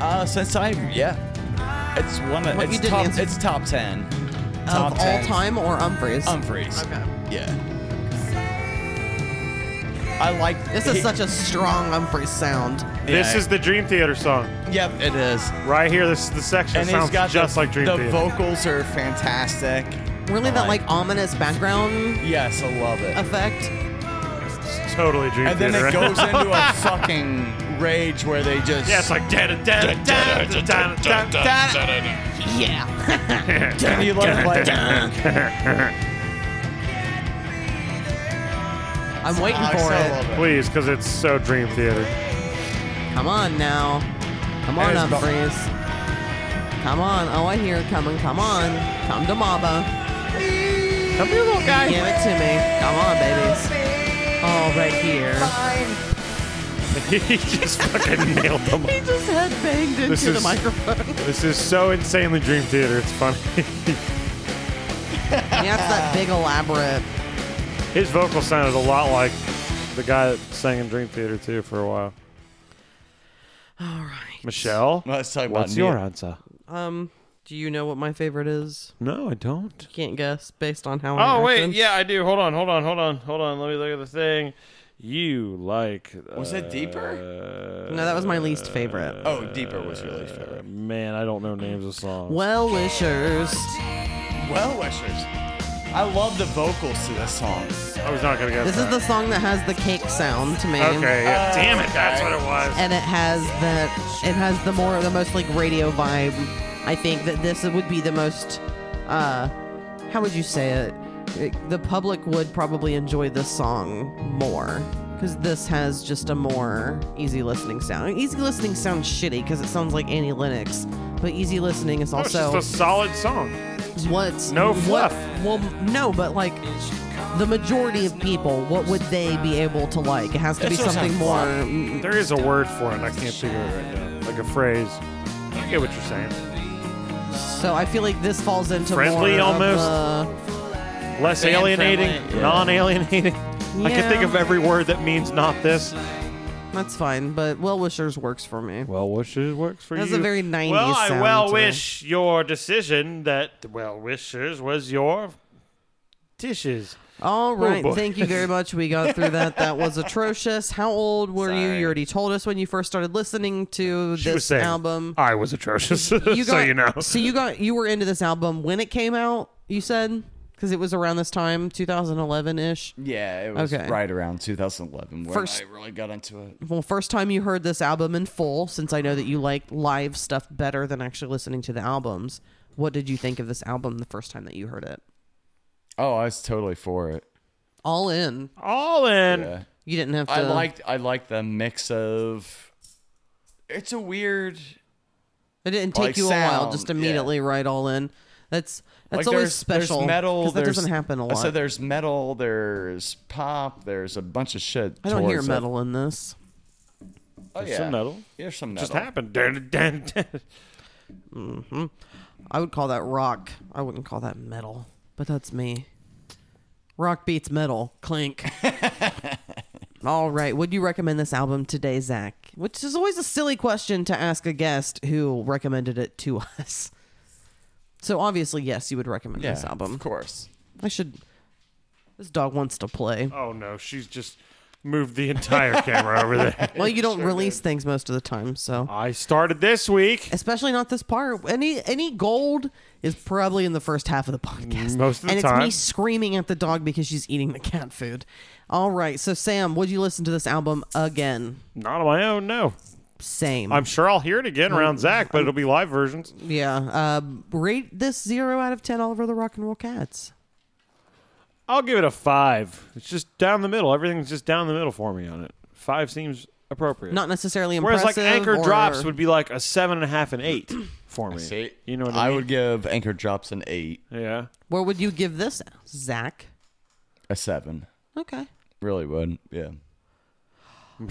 S6: Uh, since I yeah, it's one of
S1: What, you
S6: it's
S1: didn't
S6: top
S1: answer-
S6: it's top ten.
S1: Of
S6: Top Um,
S1: all
S6: 10.
S1: time, or Humphreys.
S6: Humphreys.
S1: Okay.
S6: Yeah. I like
S1: This is such a strong Humphrey sound.
S2: This
S6: Yeah.
S2: is the Dream Theater song.
S6: Yep, it is.
S2: Right here, this is the section.
S6: And
S2: sounds
S6: he's got
S2: just
S6: the,
S2: like Dream
S6: the
S2: Theater.
S6: vocals are fantastic.
S1: Really, that like
S6: Right.
S1: ominous background
S6: Yes, I love it.
S1: effect.
S2: totally Dream
S6: And
S2: Theater.
S6: then it goes into a fucking rage where they just
S2: yeah, it's like da da da da da da da.
S6: That-
S1: Yeah.
S6: Do you love like?
S1: I'm waiting
S2: I
S1: for
S2: still
S1: it.
S2: love it. Please, because it's so Dream Theater.
S1: Come on now. Come on,
S2: There's Bob.
S1: Humphreys. Come on. Oh, I hear it coming. Come on. Come to Mama. Come here, little guy. Give it to me. Come on, babies. All right here.
S2: he just fucking nailed them.
S1: He just head banged into
S2: This
S1: the
S2: is-
S1: microphone.
S2: This is so insanely Dream Theater. It's funny.
S1: yeah, it's that big elaborate.
S2: His vocal sounded a lot like the guy that sang in Dream Theater too for a while.
S1: All right.
S2: Michelle,
S6: Let's talk about
S2: what's your
S6: Nia.
S2: answer?
S1: Um, do you know what my favorite is?
S2: No, I don't.
S1: You can't guess based on how. I
S11: Oh wait,
S1: acted.
S11: yeah, I do. Hold on, hold on, hold on, hold on. Let me look at the thing. You like? uh,
S6: Was it deeper?
S1: No, that was my least favorite.
S6: Oh, deeper was your least favorite.
S11: Man, I don't know names of songs.
S1: Well wishers.
S6: Well wishers. I love the vocals to this song.
S2: I was not gonna guess.
S1: This Oh. is the song that has the cake sound to me.
S2: Okay, yeah.
S6: Uh,
S2: Damn it,
S6: okay.
S2: that's what it was.
S1: and it has that it has the more the most like radio vibe i think that this would be the most uh how would you say it, It- the public would probably enjoy this song more because this has just a more easy listening sound easy listening sounds shitty because it sounds like annie linux but easy listening is
S2: No, it's
S1: also
S2: just a solid song.
S1: what's
S2: No
S1: what-
S2: fluff.
S1: well, no, but like the majority of people, what would they be able to like? It has to
S6: That
S1: be
S6: still
S1: something
S6: sounds
S1: more.
S2: There is a word for it. and I can't think of it right now. Like a phrase. I get what you're saying.
S1: So I feel like this falls into
S2: Friendly
S1: more
S2: almost?
S1: Of uh, a-
S2: Less
S6: Fan
S2: alienating,
S6: friendly, yeah.
S2: non-alienating. I
S1: Yeah.
S2: can think of every word that means not this.
S1: that's fine, but well wishers works for me.
S2: Well wishes works for
S1: That's
S2: you.
S1: a very 90s
S11: Well, I
S1: sound uh,
S11: well
S1: to me.
S11: wish your decision that the well wishers was your dishes.
S2: Oh,
S1: All right,
S11: boy.
S1: thank you very much. We got through that. That was atrocious. How old were you? You already told us when you first started listening to
S2: She was
S1: this
S2: saying
S1: album.
S2: I was atrocious.
S1: You
S2: so
S1: got-
S2: you know.
S1: So you got you were into this album when it came out. You said because it was around this time, 2011 ish.
S6: Yeah, it was
S1: Okay.
S6: right around 2011 when
S1: First-
S6: I really got into it.
S1: Well, first time you heard this album in full, since I know that you like live stuff better than actually listening to the albums. What did you think of this album the first time that you heard it?
S6: Oh, I was totally for it.
S1: All in.
S2: All in.
S6: Yeah.
S1: You didn't have to.
S6: I liked I liked the mix of. It's a weird.
S1: It didn't take
S6: like
S1: you a while
S6: sound,
S1: just
S6: yeah.
S1: immedially right all in. That's that's
S6: like
S1: always
S6: there's,
S1: special.
S6: There's metal.
S1: 'cause that
S6: there's-
S1: doesn't happen a lot.
S6: I said there's metal. There's pop. There's a bunch of shit.
S1: I don't hear
S6: towards it.
S1: metal in this.
S6: Oh,
S2: There's
S6: yeah.
S2: some metal.
S6: There's some metal.
S1: Oh.
S2: Just happened. Dun, dun, dun.
S1: I would call that rock. I wouldn't call that metal, but that's me. Rock beats metal. Clink. All right. Would you recommend this album today, Zach? Which is always a silly question to ask a guest who recommended it to us. So obviously, yes, you would recommend
S6: Yeah,
S1: this album.
S6: Of course.
S1: I should. This dog wants to play.
S2: Oh no, she's just moved the entire camera over there.
S1: Well, you don't release things most of the time, so
S2: I started this week.
S1: especially not this part. Any any gold is probably in the first half of the podcast.
S2: Most of the
S1: and it's me
S2: time.
S1: screaming at the dog because she's eating the cat food. All right, so Sam, would you listen to this album again?
S2: Not on my own. No,
S1: Same.
S2: I'm sure I'll hear it again around Zach, but it'll be live versions.
S1: yeah. Uh, rate this zero out of ten all over the rock and roll cats.
S2: I'll give it a five. It's just down the middle. Everything's just down the middle for me on it. Five seems appropriate.
S1: Not necessarily
S2: Whereas
S1: impressive.
S2: like anchor
S1: or-
S2: drops would be like a seven and a half and eight for me. You know what I,
S6: I
S2: mean?
S6: would give Anchor Drops an eight,
S2: Yeah.
S1: Where would you give this, Zach?
S6: a seven.
S1: Okay,
S6: Really would. Yeah.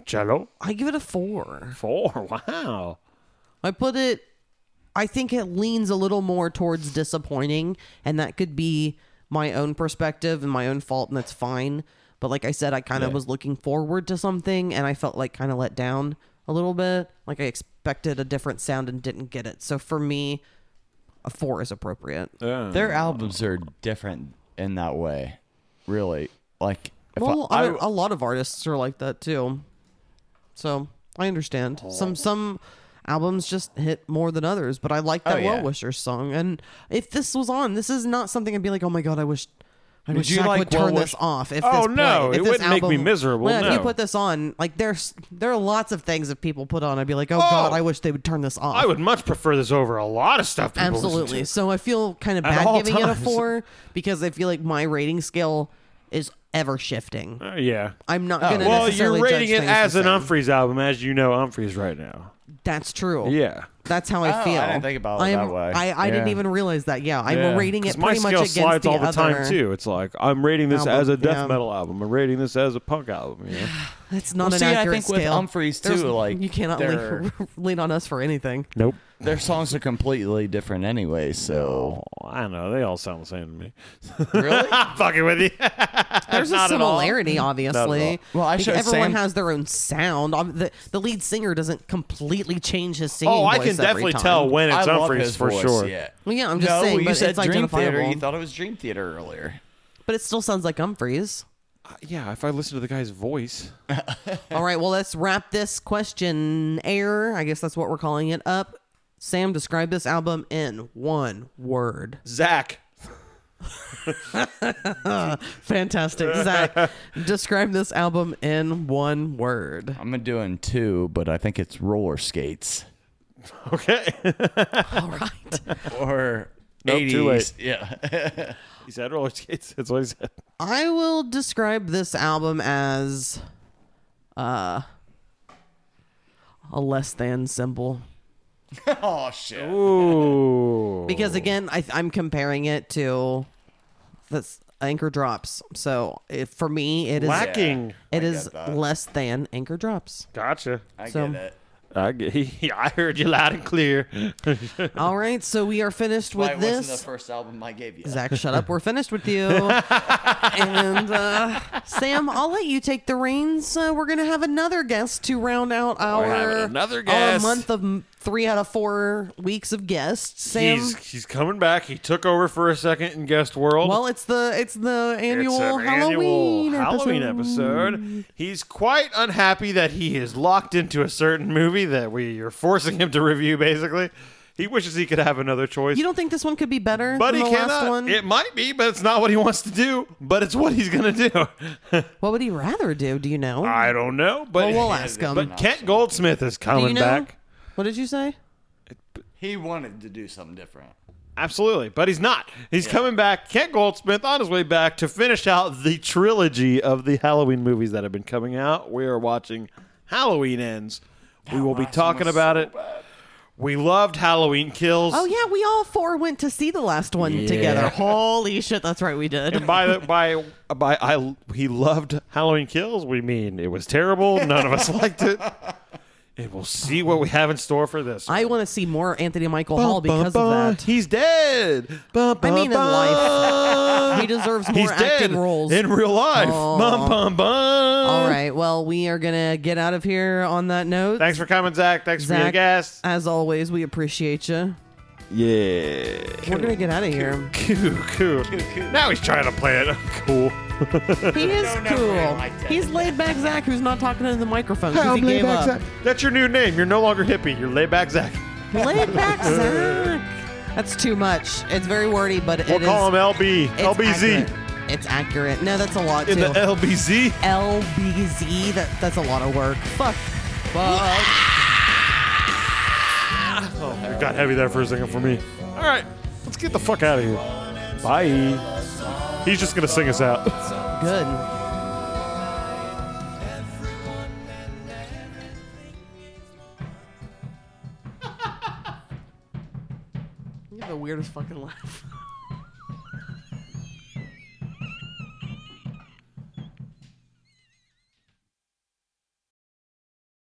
S2: Cello
S1: I give it a four.
S2: four. Wow.
S1: I put it. I think it leans a little more towards disappointing, and that could be my own perspective and my own fault, and that's fine. But like I said, I kind of was looking forward to something, and I felt like kind of let down a little bit. Like I expected a different sound and didn't get it. So for me, a four is appropriate.
S2: Yeah.
S6: Their albums are different in that way. Really. Like if
S1: well,
S6: I,
S1: I,
S6: I-
S1: a lot of artists are like that too. So I understand. Some some albums just hit more than others, but I like that
S6: Oh, yeah.
S1: Well Wisher song. And if this was on, this is not something I'd be like, oh my god, I wish, I
S6: Would
S1: wish
S6: you
S1: I
S6: like
S1: could turn
S6: well-wish-
S1: this off. If
S2: Oh,
S1: this
S2: no,
S1: played- if
S2: it
S1: this
S2: wouldn't make me
S1: album-
S2: miserable,
S1: Well, if you
S2: no.
S1: put this on, like there's there are lots of things that people put on. I'd be like, oh,
S2: Oh.
S1: god, I wish they would turn this off.
S2: I would much prefer this over a lot of stuff. people listen
S1: Absolutely.
S2: to.
S1: So I feel kind of
S2: At
S1: bad
S2: all
S1: giving it a
S2: times.
S1: four because I feel like my rating scale is ever shifting.
S2: Uh, yeah.
S1: I'm not
S2: Oh.
S1: gonna.
S2: Well,
S1: necessarily
S2: you're rating
S1: judge
S2: it
S1: things
S2: as
S1: the
S2: an
S1: same.
S2: Humphreys album, as you know Humphreys right now.
S1: That's true.
S2: Yeah.
S1: That's how I
S6: Oh, I
S1: feel.
S6: didn't think about it
S1: I'm-
S6: that way.
S1: I, I didn't
S2: Yeah.
S1: even realize that. Yeah, I'm
S2: Yeah.
S1: rating
S2: 'Cause
S1: it
S2: my
S1: pretty much
S2: scale
S1: against
S2: slides
S1: the
S2: all the time
S1: other-
S2: too. It's like I'm rating this
S1: album.
S2: as a death
S1: Yeah.
S2: metal album. I'm rating this as a punk album. You know?
S1: That's not
S6: Well,
S1: an
S6: see, I
S1: accurate
S6: think with
S1: scale.
S6: Humphreys, too,
S1: There's-
S6: like,
S1: you cannot
S6: they're-
S1: lean, lean on us for anything.
S2: nope.
S6: Their songs are completely different anyway, so
S2: Oh, I don't know they all sound the same to me.
S6: really,
S2: I'm fucking with you.
S1: There's a
S2: Not at all.
S1: similarity, obviously.
S6: Well, I
S1: Because
S6: should-
S1: everyone
S6: Sam-
S1: has their own sound. Um, The, the lead singer doesn't completely change his singing.
S2: Oh, I
S1: voice
S2: can
S1: every
S2: definitely
S1: time.
S2: tell when
S6: I
S2: it's
S6: love
S2: Humphreys
S6: his
S2: for
S6: voice,
S2: sure.
S6: Yeah.
S1: Well, yeah, I'm just
S6: no,
S1: saying,
S6: you
S1: but
S6: said
S1: it's
S6: Dream Theater.
S1: identifiable.
S6: You thought it was Dream Theater earlier.
S1: But it still sounds like Humphreys.
S2: Uh, Yeah, if I listen to the guy's voice,
S1: All right, well, let's wrap this question air. I guess that's what we're calling it up. Sam, describe this album in one word.
S2: Zach.
S1: Fantastic. Zach, describe this album in one word.
S6: I'm gonna do it in two, but I think it's roller skates
S2: Okay,
S1: All right.
S6: or
S2: Nope,
S6: 80s.
S2: too late.
S6: Yeah,
S2: he said roller skates. That's what he said.
S1: I will describe this album as uh, a less than symbol.
S6: oh shit.
S2: Ooh,
S1: Because again, I, I'm comparing it to this Anchor Drops. So it, for me, it is
S2: lacking.
S1: it
S6: I
S1: is
S6: get that.
S1: less than Anchor Drops.
S2: Gotcha.
S6: I
S1: So-
S6: get it.
S2: I, get, I heard you loud and clear.
S1: All right, so we are finished
S6: Why
S1: with
S6: wasn't the
S1: this.
S6: first album I gave you?
S1: Zach, shut up. We're finished with you. and uh, Sam, I'll let you take the reins. Uh, we're gonna have another guest to round out our
S2: having another
S1: our
S2: guest.
S1: month of m- three out of four weeks of guests. Sam,
S2: He's he's coming back. He took over for a second in guest world.
S1: well, it's the it's the annual
S2: it's an
S1: Halloween
S2: annual Halloween episode. He's quite unhappy that he is locked into a certain movie that we are forcing him to review. Basically, he wishes he could have another choice,
S1: You don't think this one could be better
S2: but
S1: than the
S2: he
S1: last
S2: cannot.
S1: one?
S2: It might be, but it's not what he wants to do. But it's what he's gonna do.
S1: what would he rather do? Do you know?
S2: I don't know, but
S1: Well, we'll ask him.
S2: But Kent Goldsmith is
S1: do
S2: coming
S1: you know?
S2: back.
S1: What did you say?
S6: He wanted to do something different.
S2: Absolutely, but he's not. He's coming back. Kent Goldsmith on his way back to finish out the trilogy of the Halloween movies that have been coming out. We are watching Halloween Ends. we will be talking about it. We loved Halloween Kills.
S1: Oh yeah, we all four went to see the last one together. Holy shit, that's right, we did.
S2: By the by, by I he loved Halloween Kills. We mean it was terrible. None of us liked it. And we'll see what we have in store for this.
S1: I want to see more Anthony Michael
S2: Bum,
S1: Hall because
S2: bum,
S1: of
S2: bum.
S1: that.
S2: He's dead. Bum,
S1: I
S2: bum,
S1: mean, in
S2: bum.
S1: life, he deserves more
S2: He's
S1: acting
S2: dead
S1: roles.
S2: in real life. Bum, bum, bum.
S1: all right, well, we are gonna get out of here on that note.
S2: Thanks for coming, Zach. Thanks for being a
S1: Zach,
S2: guest.
S1: as always, we appreciate you.
S2: Yeah.
S1: We're gonna get out of here.
S2: Cool, cool. Now he's trying to play it cool.
S1: He is
S6: no,
S1: cool.
S6: really like that.
S1: He's laid back Zach, who's not talking into the microphone because he gave up.
S2: That's your new name. You're no longer hippie. You're layback Zach.
S1: Laid back Zach. That's too much. It's very wordy, but
S2: We'll
S1: it is-
S2: call him LB.
S1: it's
S2: LBZ.
S1: accurate. It's accurate. No, that's a lot
S2: In
S1: too.
S2: the LBZ.
S1: LBZ. That that's a lot of work. Fuck. Fuck.
S2: It got heavy there for a second for me. All right, let's get the fuck out of here. Bye. He's just gonna sing us out.
S1: Good. You have the weirdest fucking laugh.